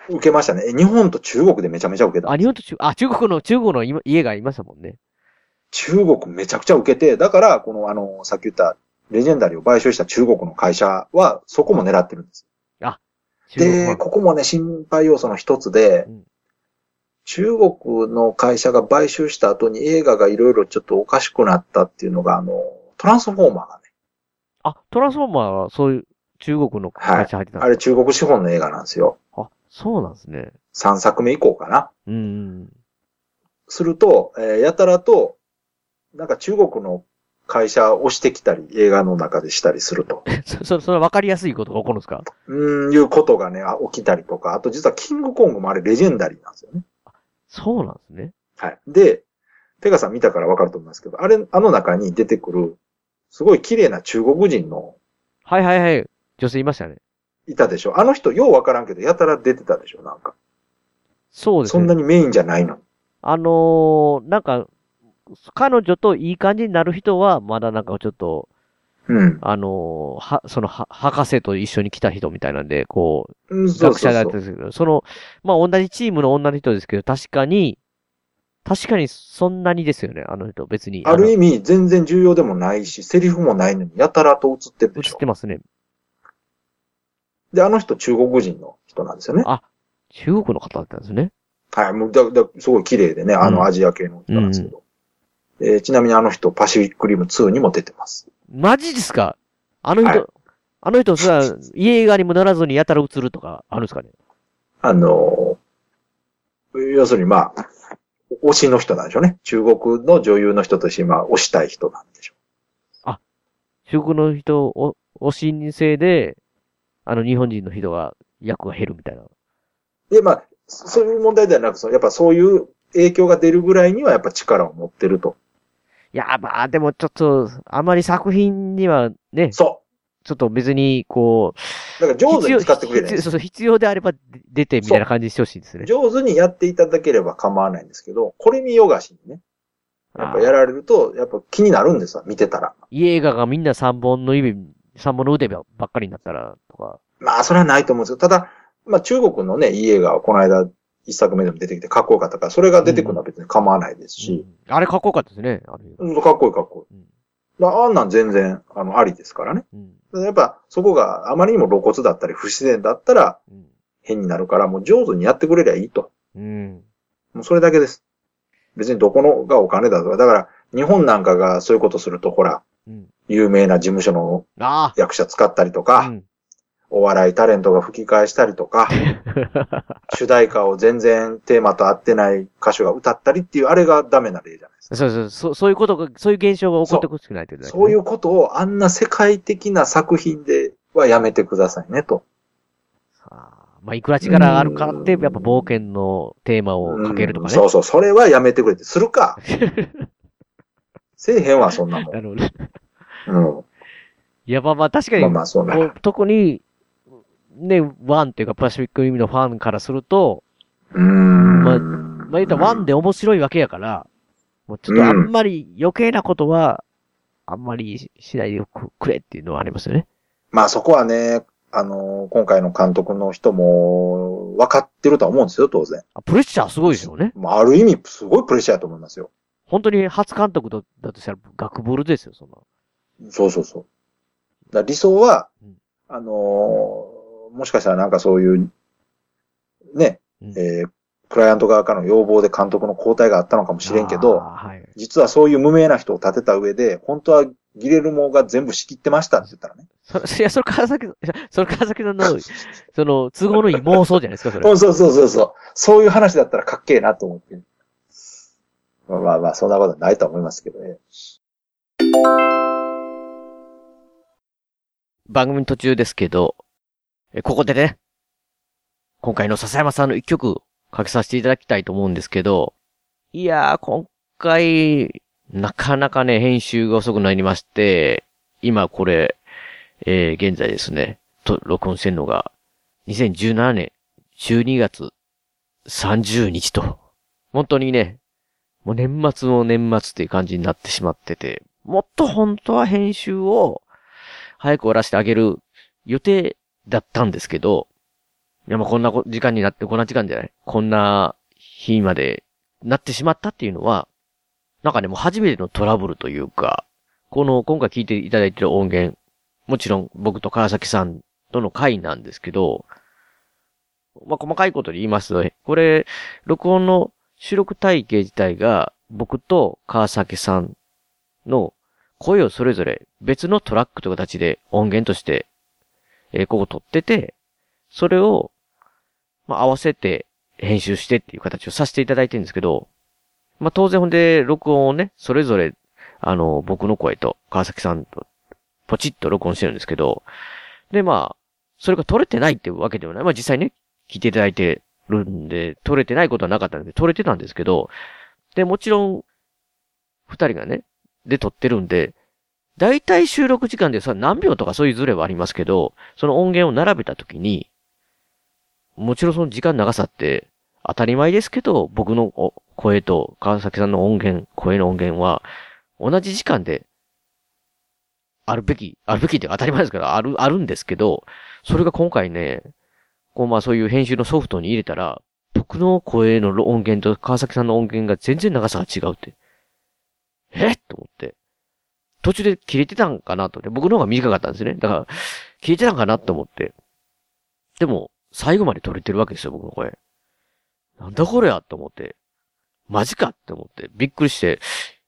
[SPEAKER 3] 受けましたね。え日本と中国でめちゃめちゃ受けた
[SPEAKER 2] あ、。日本と中、あ、中国の、中国の今家がいましたもんね。
[SPEAKER 3] 中国めちゃくちゃ受けて、だから、このあの、さっき言った、レジェンダリーを買収した中国の会社は、そこも狙ってるんです。
[SPEAKER 2] 中国
[SPEAKER 3] で、
[SPEAKER 2] 版
[SPEAKER 3] ここもね、心配要素の一つで、
[SPEAKER 2] うん
[SPEAKER 3] 中国の会社が買収した後に映画がいろいろちょっとおかしくなったっていうのが、あの、トランスフォーマーがね、
[SPEAKER 2] あ、トランスフォーマーはそういう中国の会社入ってたん
[SPEAKER 3] あ
[SPEAKER 2] で
[SPEAKER 3] れ
[SPEAKER 2] す
[SPEAKER 3] 中国資本の映画なんですよ。
[SPEAKER 2] か、あそうなんですね。
[SPEAKER 3] 3作目以降かな。
[SPEAKER 2] うんうん。
[SPEAKER 3] すると、えーやたらと、なんか中国の会社をしてきたり、映画の中でしたりすると。
[SPEAKER 2] そ、そ、それ分かりやすいことが起こるんですか
[SPEAKER 3] うーん、いうことがね、あ起きたりとか、あと実はキングコングもあれレジェンダリーなんですよね。
[SPEAKER 2] そうなんですね。
[SPEAKER 3] はい。で、ペガさん見たからわかると思いますけど、あれ、あの中に出てくる、すごい綺麗な中国人の
[SPEAKER 2] はいはいはい。女性いましたね。
[SPEAKER 3] いたでしょ。あの人、ようわからんけど、やたら出てたでしょ、なんか。
[SPEAKER 2] そうです
[SPEAKER 3] そ
[SPEAKER 2] ね。
[SPEAKER 3] んなにメインじゃないの。
[SPEAKER 2] あのー、なんか、彼女といい感じになる人は、まだなんかちょっと、
[SPEAKER 3] うん。
[SPEAKER 2] あのーは、その、は、博士と一緒に来た人みたいなんで、こう、
[SPEAKER 3] うん、そう
[SPEAKER 2] 学
[SPEAKER 3] そ
[SPEAKER 2] 者
[SPEAKER 3] う
[SPEAKER 2] だっ
[SPEAKER 3] そ
[SPEAKER 2] たんで
[SPEAKER 3] う。
[SPEAKER 2] すけど、その、まあ、同じチームの女の人ですけど、確かに、確かにそんなにですよね、あの人、別に。
[SPEAKER 3] ある
[SPEAKER 2] 意
[SPEAKER 3] 意味、全然重要でもないし、セリフもないのに、やたらと映ってるで
[SPEAKER 2] 映
[SPEAKER 3] し
[SPEAKER 2] っ
[SPEAKER 3] ょ
[SPEAKER 2] て。ますね。
[SPEAKER 3] で、あの人、中国人の人なんですよね。
[SPEAKER 2] 中国の方だったんですね。
[SPEAKER 3] はい、もうだ、だ、すごい綺麗でね、あ
[SPEAKER 2] うん
[SPEAKER 3] のアジア系の人なんですけど。えーちなみにあの人、パシフィックリム2にも出てます。
[SPEAKER 2] マジですかあの人、
[SPEAKER 3] はい
[SPEAKER 2] あの人さ、家以外にもならずにやたら映るとかあるんですかね
[SPEAKER 3] あのー要するにまあ、推しの人なんでしょうね。中国の女優の人として今、推したい人なんでしょ
[SPEAKER 2] 中国の人を、お申請で、あの日本人の人が役が減るみたいな。
[SPEAKER 3] う。で、まあ、そそういう問題ではなく、そのやっぱそういう影響が出るぐらいにはやっぱ力を持ってると。
[SPEAKER 2] いや、まあ、でもちょっと、あまり作品にはね、
[SPEAKER 3] そ
[SPEAKER 2] ちょっと別に、こう、
[SPEAKER 3] う。だから上手に使ってくれる
[SPEAKER 2] 必要必要そうそう、必要であればで出てみたいな感じにしてほしいですね。
[SPEAKER 3] 上手にやっていただければ構わないんですけど、これ見よがしにね、やっぱや
[SPEAKER 2] あ
[SPEAKER 3] られると、やっぱ気になるんですわ、見てたら。
[SPEAKER 2] 家ががみんな3本の指、3本の腕ばっかりになったら、とか。
[SPEAKER 3] まあ、それはないと思うんですけど、ただ、まあ、中国のね、いい映画はこの間、一作目でも出てきてかっこよかったから、それが出てくるのは別に構わないですし、
[SPEAKER 2] うんあれかっこよかったですね。あれ
[SPEAKER 3] うん、かっこいいかっこいい
[SPEAKER 2] うん。
[SPEAKER 3] まあ、あんなん全然、あの、ありですからね。
[SPEAKER 2] うん
[SPEAKER 3] やっぱ、そこがあまりにも露骨だったり、不自然だったら、
[SPEAKER 2] うん
[SPEAKER 3] 変になるから、もう上手にやってくれりゃいいと。
[SPEAKER 2] うん。
[SPEAKER 3] もうそれだけです。別にどこのがお金だとか、だから、日本なんかがそういうことすると、ほら、
[SPEAKER 2] うん。
[SPEAKER 3] 有名な事務所の
[SPEAKER 2] あ
[SPEAKER 3] 役者使ったり
[SPEAKER 2] あ。
[SPEAKER 3] と
[SPEAKER 2] う
[SPEAKER 3] か、
[SPEAKER 2] ん。
[SPEAKER 3] お笑いタレントが吹き替えしたり とか、主題歌を全然テーマと合ってない歌手が歌ったりっていう、あれがダメな例じゃないですか。
[SPEAKER 2] そうそう、そうそういうことが、そういう現象が起こってほしくないってことだよね
[SPEAKER 3] そういうことをあんな世界的な作品ではやめてくださいねと。
[SPEAKER 2] あーまあ、いくら力があるからって、やっぱ冒険のテーマをかけるとか
[SPEAKER 3] うんそ
[SPEAKER 2] ね
[SPEAKER 3] う。そう、それはやめてくれって。するかせえへんわ、そんなも ん。
[SPEAKER 2] なるほど。い
[SPEAKER 3] うん。
[SPEAKER 2] や、まあまあ、確かに、
[SPEAKER 3] まあまあ、そんな。
[SPEAKER 2] こう特に、ね、ワンっていうか、パシフィックリムのファンからすると、
[SPEAKER 3] うーん。
[SPEAKER 2] まあまあ言ったらワン
[SPEAKER 3] で。
[SPEAKER 2] で面白いわけやから、もうちょっとあんまり余計なことは、あんまりししないでくくれっていうのはありますよね。
[SPEAKER 3] まあそこはね、あの、今回の監督の人も分かってるとは思うんですよ、当然。
[SPEAKER 2] あプレッシャーすごいですよね。
[SPEAKER 3] まあある意味、すごいプレッシャーだと思いますよ。
[SPEAKER 2] 本当に初監督だだとしたら、学ボールですよ、そんな。
[SPEAKER 3] そうそうそう。だから理想は
[SPEAKER 2] うん、
[SPEAKER 3] あのーもしかしたらなんかそういう、ね、
[SPEAKER 2] うん
[SPEAKER 3] えークライアント側からの要望で監督の交代があったのかもしれんけ
[SPEAKER 2] あ
[SPEAKER 3] ど、
[SPEAKER 2] ーはい。
[SPEAKER 3] 実はそういう無名な人を立てた上で、本当はギレルモが全部仕切ってましたって言ったらね。
[SPEAKER 2] そいや、それ川崎、いやそれ川崎さんの、その、都合のいい妄想じゃないです か、それ
[SPEAKER 3] う。んそうそうそうそう。そういう話だったらかっけえなと思って。まあまあまあ、そんなことはないとは思いますけどね。
[SPEAKER 2] 番組の途中ですけど、えここでね、今回の笹山さんの一曲かけさせていただきたいと思うんですけど、いやー、今回、なかなかね、編集が遅くなりまして、今これ、えー現在ですね、と、録音してるのが、2017年12月30日と、本当にね、もう年末の年末っていう感じになってしまってて、もっと本当は編集を、早く終わらせてあげる予定だったんですけど、いや、まあ、こんなこ時間になって、こんな時間じゃない。こんな日までなってしまったっていうのは、なんかね、もう初めてのトラブルというか、この、今回聞いていただいてる音源、もちろん僕と川崎さんとの会なんですけど、まあ、細かいことで言いますと、これ、録音の収録体系自体が、僕と川崎さんの声をそれぞれ別のトラックという形で音源として、えーここ撮ってて、それを、まあ、合わせて編集してっていう形をさせていただいてるんですけど、まあ、当然ほんで録音をね、それぞれあの、僕の声と川崎さんと、ポチッと録音してるんですけど、で、まあ、それが取れてないってわけではない。まあ実際ね、聞いていただいてるんで、取れてないことはなかったんで、取れてたんですけど、で、もちろん、二人がね、で撮ってるんで、だいたい収録時間でさ、何秒とかそういうズレはありますけど、その音源を並べたときに、もちろんその時間長さって、当たり前ですけど、僕のお声と川崎さんの音源、声の音源は、同じ時間で、あるべき、あるべきって当たり前ですから、ある、あるんですけど、それが今回ね、こうまあそういう編集のソフトに入れたら、僕の声の音源と川崎さんの音源が全然長さが違うって。えっと思って。途中で切れてたんかなと思って。僕の方が短かったんですね。だから、切れてたんかなと思って。でも、最後まで撮れてるわけですよ、僕の声。なんだこれやと思って。マジかって思って。びっくりして、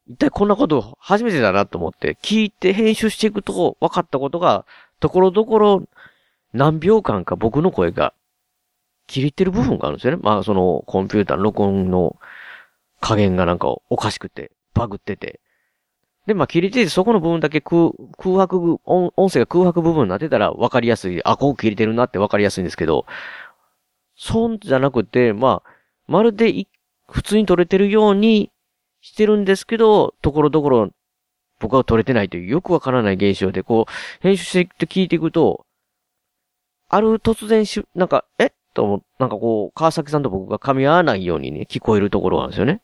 [SPEAKER 2] 一体こんなこと初めてだなと思って、聞いて編集していくと分かったことが、ところどころ何秒間か僕の声が切れてる部分があるんですよね。まあそのコンピューターの録音の加減がなんかおかしくて、バグってて。で、まあ切れててそこの部分だけ空空白部音、音声が空白部分になってたら分かりやすい。あ、ここ切れてるなって分かりやすいんですけど、そうじゃなくて、まあ、まるでい普通に撮れてるようにしてるんですけど、ところどころ僕は撮れてないというよくわからない現象で、こう、編集していくと聞いていくと、ある突然し、なんか、えと思う、なんかこう、川崎さんと僕が噛み合わないようにね、聞こえるところがあるんですよね。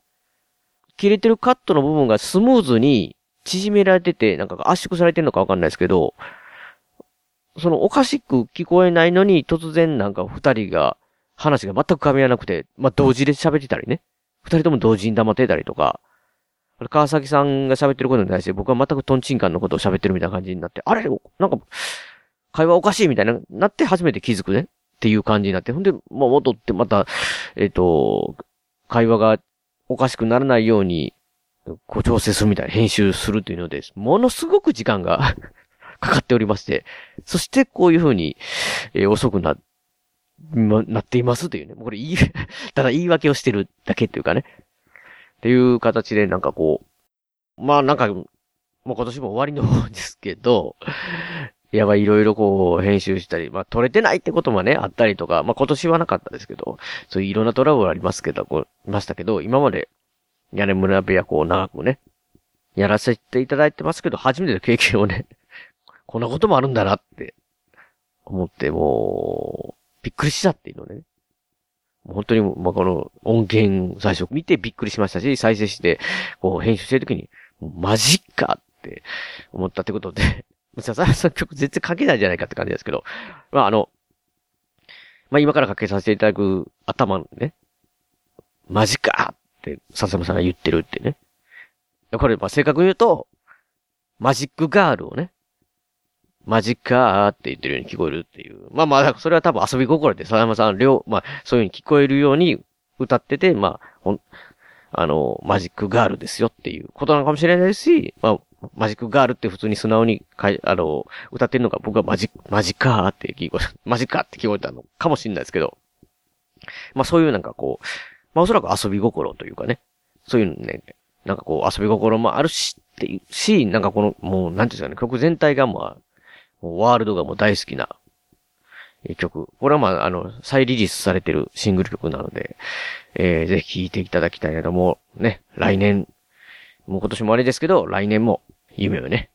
[SPEAKER 2] 切れてるカットの部分がスムーズに縮められてて、なんか圧縮されてるのかわかんないですけど、そのおかしく聞こえないのに突然なんか二人が話が全く噛み合わなくて、まあ、同時で喋ってたりね。二人とも同時に黙ってたりとか、あれ川崎さんが喋ってることに対して僕は全くトンチンカンのことを喋ってるみたいな感じになって、あれなんか、会話おかしいみたいな、なって初めて気づくね。っていう感じになって、ほんで、まあ、戻ってまた、えっ、と、会話がおかしくならないように、こう調整するみたいな、編集するというので、ものすごく時間が かかっておりまして、そしてこういうふうに、えー遅くな、ま、なっていますというね。もうこれ言い、 ただ言い訳をしてるだけっていうかね。っていう形で、なんかこう、まあなんか、もう今年も終わりの方ですけど、やばい、いろいろこう、編集したり、まあ、撮れてないってこともね、あったりとか、まあ、今年はなかったですけど、そういういろんなトラブルありますけど、こう、いましたけど、今まで、屋根村部屋こう、長くね、やらせていただいてますけど、初めての経験をね、 こんなこともあるんだなって、思って、もう、びっくりしたっていうのね。もう本当に、まあ、この音源最初見てびっくりしましたし、再生して、こう、編集してるときに、マジかって思ったってことで、 さささん曲全然書けないんじゃないかって感じですけど、まああの、まあ今からかけさせていただく頭のね、マジかって笹山さんが言ってるってね。これ、まあ正確に言うと、マジックガールをね、マジかーって言ってるように聞こえるっていう。まあまあ、それは多分遊び心で、笹山さん両、まあそういう風に聞こえるように歌ってて、まあ、ほん、あの、マジックガールですよっていうことなのかもしれないし、まあ、マジックガールって普通に素直にかい、あの、歌ってるのが僕はマジック、マジカーって聞こえ、 マジカーって聞こえたのかもしれないですけど、まあそういうなんかこう、まあおそらく遊び心というかね、そういうね、なんかこう遊び心もあるし、っていうし、なんかこの、もう、なんていうんですかね、曲全体がまあ、もうワールドがもう大好きな、えー曲。これはまあ、あの、再リリースされてるシングル曲なので、えーぜひ聴いていただきたいなと、もうね、来年、もう今年もあれですけど、来年も夢をね、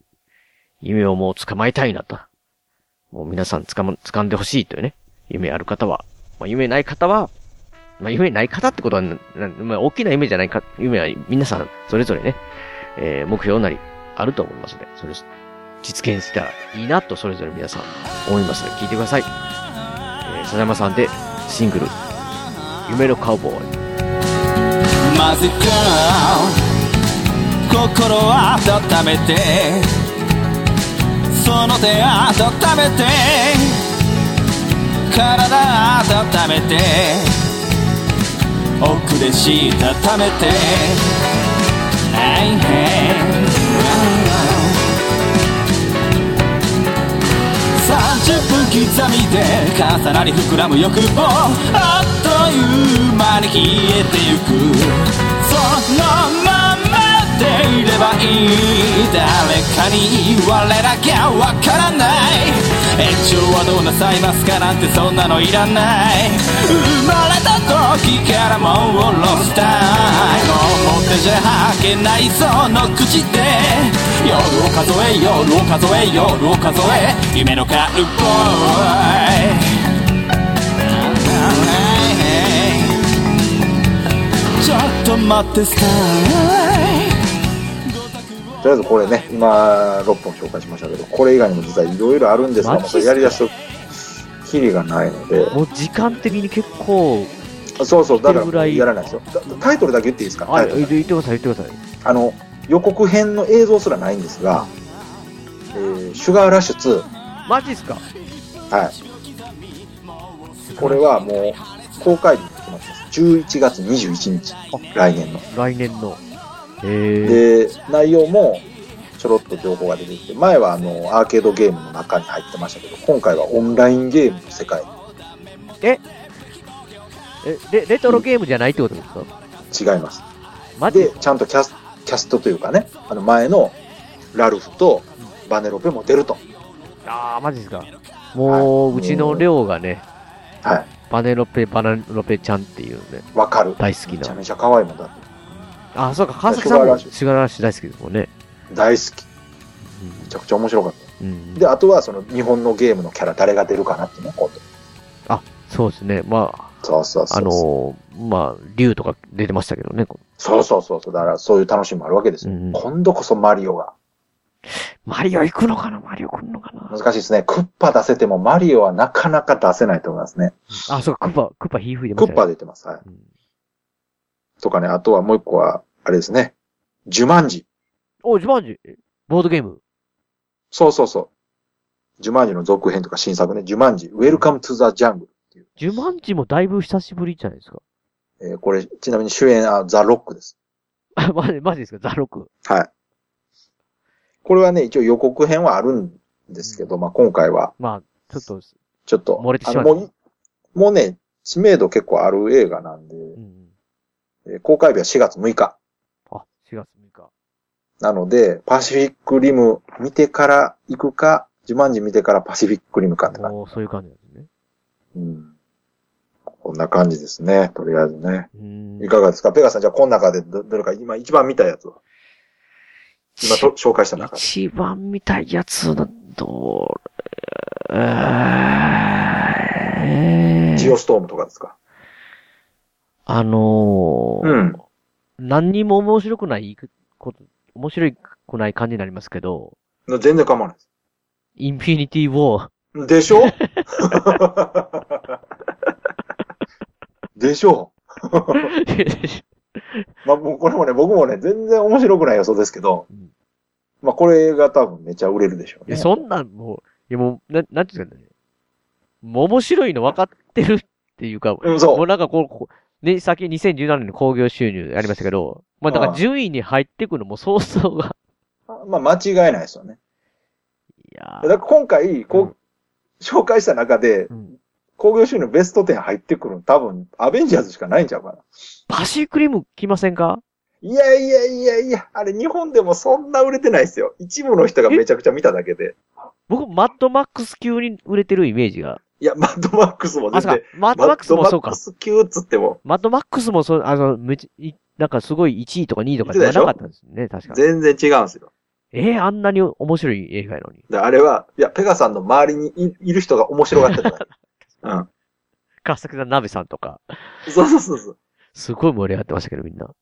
[SPEAKER 2] 夢をもう捕まえたいなと。もう皆さん掴ま、掴んでほしいというね、夢ある方は、まあ夢ない方は、まあ夢ない方ってことはな、なまあ大きな夢じゃないか、夢は皆さんそれぞれね、えー目標なりあると思いますので、それ実現したらいいなとそれぞれ皆さん思いますので、聞いてください。えー、笹山さんでシングル、夢のカウボーイ。
[SPEAKER 1] マジか心を温めてその手温めて体温めて奥でしたためて I am 30分刻みで重なり膨らむ欲望あっという間に消えてゆくそのままっていればいい誰かに言われなきゃわからない延長はどうなさいますかなんてそんなのいらない生まれた時からもうロスタイム表じゃはけないその口で夜を数え夜を数え夜を数え夢のカルボーイちょっと待ってスタ
[SPEAKER 3] とりあえずこれね、今、6本紹介しましたけど、これ以外にも実はいろいろあるんですが、
[SPEAKER 2] マジっ
[SPEAKER 3] ます
[SPEAKER 2] か
[SPEAKER 3] たやり出すと、キリがないので、
[SPEAKER 2] もう時間的に結構、
[SPEAKER 3] あそうそう、だ
[SPEAKER 2] 来
[SPEAKER 3] か
[SPEAKER 2] てるぐら
[SPEAKER 3] ら
[SPEAKER 2] い
[SPEAKER 3] やらないですよ。だタイトルだけ言っていいですか
[SPEAKER 2] あ
[SPEAKER 3] タイ
[SPEAKER 2] れ、
[SPEAKER 3] トル
[SPEAKER 2] 言ってください、言ってください。
[SPEAKER 3] あの、予告編の映像すらないんですが、えーシュガーラッシュ
[SPEAKER 2] マジっすか
[SPEAKER 3] 2、はい。これはもう、公開日に決まってます。11月21日、来年の。
[SPEAKER 2] 来年の。へえ。
[SPEAKER 3] で、内容もちょろっと情報が出てきて、前はあのアーケードゲームの中に入ってましたけど、今回はオンラインゲームの世界
[SPEAKER 2] え、レレトロゲームじゃないってことですか
[SPEAKER 3] 違います。
[SPEAKER 2] マジっ
[SPEAKER 3] で、
[SPEAKER 2] すか
[SPEAKER 3] ちゃんとキャスキャストというかね、あの前のラルフとバネロペも出ると。
[SPEAKER 2] あー、マジっすかもう、うちの寮がね、
[SPEAKER 3] はい。
[SPEAKER 2] バネロペ、バネロペちゃんっていうね、
[SPEAKER 3] わかる。
[SPEAKER 2] 大好き
[SPEAKER 3] めちゃ
[SPEAKER 2] な。
[SPEAKER 3] めちゃ可愛いもんだって。
[SPEAKER 2] あ、そうか、川崎さんも
[SPEAKER 3] シュガーラッシュ
[SPEAKER 2] シュガーラッシュ大好きですもんね。
[SPEAKER 3] 大好き。めちゃくちゃ面白かっ
[SPEAKER 2] うんうん
[SPEAKER 3] た。で、あとはその日本のゲームのキャラ誰が出るかなっていうのを今度。
[SPEAKER 2] そうですね。ま
[SPEAKER 3] そうそう
[SPEAKER 2] あ、
[SPEAKER 3] そ
[SPEAKER 2] あ
[SPEAKER 3] うそう。
[SPEAKER 2] のー、まあ、竜とか出てましたけどね。
[SPEAKER 3] そうそうそうそう。だからそういう楽しみもあるわけですよ。
[SPEAKER 2] うん
[SPEAKER 3] 今度こそマリオが。
[SPEAKER 2] マリオ行くのかなマリオ来んのかな
[SPEAKER 3] 難しいですね。クッパ出せてもマリオはなかなか出せないと思いますね。
[SPEAKER 2] あ、そうか、クッパ、クッパ火吹いてまし
[SPEAKER 3] ク
[SPEAKER 2] た
[SPEAKER 3] ッパ
[SPEAKER 2] ね。
[SPEAKER 3] 出てます。は
[SPEAKER 2] うん
[SPEAKER 3] い。とかね、あとはもう一個は、あれですね。ジュマンジ。
[SPEAKER 2] お、ジュマンジボードゲーム。
[SPEAKER 3] そうそうそう。ジュマンジの続編とか新作ね。ジュマンジ。ウェルカムトゥザジャング
[SPEAKER 2] ジュマンジもだいぶ久しぶりじゃないですか。
[SPEAKER 3] ル。えーこれ、ちなみに主演、あ、ザ・ロックです。
[SPEAKER 2] あ、マジ、マジですか ザロク。
[SPEAKER 3] はい。これはね、一応予告編はあるんですけど、まあ今回は、
[SPEAKER 2] まあ、ちょっと、
[SPEAKER 3] ちょっと。
[SPEAKER 2] 漏れてしま
[SPEAKER 3] あ
[SPEAKER 2] う
[SPEAKER 3] のもう、もうね、知名度結構ある映画なんで、
[SPEAKER 2] うん。
[SPEAKER 3] えー公開日は4月6日。
[SPEAKER 2] あ、4月6日。
[SPEAKER 3] なので、パシフィックリム見てから行くか、ジュマンジ見てからパシフィックリムかって感じ。
[SPEAKER 2] もう、そういう感じなんですね。
[SPEAKER 3] うん。こんな感じですね。とりあえずね。
[SPEAKER 2] うーん
[SPEAKER 3] い。かがですかペガさん、じゃあこの中でどどれか今一番見たやつは今と紹介した中で。
[SPEAKER 2] 一番見たいやつの、どれ、え
[SPEAKER 3] ジ
[SPEAKER 2] ー
[SPEAKER 3] オストームとかですか
[SPEAKER 2] あのー、
[SPEAKER 3] うん。
[SPEAKER 2] 何にも面白くないこと、面白くない感じになりますけど、
[SPEAKER 3] 全然構わないです。
[SPEAKER 2] インフィニティ・ウォー。
[SPEAKER 3] でしょでしょまあ、もうこれもね、僕もね、全然面白くない予想ですけど
[SPEAKER 2] うん、
[SPEAKER 3] まあ、これが多分めっちゃ売れるでしょう
[SPEAKER 2] いや、
[SPEAKER 3] ね。
[SPEAKER 2] そんなんもう、いやもう、ななんていうんですかね。もう面白いの分かってるっていうか、
[SPEAKER 3] うん、そう
[SPEAKER 2] もう。なんかこう、こうね、先2017年の興行収入ありましたけど、まあだから
[SPEAKER 3] ああ
[SPEAKER 2] 10位に入ってくのも早々が。
[SPEAKER 3] まあ、間違いないですよね。
[SPEAKER 2] いや
[SPEAKER 3] だから今回、こう、
[SPEAKER 2] うん
[SPEAKER 3] 紹介した中で
[SPEAKER 2] ー、う、ん。
[SPEAKER 3] 工業収入ベスト10入ってくるの多分、アベンジャーズしかないんちゃうかな。
[SPEAKER 2] パシークリーム来ませんか
[SPEAKER 3] いやいやいやいや、あれ日本でもそんな売れてないですよ。一部の人がめちゃくちゃ見ただけで。
[SPEAKER 2] 僕、マッドマックス級に売れてるイメージが。
[SPEAKER 3] いや、マッドマックスも
[SPEAKER 2] あ、
[SPEAKER 3] 全
[SPEAKER 2] そうか
[SPEAKER 3] 然。、
[SPEAKER 2] マッドマックスもそう
[SPEAKER 3] マッドマッ
[SPEAKER 2] か
[SPEAKER 3] ク。ス級っつっても、
[SPEAKER 2] マッドマックスもそう、あの、むち、いなんかすごい1位とか2位とかじゃなかったんですね、確か。
[SPEAKER 3] 全然違うんですよ。
[SPEAKER 2] えー、あんなに面白い映画やのに。
[SPEAKER 3] だからあれは、いや、ペガさんの周りにいいる人が面白がってた だけ。うん。
[SPEAKER 2] 川崎さん、ナベさんとか、
[SPEAKER 3] そうそうそうそう。
[SPEAKER 2] すごい盛り上がってましたけど、みんな。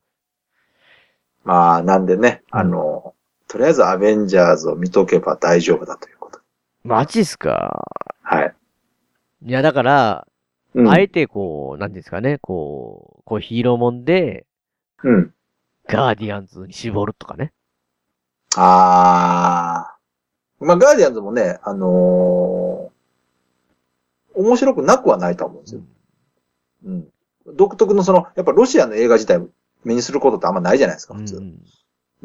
[SPEAKER 3] まあ、なんでね、あの、とりあえずアベンジャーズを見とけば大丈夫だということ。
[SPEAKER 2] マジっすか
[SPEAKER 3] はい。
[SPEAKER 2] いや、だから、
[SPEAKER 3] うん。
[SPEAKER 2] あえてこう、なんていうんですかね、こう、こうヒーローもんで、
[SPEAKER 3] うん。
[SPEAKER 2] ガーディアンズに絞るとかね。
[SPEAKER 3] あー。まあ、ガーディアンズもね、あのー面白くなくはないと思うんですよ。うん。独特のその、やっぱロシアの映画自体を目にすることってあんまないじゃないですか、
[SPEAKER 2] う
[SPEAKER 3] 普
[SPEAKER 2] ん
[SPEAKER 3] 通。
[SPEAKER 2] うんい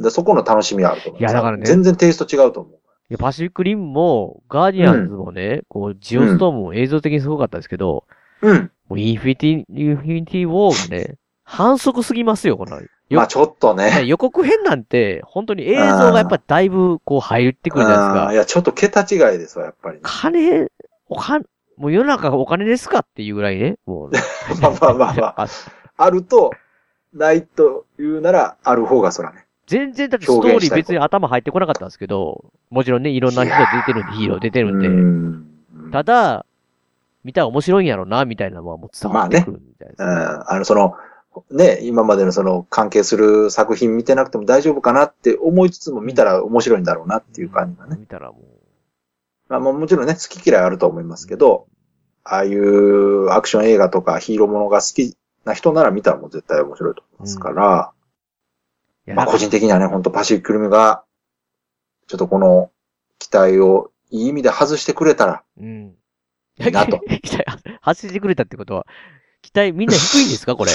[SPEAKER 3] でそこの楽しみはあると思う。
[SPEAKER 2] いやだからね
[SPEAKER 3] 全然テイスト違うと思う。
[SPEAKER 2] や、パシフィックリムも、ガーディアンズもね、こう、ジオストームも映像的にすごかったですけど、
[SPEAKER 3] うん。
[SPEAKER 2] もうインフィニティ、インフィニティウォーがね、反則すぎますよ、この。よ
[SPEAKER 3] まあちょっとね。
[SPEAKER 2] 予告編なんて、本当に映像がやっぱだいぶこう入ってくるじゃ
[SPEAKER 3] う
[SPEAKER 2] ない
[SPEAKER 3] んい
[SPEAKER 2] ですか。
[SPEAKER 3] や、ちょっと桁違いですわ、やっぱり。
[SPEAKER 2] 金、お金、もう世の中がお金ですかっていうぐらいね。もう
[SPEAKER 3] まあまあまあま あ。
[SPEAKER 2] あ
[SPEAKER 3] あると、ないと言うなら、ある方がそらね。
[SPEAKER 2] 全然だってストーリー別に頭入ってこなかったんですけど、もちろんね、いろんな人出てるんで、ヒーロー出てるんで。
[SPEAKER 3] うん。
[SPEAKER 2] ただ、見たら面白いんやろな、みたいなのはもう伝わってくるみたい
[SPEAKER 3] うん、
[SPEAKER 2] な。
[SPEAKER 3] あの、その、ね、今までのその関係する作品見てなくても大丈夫かなって思いつつも見たら面白いんだろうなっていう感じがね。
[SPEAKER 2] 見たらもう。
[SPEAKER 3] まあ、まあもちろんね、好き嫌いあるとは思いますけど、ああいうアクション映画とかヒーローものが好きな人なら見たらもう絶対面白いと思いますから、
[SPEAKER 2] いや
[SPEAKER 3] まあ個人的にはね、本当パシフィックルミが、ちょっとこの期待をいい意味で外してくれたら、
[SPEAKER 2] うん。
[SPEAKER 3] いい なと
[SPEAKER 2] 期待、外してくれたってことは、期待みんな低いんですかこれ。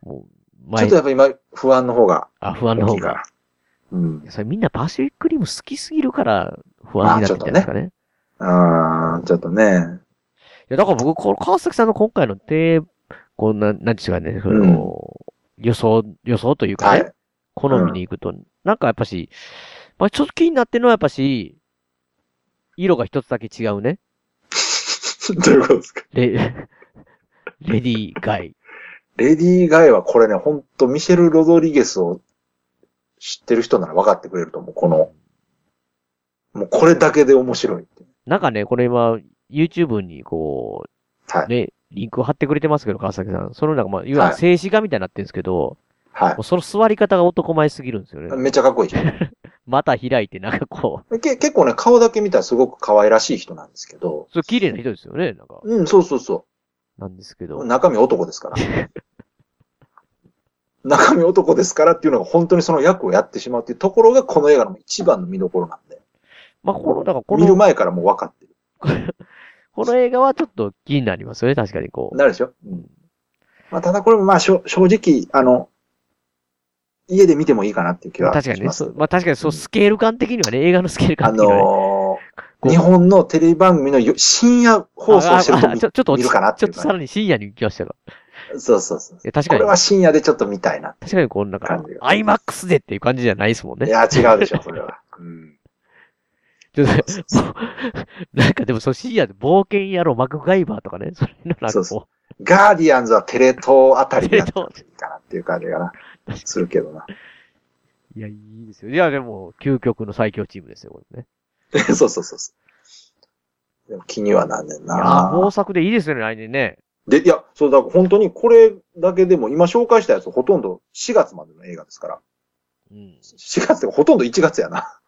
[SPEAKER 2] もう、
[SPEAKER 3] ちょ
[SPEAKER 2] 前
[SPEAKER 3] っと、やっぱ今不安の方が
[SPEAKER 2] あ、不安の
[SPEAKER 3] 大
[SPEAKER 2] 方
[SPEAKER 3] きいか
[SPEAKER 2] が。
[SPEAKER 3] ら。うん
[SPEAKER 2] い。やそれみんなパシフィックリム好きすぎるから不安になってんじゃないですかね。
[SPEAKER 3] あーちょっとね。
[SPEAKER 2] いや、だから僕、この川崎さんの今回のテーこんな、なんていうんですかね、
[SPEAKER 3] うん
[SPEAKER 2] その、予想、予想というか
[SPEAKER 3] は
[SPEAKER 2] ね、
[SPEAKER 3] い。
[SPEAKER 2] 好みに行くと、なんかやっぱし、まあちょっと気になってるのはやっぱし、色が一つだけ違うね。
[SPEAKER 3] どういうことですか
[SPEAKER 2] レ、 レディーガイ。
[SPEAKER 3] レディー・ガイはこれね、ほんとミシェル・ロドリゲスを知ってる人なら分かってくれると思う。この、もうこれだけで面白いって。
[SPEAKER 2] なんかね、これ今、YouTube にこ
[SPEAKER 3] は
[SPEAKER 2] う、
[SPEAKER 3] い。
[SPEAKER 2] ね、リンクを貼ってくれてますけど、川崎さん。そのなんか、まあ、いわゆ
[SPEAKER 3] は
[SPEAKER 2] る
[SPEAKER 3] い
[SPEAKER 2] 静止画みたいになってるんですけど、
[SPEAKER 3] は
[SPEAKER 2] もうその座り方が男前すぎるんですよ
[SPEAKER 3] い。
[SPEAKER 2] ね。
[SPEAKER 3] めっちゃかっこいいし。
[SPEAKER 2] また開いて、なんかこ
[SPEAKER 3] け結構ね、顔だけ見たらすごく可愛らしい人なんですけど
[SPEAKER 2] う、、そう綺麗な人ですよね、なんか。
[SPEAKER 3] うん、そうそうそ
[SPEAKER 2] なんですけど
[SPEAKER 3] う。。中身男ですから。 中身男ですからっていうのが本当にその役をやってしまうっていうところがこの映画の一番の見どころなんで。
[SPEAKER 2] まあ、この、だからこ
[SPEAKER 3] 見る
[SPEAKER 2] の、
[SPEAKER 3] 前からもう分かってる。
[SPEAKER 2] この映画はちょっと気になりますよね、確かにこう。
[SPEAKER 3] なるでしょうん。まあ、ただこれもまあ、しょ正直、あの、家で見てもいいかなっていう気は
[SPEAKER 2] 確
[SPEAKER 3] し
[SPEAKER 2] かにね、
[SPEAKER 3] ます。
[SPEAKER 2] そうまあ確かにそう、スケール感的にはね、映画のスケール感
[SPEAKER 3] あ
[SPEAKER 2] 的にはね、
[SPEAKER 3] の
[SPEAKER 2] こ
[SPEAKER 3] ー、
[SPEAKER 2] う
[SPEAKER 3] 日本のテレビ番組のよ深夜放送してる と
[SPEAKER 2] あああ
[SPEAKER 3] 見
[SPEAKER 2] ちょちょっと
[SPEAKER 3] 見
[SPEAKER 2] 落ち
[SPEAKER 3] るかなって
[SPEAKER 2] ち
[SPEAKER 3] い
[SPEAKER 2] ょっ
[SPEAKER 3] う
[SPEAKER 2] とさ
[SPEAKER 3] 感
[SPEAKER 2] らに深夜に行きましたが。
[SPEAKER 3] じ。そうそうそう
[SPEAKER 2] い。や、確
[SPEAKER 3] こ
[SPEAKER 2] か
[SPEAKER 3] れ
[SPEAKER 2] に、
[SPEAKER 3] は深夜でちょっと見たいな。
[SPEAKER 2] 確かにこう、なんか
[SPEAKER 3] 感じ、が
[SPEAKER 2] アイマックスでっていう感じじゃないですもん
[SPEAKER 3] い
[SPEAKER 2] ね。
[SPEAKER 3] や、違うでしょ、それは。うん。
[SPEAKER 2] ちょっともうなんかでも、そう、 深夜で冒険野郎、マクガイバーとかね、それのなん
[SPEAKER 3] そう
[SPEAKER 2] か
[SPEAKER 3] そ
[SPEAKER 2] こ
[SPEAKER 3] ガーディアンズはテレ東あたりになってもいいかなっていう感じがな、するけどな。
[SPEAKER 2] う、いや、いいですよ。いや、でも、究極の最強チームですよ、これね。
[SPEAKER 3] そうそうそうそう。でも気にはなんねん
[SPEAKER 2] いや、
[SPEAKER 3] な
[SPEAKER 2] 豊作でいいですよね、来年ね。
[SPEAKER 3] で、いや、そうだ、本当にこれだけでも、今紹介したやつほとんど4月までの映画ですから。
[SPEAKER 2] うん。
[SPEAKER 3] 4月ってほとんど1月やな。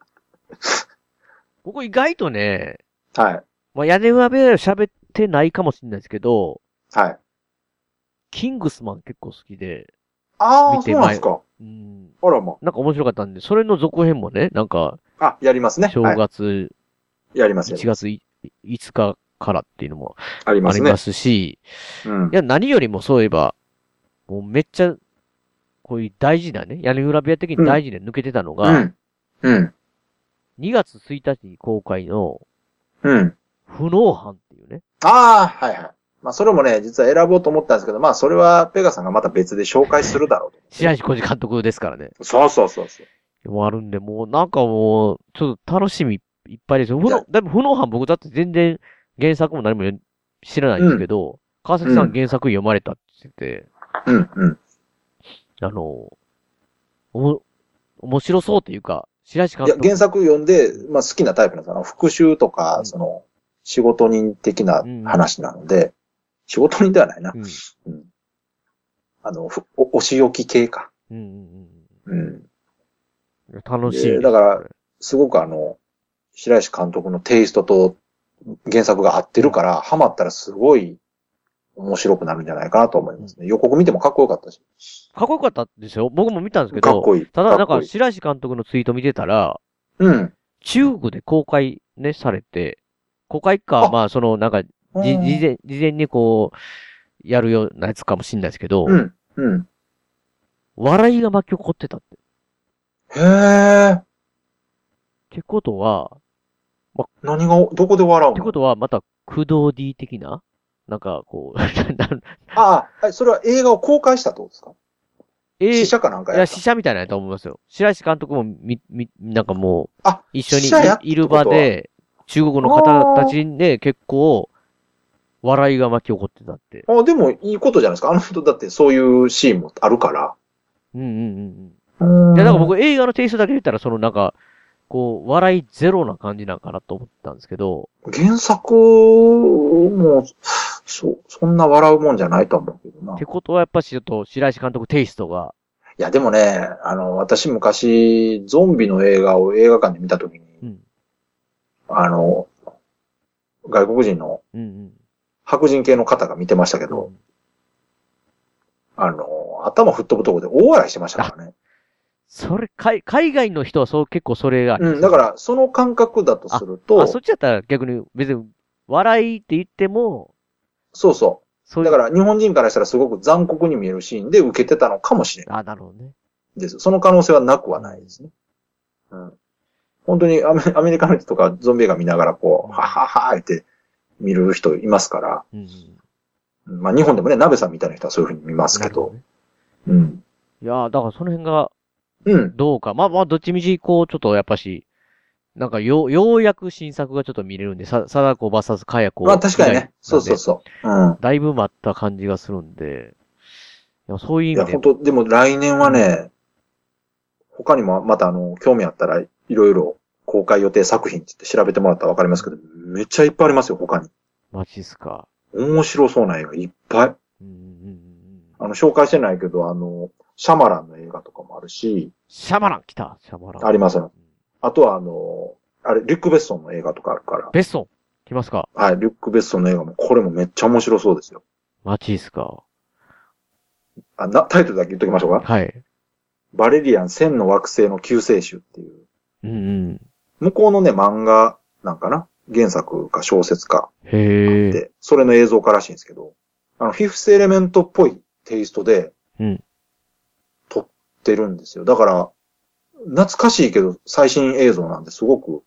[SPEAKER 2] ここ意外とね、
[SPEAKER 3] はい。
[SPEAKER 2] まあ、屋根裏部屋では喋ってないかもしれないですけど、
[SPEAKER 3] はい。
[SPEAKER 2] キングスマン結構好きで、
[SPEAKER 3] ああ、
[SPEAKER 2] 見
[SPEAKER 3] そ
[SPEAKER 2] て
[SPEAKER 3] うなんですか。
[SPEAKER 2] うん、
[SPEAKER 3] あらま
[SPEAKER 2] なんか面白かったんで、それの続編もね、なんか、
[SPEAKER 3] あ。あ、やりますね。
[SPEAKER 2] 正
[SPEAKER 3] はい。
[SPEAKER 2] 月、
[SPEAKER 3] やりますよ
[SPEAKER 2] 1。月い5日からっていうのも
[SPEAKER 3] ありま
[SPEAKER 2] あ
[SPEAKER 3] す
[SPEAKER 2] り
[SPEAKER 3] ね
[SPEAKER 2] ま。すし、
[SPEAKER 3] うん
[SPEAKER 2] い。や、何よりもそういえば、もうめっちゃ、こういう大事なね、屋根裏部屋的に大事で抜けてたの
[SPEAKER 3] う
[SPEAKER 2] が、
[SPEAKER 3] ん。うん。
[SPEAKER 2] 2月1日に公開の、
[SPEAKER 3] うん。
[SPEAKER 2] 不能犯っていうね。
[SPEAKER 3] ああ、はいはい。まあ、それもね、実は選ぼうと思ったんですけど、まあ、それは、ペガさんがまた別で紹介するだろう
[SPEAKER 2] 白石浩二監督ですからね。
[SPEAKER 3] と。そうそうそうそう。
[SPEAKER 2] もあるんで、もうなんかもう、ちょっと楽しみいっぱいですよ。不
[SPEAKER 3] い
[SPEAKER 2] 能
[SPEAKER 3] や、
[SPEAKER 2] だいぶ不能犯僕だって全然原作も何も知らないんですけど、川崎さ
[SPEAKER 3] うん
[SPEAKER 2] ん原作読まれたって言ってて、
[SPEAKER 3] うん、うん。
[SPEAKER 2] あの、おも、面白そうというか、白石監
[SPEAKER 3] いや、
[SPEAKER 2] 督。
[SPEAKER 3] 原作読んで、まあ、好きなタイプなんですあの復讐とか、
[SPEAKER 2] うん
[SPEAKER 3] その、仕事人的な話なので、仕事人ではないな。
[SPEAKER 2] うん。
[SPEAKER 3] あの、ふお、お仕置き系か。
[SPEAKER 2] うんうん
[SPEAKER 3] うん。
[SPEAKER 2] うん。楽しいです。
[SPEAKER 3] でだからすごくあの、白石監督のテイストと原作が合ってるから、ハマったらすごい面白くなるんじゃないかなと思いますね。予告見てもかっこよかったし。
[SPEAKER 2] かっこよかったですよ。僕も見たんですけ
[SPEAKER 3] かっ
[SPEAKER 2] ど、
[SPEAKER 3] こいい。
[SPEAKER 2] ただなん
[SPEAKER 3] っこ
[SPEAKER 2] か
[SPEAKER 3] いい
[SPEAKER 2] 白石監督のツイート見てたら、
[SPEAKER 3] うん。
[SPEAKER 2] 中国で公開ね、されて、公開
[SPEAKER 3] あ
[SPEAKER 2] か、まあそのなんか、
[SPEAKER 3] うん
[SPEAKER 2] じ事前、事前にこう、やるようなやつかもしれないですけど、
[SPEAKER 3] うん。うん。
[SPEAKER 2] 笑いが巻き起こってたって。
[SPEAKER 3] へえ。
[SPEAKER 2] ってことは、
[SPEAKER 3] 何が、どこで笑うの
[SPEAKER 2] ってことは、また、駆動 D 的ななんか、こう、なん
[SPEAKER 3] ああ、はいそれは映画を公開したってことですか
[SPEAKER 2] え
[SPEAKER 3] 死者かなんか
[SPEAKER 2] い
[SPEAKER 3] や
[SPEAKER 2] や、
[SPEAKER 3] った
[SPEAKER 2] 死者みたいなんやと思いますよ。白石監督も、み、み、なんかもう、
[SPEAKER 3] あ
[SPEAKER 2] 一緒
[SPEAKER 3] 死者やったっ
[SPEAKER 2] に
[SPEAKER 3] て
[SPEAKER 2] いいる場で、中国の方たちで結構、笑いが巻き起こってたって。
[SPEAKER 3] あ、でもいいことじゃないですか。あの人だってそういうシーンもあるから。
[SPEAKER 2] うんうんうん
[SPEAKER 3] う
[SPEAKER 2] うんん。いや、なんか僕映画のテイストだけ言ったら、そのなんか、こう、笑いゼロな感じなんかなと思ったんですけど、
[SPEAKER 3] 原作も、そ、そんな笑うもんじゃないと思うけどな。
[SPEAKER 2] っ
[SPEAKER 3] い
[SPEAKER 2] てことはやっぱしちょっと白石監督テイストが、
[SPEAKER 3] や、でもね、あの、私昔、ゾンビの映画を映画館で見たときに、
[SPEAKER 2] うん、
[SPEAKER 3] あの、外国人の
[SPEAKER 2] うんうん。
[SPEAKER 3] 白人系の方が見てましたけど、あの、頭吹っ飛ぶとこで大笑いしてましたからね。
[SPEAKER 2] それ、海、海外の人はそう、結構それがあります
[SPEAKER 3] う
[SPEAKER 2] よね
[SPEAKER 3] ん、だから、その感覚だとすると、
[SPEAKER 2] あ、そっちだったら逆に別に、笑いって言っても、
[SPEAKER 3] そうそ
[SPEAKER 2] そう
[SPEAKER 3] う。
[SPEAKER 2] いう。
[SPEAKER 3] だから、日本人からしたらすごく残酷に見えるシーンで受けてたのかもしれない
[SPEAKER 2] ら。あ、なるほどね。
[SPEAKER 3] です。その可能性はなくはないですね。うん。本当にアメアメリカの人とかゾンビ映画見ながらこう、ははははって見る人いますから、
[SPEAKER 2] うんうん。
[SPEAKER 3] まあ日本でもね、鍋さんみたいな人はそういうふうに見ますけ
[SPEAKER 2] なるほ
[SPEAKER 3] ど、
[SPEAKER 2] ね。
[SPEAKER 3] うん。
[SPEAKER 2] いやーだからその辺が
[SPEAKER 3] うん。
[SPEAKER 2] どうか。まあまあ、どっちみち、こう、ちょっとやっぱし、なんかよう、ようやく新作がちょっと見れるんで、さ、貞子 VS かや子。
[SPEAKER 3] まあ確かにね、そうそう
[SPEAKER 2] う。
[SPEAKER 3] そう。うん。
[SPEAKER 2] だいぶ待った感じがするんで、いやそういう
[SPEAKER 3] い
[SPEAKER 2] 意
[SPEAKER 3] や、
[SPEAKER 2] 味で
[SPEAKER 3] 本、当でも来年はね、他にもまたあの、興味あったらいろいろ公開予定作品って言って調べてもらったらわかりますけど、めっちゃいっぱいありますよ、他に。
[SPEAKER 2] マジっすか。
[SPEAKER 3] 面白そうな映画いっぱ
[SPEAKER 2] う
[SPEAKER 3] い。
[SPEAKER 2] んうんうんうん。
[SPEAKER 3] あの、紹介してないけど、あの、シャマランの映画とかもあるし、
[SPEAKER 2] シャマラン来たシャマラン。
[SPEAKER 3] ありますよ
[SPEAKER 2] うん。
[SPEAKER 3] あとは、あの、あれ、リュック・ベッソンの映画とかあるから。
[SPEAKER 2] ベッソン来ますか
[SPEAKER 3] はい、リュック・ベッソンの映画も、これもめっちゃ面白そうですよ。
[SPEAKER 2] マジっすか。
[SPEAKER 3] あ、な、タイトルだけ言っときましょうか。
[SPEAKER 2] はい。
[SPEAKER 3] バレリアン千の惑星の救世主っていう。
[SPEAKER 2] うんうん。
[SPEAKER 3] 向こうのね、漫画なんかな原作か小説か
[SPEAKER 2] へえ。
[SPEAKER 3] で、それの映像化らしいんですけど、あの、フィフスエレメントっぽいテイストで、
[SPEAKER 2] うん
[SPEAKER 3] 撮ってるんですよ。だから、懐かしいけど、最新映像なんですごく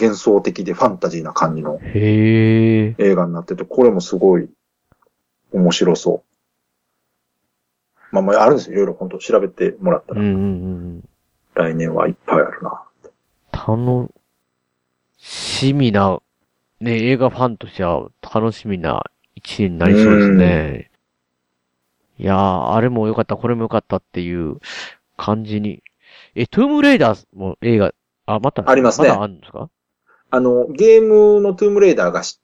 [SPEAKER 3] 幻想的でファンタジーな感じの
[SPEAKER 2] へえ。
[SPEAKER 3] 映画になってて、これもすごい面白そう。まあまあ、あるんですよ。いろいろ本当調べてもらった
[SPEAKER 2] うん
[SPEAKER 3] ら、
[SPEAKER 2] うんうん。
[SPEAKER 3] 来年はいっぱいあるな。
[SPEAKER 2] 楽しみな、ね、映画ファンとしては楽しみな一年になりそうですね。いやー、あれも良かった、これも良かったっていう感じに。え、トゥームレイダーも映画、あ、また、
[SPEAKER 3] ありますね
[SPEAKER 2] まだあるんですか
[SPEAKER 3] あの、ゲームのトゥームレイダーがし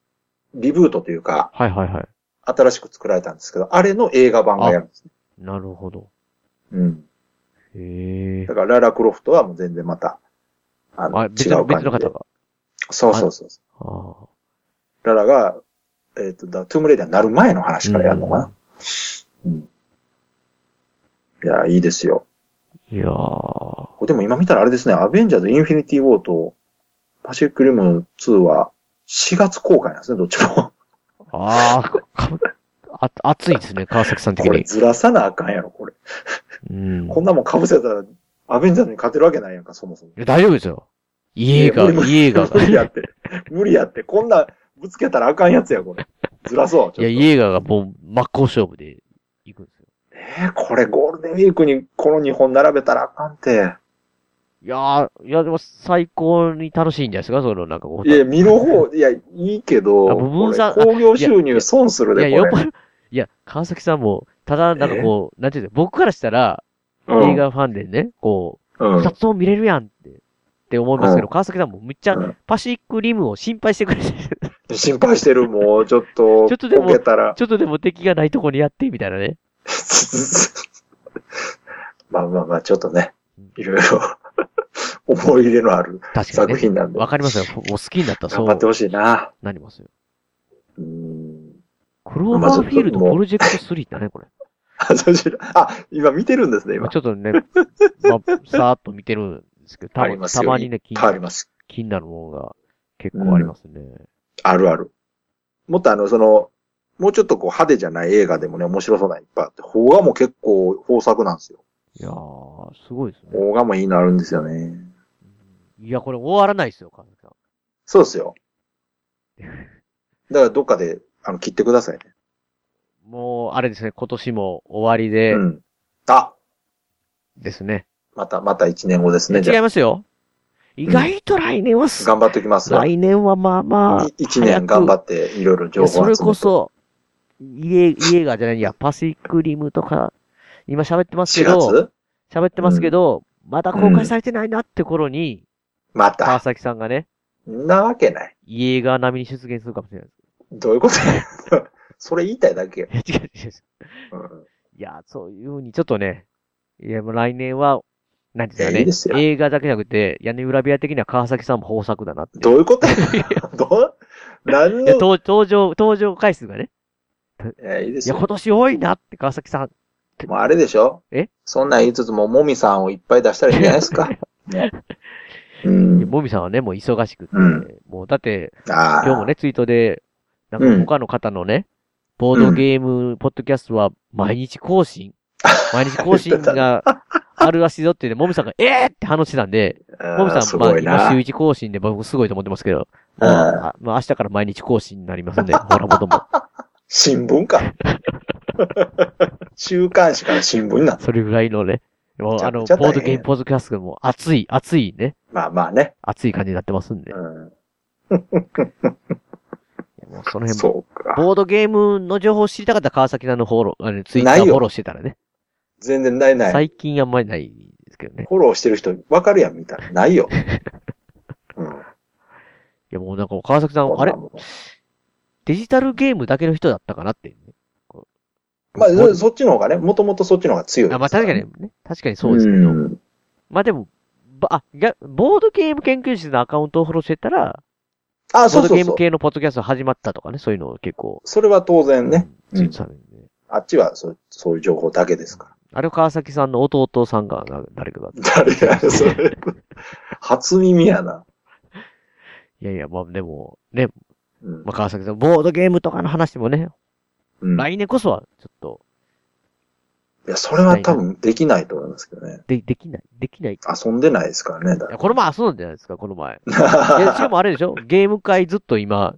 [SPEAKER 3] リブートというか、
[SPEAKER 2] はいはいはい。
[SPEAKER 3] 新しく作られたんですけど、あれの映画版がやるんですね。
[SPEAKER 2] なるほど。
[SPEAKER 3] うん。
[SPEAKER 2] へえ
[SPEAKER 3] だ。から、ララクロフトはもう全然また、あの、
[SPEAKER 2] あ、別
[SPEAKER 3] 違
[SPEAKER 2] の、
[SPEAKER 3] う
[SPEAKER 2] 別の
[SPEAKER 3] 感じ
[SPEAKER 2] 方
[SPEAKER 3] で。
[SPEAKER 2] が。
[SPEAKER 3] そうそうそう。
[SPEAKER 2] あ
[SPEAKER 3] ララが、えっ、と、だトゥームレイダーになる前の
[SPEAKER 2] あ。
[SPEAKER 3] 話からやるのかな。いや、いいです
[SPEAKER 2] う
[SPEAKER 3] よ。
[SPEAKER 2] んいやー。
[SPEAKER 3] でも今見たらあれですね、アベンジャーズ・インフィニティ・ウォーとパシフィック・リム2は4月公開なんですね、どっちも。
[SPEAKER 2] あーか、あ、熱いですね、川崎さん的
[SPEAKER 3] これ
[SPEAKER 2] に。
[SPEAKER 3] ずらさなあかんやろ、これ。
[SPEAKER 2] うん。
[SPEAKER 3] こんなもん被せたら、アベンジャーズに勝てるわけないやんか、そもそも
[SPEAKER 2] い。や大丈夫ですよ。いい映
[SPEAKER 3] い
[SPEAKER 2] 画、
[SPEAKER 3] や無
[SPEAKER 2] いい映画
[SPEAKER 3] 無
[SPEAKER 2] が。
[SPEAKER 3] 理やっ
[SPEAKER 2] い
[SPEAKER 3] て。無理やって。こんな、ぶつけたらあかんやつや、これ。ずらそう。ちょっと
[SPEAKER 2] や、いい映画がもう真っ向勝負で行くんですよ。
[SPEAKER 3] えーこれゴールデンウィークにこの2本並べたらあかんて。
[SPEAKER 2] いやー、いや、でも最高に楽しいんじゃないですか、その、なんかこう。
[SPEAKER 3] いや、見の方、いや、いいけ
[SPEAKER 2] あ
[SPEAKER 3] ど、
[SPEAKER 2] 部分
[SPEAKER 3] こ
[SPEAKER 2] さ
[SPEAKER 3] れ興行収
[SPEAKER 2] いや
[SPEAKER 3] 入損する
[SPEAKER 2] いや、
[SPEAKER 3] で、
[SPEAKER 2] よ
[SPEAKER 3] こ
[SPEAKER 2] っぽ
[SPEAKER 3] れ。
[SPEAKER 2] ど、いや、川崎さんも、ただ、なんかこう、なんていうの、僕からしたら、
[SPEAKER 3] うん
[SPEAKER 2] 映画ファンでね、こ
[SPEAKER 3] う
[SPEAKER 2] う、
[SPEAKER 3] ん
[SPEAKER 2] 二つとも見れるやんって、って思いますけど、
[SPEAKER 3] う
[SPEAKER 2] 川崎さんもむっちゃ
[SPEAKER 3] うん、
[SPEAKER 2] パシフィックリムを心配してくれてる。
[SPEAKER 3] 心配してる、もう、ちょっと、
[SPEAKER 2] ちょっとでも
[SPEAKER 3] こけたら。
[SPEAKER 2] ちょっとでも敵がないとこにやって、みたいなね。
[SPEAKER 3] まあまあまあ、ちょっとね、いろいろ、思い入れのある
[SPEAKER 2] 確かに
[SPEAKER 3] 作
[SPEAKER 2] ね。
[SPEAKER 3] 品なんで
[SPEAKER 2] わ、。かりますよ。もう好きになったらそ
[SPEAKER 3] 頑張って
[SPEAKER 2] う
[SPEAKER 3] ほしいな。
[SPEAKER 2] なりますよ。
[SPEAKER 3] うん。
[SPEAKER 2] クローバーフィールドプロジェクト3だね、これ。
[SPEAKER 3] あ、そうしろあ、今見てるんですね、
[SPEAKER 2] まあ
[SPEAKER 3] 今。
[SPEAKER 2] ちょっと ね、まあ、さーっと見てるんですけど、た
[SPEAKER 3] あります
[SPEAKER 2] た
[SPEAKER 3] よ
[SPEAKER 2] まにね、気に
[SPEAKER 3] いっぱいあります。
[SPEAKER 2] 気になるものが結構ありますね。
[SPEAKER 3] あるある。もっとあの、その、もうちょっとこう派手じゃない映画でもね、面白そうなのいっぱいあって、邦画も結構豊作なんですよ。
[SPEAKER 2] いやー、すごいですね。
[SPEAKER 3] 邦画もいいのあるんですよね。
[SPEAKER 2] いや、これ終わらないですよ、川崎さん。
[SPEAKER 3] そうで すよ。だからどっかで、あの、切ってくださいね。
[SPEAKER 2] もう、あれですね、今年も終わりで、
[SPEAKER 3] うん。あ、
[SPEAKER 2] ですね。
[SPEAKER 3] また、また1年後ですね、じ
[SPEAKER 2] 違い
[SPEAKER 3] ゃあ。
[SPEAKER 2] ますよ。意外と来年はす、
[SPEAKER 3] 頑張ってきますよ。
[SPEAKER 2] 来年はまあまあ、
[SPEAKER 3] 1年頑張っていろいろ情報を集
[SPEAKER 2] そ
[SPEAKER 3] めて。
[SPEAKER 2] れこそ、家、家がじゃない、いや、パシフィックリムとか、今喋ってますけ
[SPEAKER 3] 4
[SPEAKER 2] ど、
[SPEAKER 3] 月
[SPEAKER 2] 喋ってますけど、まだ公開されてないなって頃に、
[SPEAKER 3] ま
[SPEAKER 2] 川
[SPEAKER 3] た。
[SPEAKER 2] 崎さんがね、
[SPEAKER 3] なわけない。
[SPEAKER 2] 家が並みに出現するかもしれないで
[SPEAKER 3] どういうこと だよそれ言いたいだけよ。
[SPEAKER 2] す。いや違う違う違う。
[SPEAKER 3] うん
[SPEAKER 2] いや、そういうふうに、ちょっとね、いや、もう来年は、なんていうん
[SPEAKER 3] いいで
[SPEAKER 2] です
[SPEAKER 3] す
[SPEAKER 2] か
[SPEAKER 3] よ
[SPEAKER 2] ね、映画だけじゃなくて、屋根裏部屋的には川崎さんも豊作だなって。
[SPEAKER 3] どういうことやどう何
[SPEAKER 2] いや、
[SPEAKER 3] の
[SPEAKER 2] 登登場、登場回数がね、
[SPEAKER 3] いや、いいで
[SPEAKER 2] い
[SPEAKER 3] す
[SPEAKER 2] や、
[SPEAKER 3] よ。
[SPEAKER 2] 今年多いなって川崎さん。
[SPEAKER 3] もうあれでしょ
[SPEAKER 2] え
[SPEAKER 3] そんなん言いつつも、もみさんをいっぱい出したらいいんじゃないです か。ねう
[SPEAKER 2] いや
[SPEAKER 3] ん。
[SPEAKER 2] もみさんはね、もう忙しくて、
[SPEAKER 3] うん
[SPEAKER 2] もうだって、
[SPEAKER 3] ああ。
[SPEAKER 2] 今日もね、ツイートで、なん
[SPEAKER 3] う
[SPEAKER 2] か
[SPEAKER 3] ん
[SPEAKER 2] 他の方のね、ボードゲーム、ポッドキャストは毎日更 新、毎日更新があるらしいぞってね、もみさんが、ええって話してたんで、
[SPEAKER 3] あー
[SPEAKER 2] もみさ
[SPEAKER 3] す
[SPEAKER 2] ん、ま
[SPEAKER 3] ご
[SPEAKER 2] あ、
[SPEAKER 3] い
[SPEAKER 2] 今
[SPEAKER 3] な
[SPEAKER 2] 週。一更新で僕すごいと思ってますけど、
[SPEAKER 3] うん
[SPEAKER 2] まあ、あまあ明日から毎日更新になり ますんで、ほらもとも。
[SPEAKER 3] 新 聞か。週刊誌から新聞なん
[SPEAKER 2] それぐらいのね、もうあの、
[SPEAKER 3] めちゃくちゃ
[SPEAKER 2] ボ
[SPEAKER 3] 大
[SPEAKER 2] ード
[SPEAKER 3] 変
[SPEAKER 2] ゲームポッドキャストも熱い、熱いね、
[SPEAKER 3] まあまあね。
[SPEAKER 2] 熱い感じになってますんで。
[SPEAKER 3] う
[SPEAKER 2] もうその辺
[SPEAKER 3] ん。
[SPEAKER 2] も。
[SPEAKER 3] そうか。
[SPEAKER 2] ボードゲームの情報を知りたかったら川崎さんのフォロー、あの、ツイッタ
[SPEAKER 3] ない
[SPEAKER 2] ー
[SPEAKER 3] よ
[SPEAKER 2] フォローしてたらね。
[SPEAKER 3] 全然ないない。
[SPEAKER 2] 最近あんまりないですけどね。
[SPEAKER 3] フォローしてる人わかるやん、みたいな。ない よ。うん。
[SPEAKER 2] いやもうなんか川崎さん、あれ
[SPEAKER 3] こんなもん
[SPEAKER 2] デジタルゲームだけの人だったかなっていうね、
[SPEAKER 3] まあ、
[SPEAKER 2] ボード
[SPEAKER 3] そそっちの方がね、もともとそっちの方が強いです
[SPEAKER 2] あ
[SPEAKER 3] ら。
[SPEAKER 2] まあ確かにね、確かにそうですけど。
[SPEAKER 3] ん
[SPEAKER 2] まあでも、ば、あ、がボードゲーム研究室のアカウントをフォローしてたら、
[SPEAKER 3] あ、
[SPEAKER 2] ボ
[SPEAKER 3] そ
[SPEAKER 2] ー
[SPEAKER 3] う
[SPEAKER 2] ド
[SPEAKER 3] そ
[SPEAKER 2] ゲ
[SPEAKER 3] う
[SPEAKER 2] ー
[SPEAKER 3] そ
[SPEAKER 2] ム
[SPEAKER 3] う。
[SPEAKER 2] 系のポッドキャスト始まったとかね、そういうのを結構、
[SPEAKER 3] それは当然ね。
[SPEAKER 2] ツイートされるんで。
[SPEAKER 3] あっちはそそういう情報だけですか
[SPEAKER 2] あれを川崎さんの弟さんがな誰かが。
[SPEAKER 3] ら。誰やそれ。初耳やな。
[SPEAKER 2] いやいや、まあでも、ね、
[SPEAKER 3] うん
[SPEAKER 2] まあ、川崎さん、ボードゲームとかの話もね、
[SPEAKER 3] うん。い
[SPEAKER 2] 来年こそはちょっと、
[SPEAKER 3] や、それは多分できないと思いますけどね。
[SPEAKER 2] で、できない、できない。い
[SPEAKER 3] 遊んでないですからね。だ
[SPEAKER 2] やこの前遊んだじゃないですか、この前。いや、しか
[SPEAKER 3] か
[SPEAKER 2] もあれでし ょゲーム会ずっと今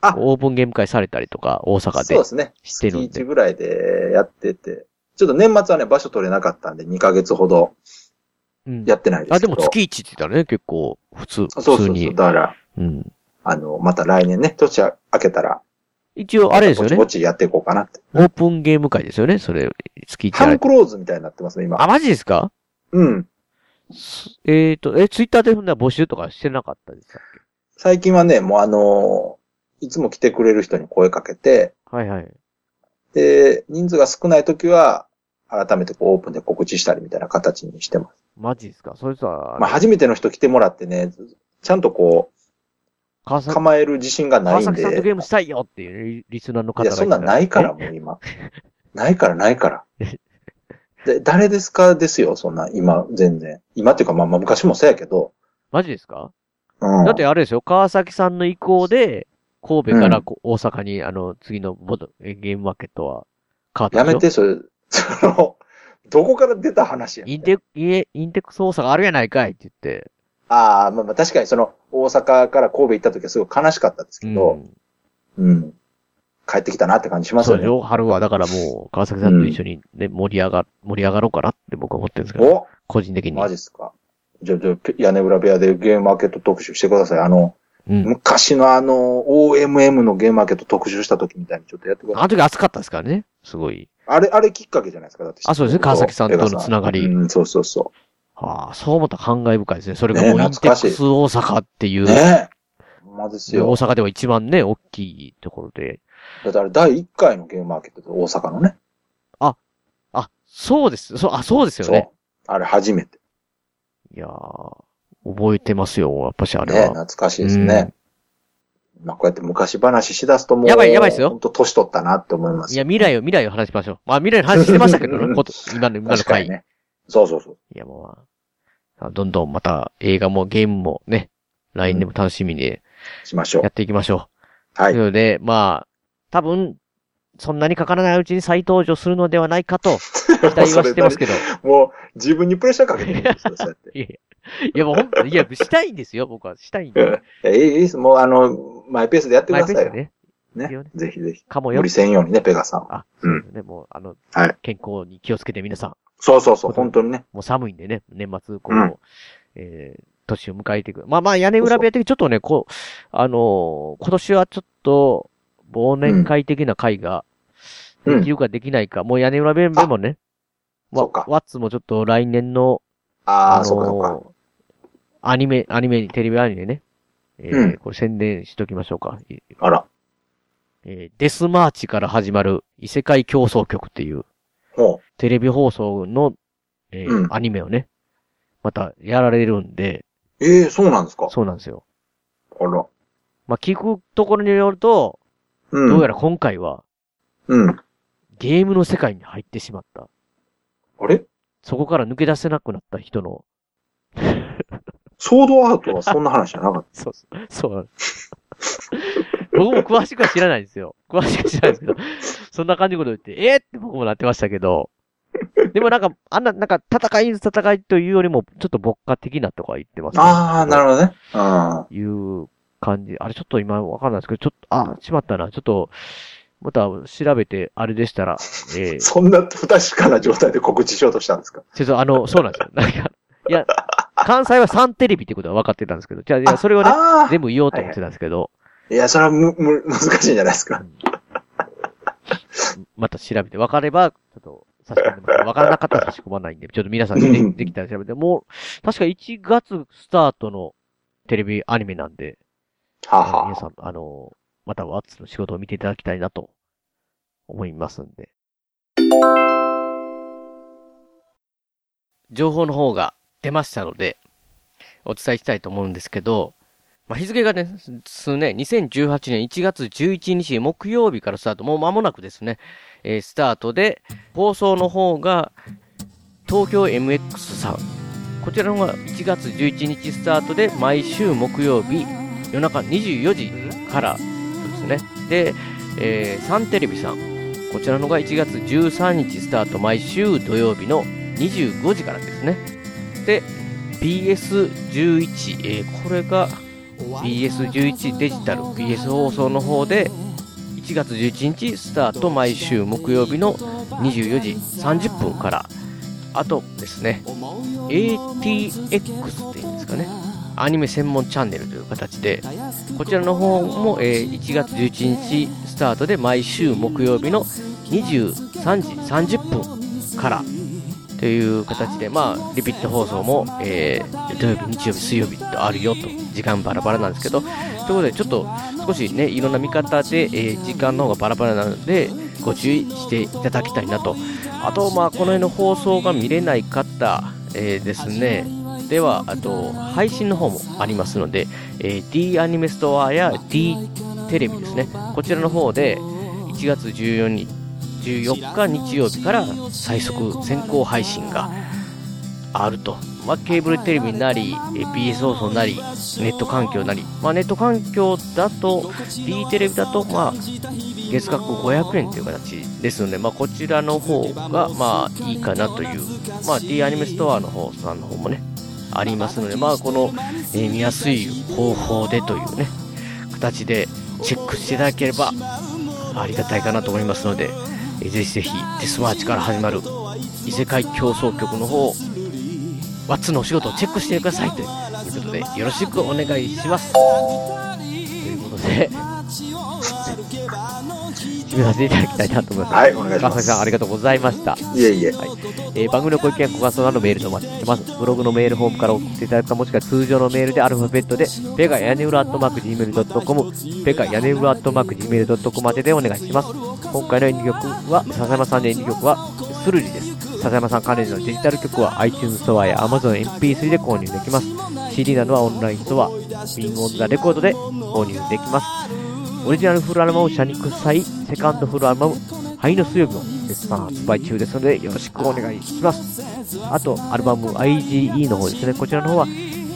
[SPEAKER 3] あ、
[SPEAKER 2] オープンゲーム会されたりとか、大
[SPEAKER 3] ら
[SPEAKER 2] 阪
[SPEAKER 3] そ
[SPEAKER 2] で
[SPEAKER 3] うで。すね。
[SPEAKER 2] して
[SPEAKER 3] 月
[SPEAKER 2] るんで
[SPEAKER 3] 1ぐらいでやってて。ちょっと年末はね、場所取れなかったんで、2ヶ月ほど
[SPEAKER 2] うん。
[SPEAKER 3] やってないで
[SPEAKER 2] あ、
[SPEAKER 3] すけ
[SPEAKER 2] で
[SPEAKER 3] ど。
[SPEAKER 2] も月1って言ったらね、結構、普通、
[SPEAKER 3] あそう
[SPEAKER 2] 普通
[SPEAKER 3] そうそう。
[SPEAKER 2] に
[SPEAKER 3] だ。から、
[SPEAKER 2] うん。
[SPEAKER 3] あの、また来年ね、年明けたら、
[SPEAKER 2] 一応、あれですよね
[SPEAKER 3] ぼ。ちぼちやっていこうかなって。
[SPEAKER 2] オープンゲーム会ですよね、それ、月1
[SPEAKER 3] ハ
[SPEAKER 2] やられ
[SPEAKER 3] ム
[SPEAKER 2] て
[SPEAKER 3] クローズみたいになってますね、今。
[SPEAKER 2] あ、マジですか
[SPEAKER 3] うん。
[SPEAKER 2] すえっ、と、え、ツイッターで踏んだら募集とかしてなかったですか
[SPEAKER 3] 最近はね、もうあのーいつも来てくれる人に声かけて、
[SPEAKER 2] はいはい。
[SPEAKER 3] で、人数が少ない時は、改めてこうオープンで告知したりみたいな形にしてます。
[SPEAKER 2] マジですかそれさ、
[SPEAKER 3] まあ、初めての人来てもらってね、ちゃんとこ
[SPEAKER 2] 川
[SPEAKER 3] う、
[SPEAKER 2] 崎
[SPEAKER 3] 構える自信がな
[SPEAKER 2] 川
[SPEAKER 3] いん
[SPEAKER 2] 崎
[SPEAKER 3] で。
[SPEAKER 2] さんと
[SPEAKER 3] い
[SPEAKER 2] ゲームしたいよっていうリリスナーの方が
[SPEAKER 3] や、そんなんないから、。もう 今。ないから、ないから。で、誰ですかですよ、そんなん、今、全然。今っていうか、まあ、まあ、昔もそうやけど。
[SPEAKER 2] マジですか、
[SPEAKER 3] うん。
[SPEAKER 2] だってあれですよ、川崎さんの意向で、神戸からこう大阪に、あの、次のボドえゲームマーケットは変わった
[SPEAKER 3] や
[SPEAKER 2] でし
[SPEAKER 3] め
[SPEAKER 2] ょ
[SPEAKER 3] て、それ、その、どこから出た話やねん
[SPEAKER 2] インテイエインテックス大阪あるやないかいって言って。
[SPEAKER 3] ああ、まあまあ確かにその、大阪から神戸行った時はすごい悲しかったですけど、
[SPEAKER 2] ん。
[SPEAKER 3] うん。帰ってきたなって感じします
[SPEAKER 2] そう
[SPEAKER 3] よ
[SPEAKER 2] で
[SPEAKER 3] ね
[SPEAKER 2] し。ょ春はだからもう、川崎さんと一緒にね、盛り上が、盛り上がろうかなって僕は思ってるんですけど、
[SPEAKER 3] お
[SPEAKER 2] 個人的に。
[SPEAKER 3] マジっすか。じゃあ、じゃあ、ペ屋根裏部屋でゲームマーケット特集してください。あの、
[SPEAKER 2] うん。
[SPEAKER 3] 昔のあの、OMM のゲームマーケット特集した時みたいにちょっとやってくだ
[SPEAKER 2] あ
[SPEAKER 3] さ
[SPEAKER 2] の
[SPEAKER 3] い。
[SPEAKER 2] 時暑かったですからね。すごい。
[SPEAKER 3] あれ、あれきっかけじゃないですか。だって
[SPEAKER 2] あそうですね川崎さんとの
[SPEAKER 3] ペガ
[SPEAKER 2] つながり
[SPEAKER 3] うん、そうそうそ
[SPEAKER 2] ああ、そう思ったら感慨深いですね。それが
[SPEAKER 3] ねえ
[SPEAKER 2] もうインテッ
[SPEAKER 3] 懐かしい。
[SPEAKER 2] クス大阪っていうう、
[SPEAKER 3] ねえ。ほんまです
[SPEAKER 2] 大
[SPEAKER 3] よ。
[SPEAKER 2] 阪では一番ね、大きいところで。
[SPEAKER 3] だってあれ、第1回のゲームマーケットって大阪のね。
[SPEAKER 2] あ、そうです。そう、あ、そうですよ
[SPEAKER 3] そう
[SPEAKER 2] ね。。
[SPEAKER 3] あれ、初めて。
[SPEAKER 2] いやー、覚えてますよ。やっぱしあれ
[SPEAKER 3] ね
[SPEAKER 2] は。
[SPEAKER 3] 懐かしいですね。まあ、こうやって昔話しだすともう、
[SPEAKER 2] やばいやばいですよ
[SPEAKER 3] 本当年取ったなって思います。
[SPEAKER 2] いや、未来を、未来を話しましょう。まあ、未来の話してましたけど
[SPEAKER 3] う
[SPEAKER 2] ね、
[SPEAKER 3] ん
[SPEAKER 2] こと今の、今の
[SPEAKER 3] 確か
[SPEAKER 2] 回。
[SPEAKER 3] にね。そうそうそう。
[SPEAKER 2] いや、もう、あどんどんまた映画もゲームもね、LINE でも楽しみに
[SPEAKER 3] しましょ
[SPEAKER 2] や
[SPEAKER 3] う
[SPEAKER 2] っ。ていきましょう。
[SPEAKER 3] は
[SPEAKER 2] と
[SPEAKER 3] い。
[SPEAKER 2] いうので、まあ、多分、そんなにかからないうちに再登場するのではないか と、期待はしてますけど。
[SPEAKER 3] もう、自分にプレッシャーかけてるんですよ、そうやって。
[SPEAKER 2] いや、もう本当にいや、したいんですよ、僕は。したいんで。
[SPEAKER 3] うんえいいです。もう、あの、マイペースでやってく
[SPEAKER 2] マイ
[SPEAKER 3] だ
[SPEAKER 2] ペ
[SPEAKER 3] さい
[SPEAKER 2] ース
[SPEAKER 3] よ。
[SPEAKER 2] でね。
[SPEAKER 3] ね
[SPEAKER 2] いいよね
[SPEAKER 3] ぜひぜひ。
[SPEAKER 2] かも
[SPEAKER 3] 無
[SPEAKER 2] よ
[SPEAKER 3] 理。せんようにね、ペガさんは。
[SPEAKER 2] あ、
[SPEAKER 3] う
[SPEAKER 2] そ
[SPEAKER 3] ん
[SPEAKER 2] うですね。もう、あの
[SPEAKER 3] はい、
[SPEAKER 2] 健康に気をつけて皆さん。
[SPEAKER 3] そうそうそう、本当にね。
[SPEAKER 2] もう寒いんでね、年末、こう、
[SPEAKER 3] うん
[SPEAKER 2] えー、年を迎えていく。まあまあ、屋根裏部屋的にちょっとね、こう、あのー今年はちょっと、忘年会的な会が、
[SPEAKER 3] う
[SPEAKER 2] でき
[SPEAKER 3] ん。
[SPEAKER 2] るかできないか、もう屋根裏部屋でもね、
[SPEAKER 3] そ
[SPEAKER 2] わ
[SPEAKER 3] うか
[SPEAKER 2] ワッツもちょっと来年の、
[SPEAKER 3] あ
[SPEAKER 2] の
[SPEAKER 3] あ、
[SPEAKER 2] ー
[SPEAKER 3] そうかそうか。
[SPEAKER 2] アニメ、アニメに、テレビアニメね、えー
[SPEAKER 3] うん
[SPEAKER 2] これ宣伝しときましょうか。い
[SPEAKER 3] あら。
[SPEAKER 2] えーデスマーチから始まる異世界競争曲っていう
[SPEAKER 3] も
[SPEAKER 2] テレビ放送の、えー
[SPEAKER 3] うん
[SPEAKER 2] アニメをね、またやられるんで、
[SPEAKER 3] う、ええそうなんですか。
[SPEAKER 2] そうなんですよ。
[SPEAKER 3] あら。
[SPEAKER 2] まあ、聞くところによると、
[SPEAKER 3] うん。
[SPEAKER 2] どうやら今回は
[SPEAKER 3] うん。
[SPEAKER 2] ゲームの世界に入ってしまった。
[SPEAKER 3] あれ
[SPEAKER 2] そこから抜け出せなくなった人の、
[SPEAKER 3] ソードアートはそんな話じゃなかっ
[SPEAKER 2] そう、そうなんです。僕も詳しくは知らないんですよ。詳しくは知らないですけど、そんな感じのこと言って、えー、って僕もなってましたけど、でもなんか、あんな、なんか、戦い、戦いというよりも、ちょっと牧歌的なとか言ってます、
[SPEAKER 3] た。ああ、な
[SPEAKER 2] ほ
[SPEAKER 3] るほどね。あ
[SPEAKER 2] ど。いう感じ。あれ、ちょっと今わかんないですけど、ちょっと、あ、しまったな。ちょっと、また調べて、あれでしたら、えー
[SPEAKER 3] あ。、そんな不確かな状態で告知しようとしたんですか。
[SPEAKER 2] 先生、あの、そうなんですよ。なんか、いや、関西はサンテレビってことは分かってたんですけど、じゃあいや、それをね、
[SPEAKER 3] ああ。
[SPEAKER 2] 全部言おうと思ってたんですけど、
[SPEAKER 3] いや、それはむ、む、難しいんじゃないですか。
[SPEAKER 2] また調べて分かれば、ちょっと差し込んでます。分からなかったら差し込まないんで、ちょっと皆さん
[SPEAKER 3] う
[SPEAKER 2] で
[SPEAKER 3] ん
[SPEAKER 2] できたら調べて、もう、確か1月スタートのテレビアニメなんで、
[SPEAKER 3] はあ
[SPEAKER 2] 皆
[SPEAKER 3] はあ。
[SPEAKER 2] さん、あの、またワッツの仕事を見ていただきたいなと思いますんで。情報の方が出ましたので、お伝えしたいと思うんですけど、まあ、日付がね、すね、2018年1月11日木曜日からスタート、もう間もなくですね、えースタートで、放送の方が東京 MX さん。こちらの方が1月11日スタートで、毎週木曜日夜中24時からですね。で、えーサンテレビさん。こちらのが1月13日スタート、毎週土曜日の25時からですね。で、BS11、えーこれが BS11 デジタル、BS 放送の方で、1月11日スタート、毎週木曜日の24時30分から。あとですね、ATX っていうんですかね。アニメ専門チャンネルという形で、こちらの方も、えー1月11日スタートで毎週木曜日の23時30分からという形で、まあ、リピット放送も、えー土曜日、日曜日、水曜日とあるよと、時間バラバラなんですけど、ということで、ちょっと少しね、いろんな見方で、えー時間の方がバラバラなので、ご注意していただきたいなと。あと、まあ、この辺の放送が見れない方、えーですね、では、あと、配信の方もありますので、えー D アニメストアや D テレビですね、こちらの方で1月14日14日日曜日から最速先行配信があると、まあ、ケーブルテレビなり、えー BS 放送なり、ネット環境なり、まあ、ネット環境だと、D テレビだと、まあ、月額500円という形ですので、まあ、こちらの方がまあいいかなという、まあ、D アニメストアの方さんの方もね、ありますので、まあ、この、えー見やすい方法でというね、形でチェックしていただければありがたいかなと思いますので、えーぜひぜひ、デスマーチから始まる異世界競争曲の方、ワッツのお仕事をチェックしてくださいということで、よろしくお願いします。ということで、 決めさせていただきたいなと思います。
[SPEAKER 3] はいお願いしま
[SPEAKER 2] 川
[SPEAKER 3] す
[SPEAKER 2] 崎さん、ありがとうございました。
[SPEAKER 3] いえいえ。
[SPEAKER 2] えー番組のご意見、ご感想などメールでお待ちしてます。ブログのメールフォームから送っていただくか、もしくは通常のメールでアルファベットで、ペガ屋根裏アットマーク Gmail.com、ペガ屋根裏アットマーク Gmail.com 宛てでお願いします。今回の演技曲は、笹山さんの演技曲は、スルリです。笹山さん関連のデジタル曲は iTunes ストアや Amazon MP3 で購入できます。CD などはオンラインストア、ビンゴンザレコードで購入できます。オリジナルフルアルバムを社に臭い、セカンドフルアルバム、灰の水曜日も絶賛発売中ですので、よろしくお願いします。あと、アルバム IGE の方ですね、こちらの方は、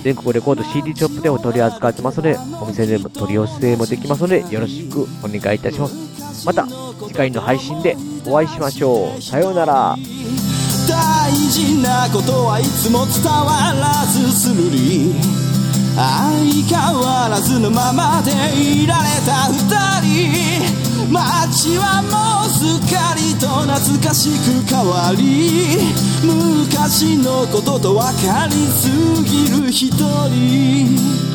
[SPEAKER 2] 全国レコード CD ショップでも取り扱ってますので、お店でも取り寄せもできますので、よろしくお願いいたします。また、次回の配信でお会いしましょう。さようなら。
[SPEAKER 1] 大事なことはいつも伝わらずするり相変わらずのままでいられた二人街はもうすっかりと馴懐かしく変わり昔のことと分かりすぎる一人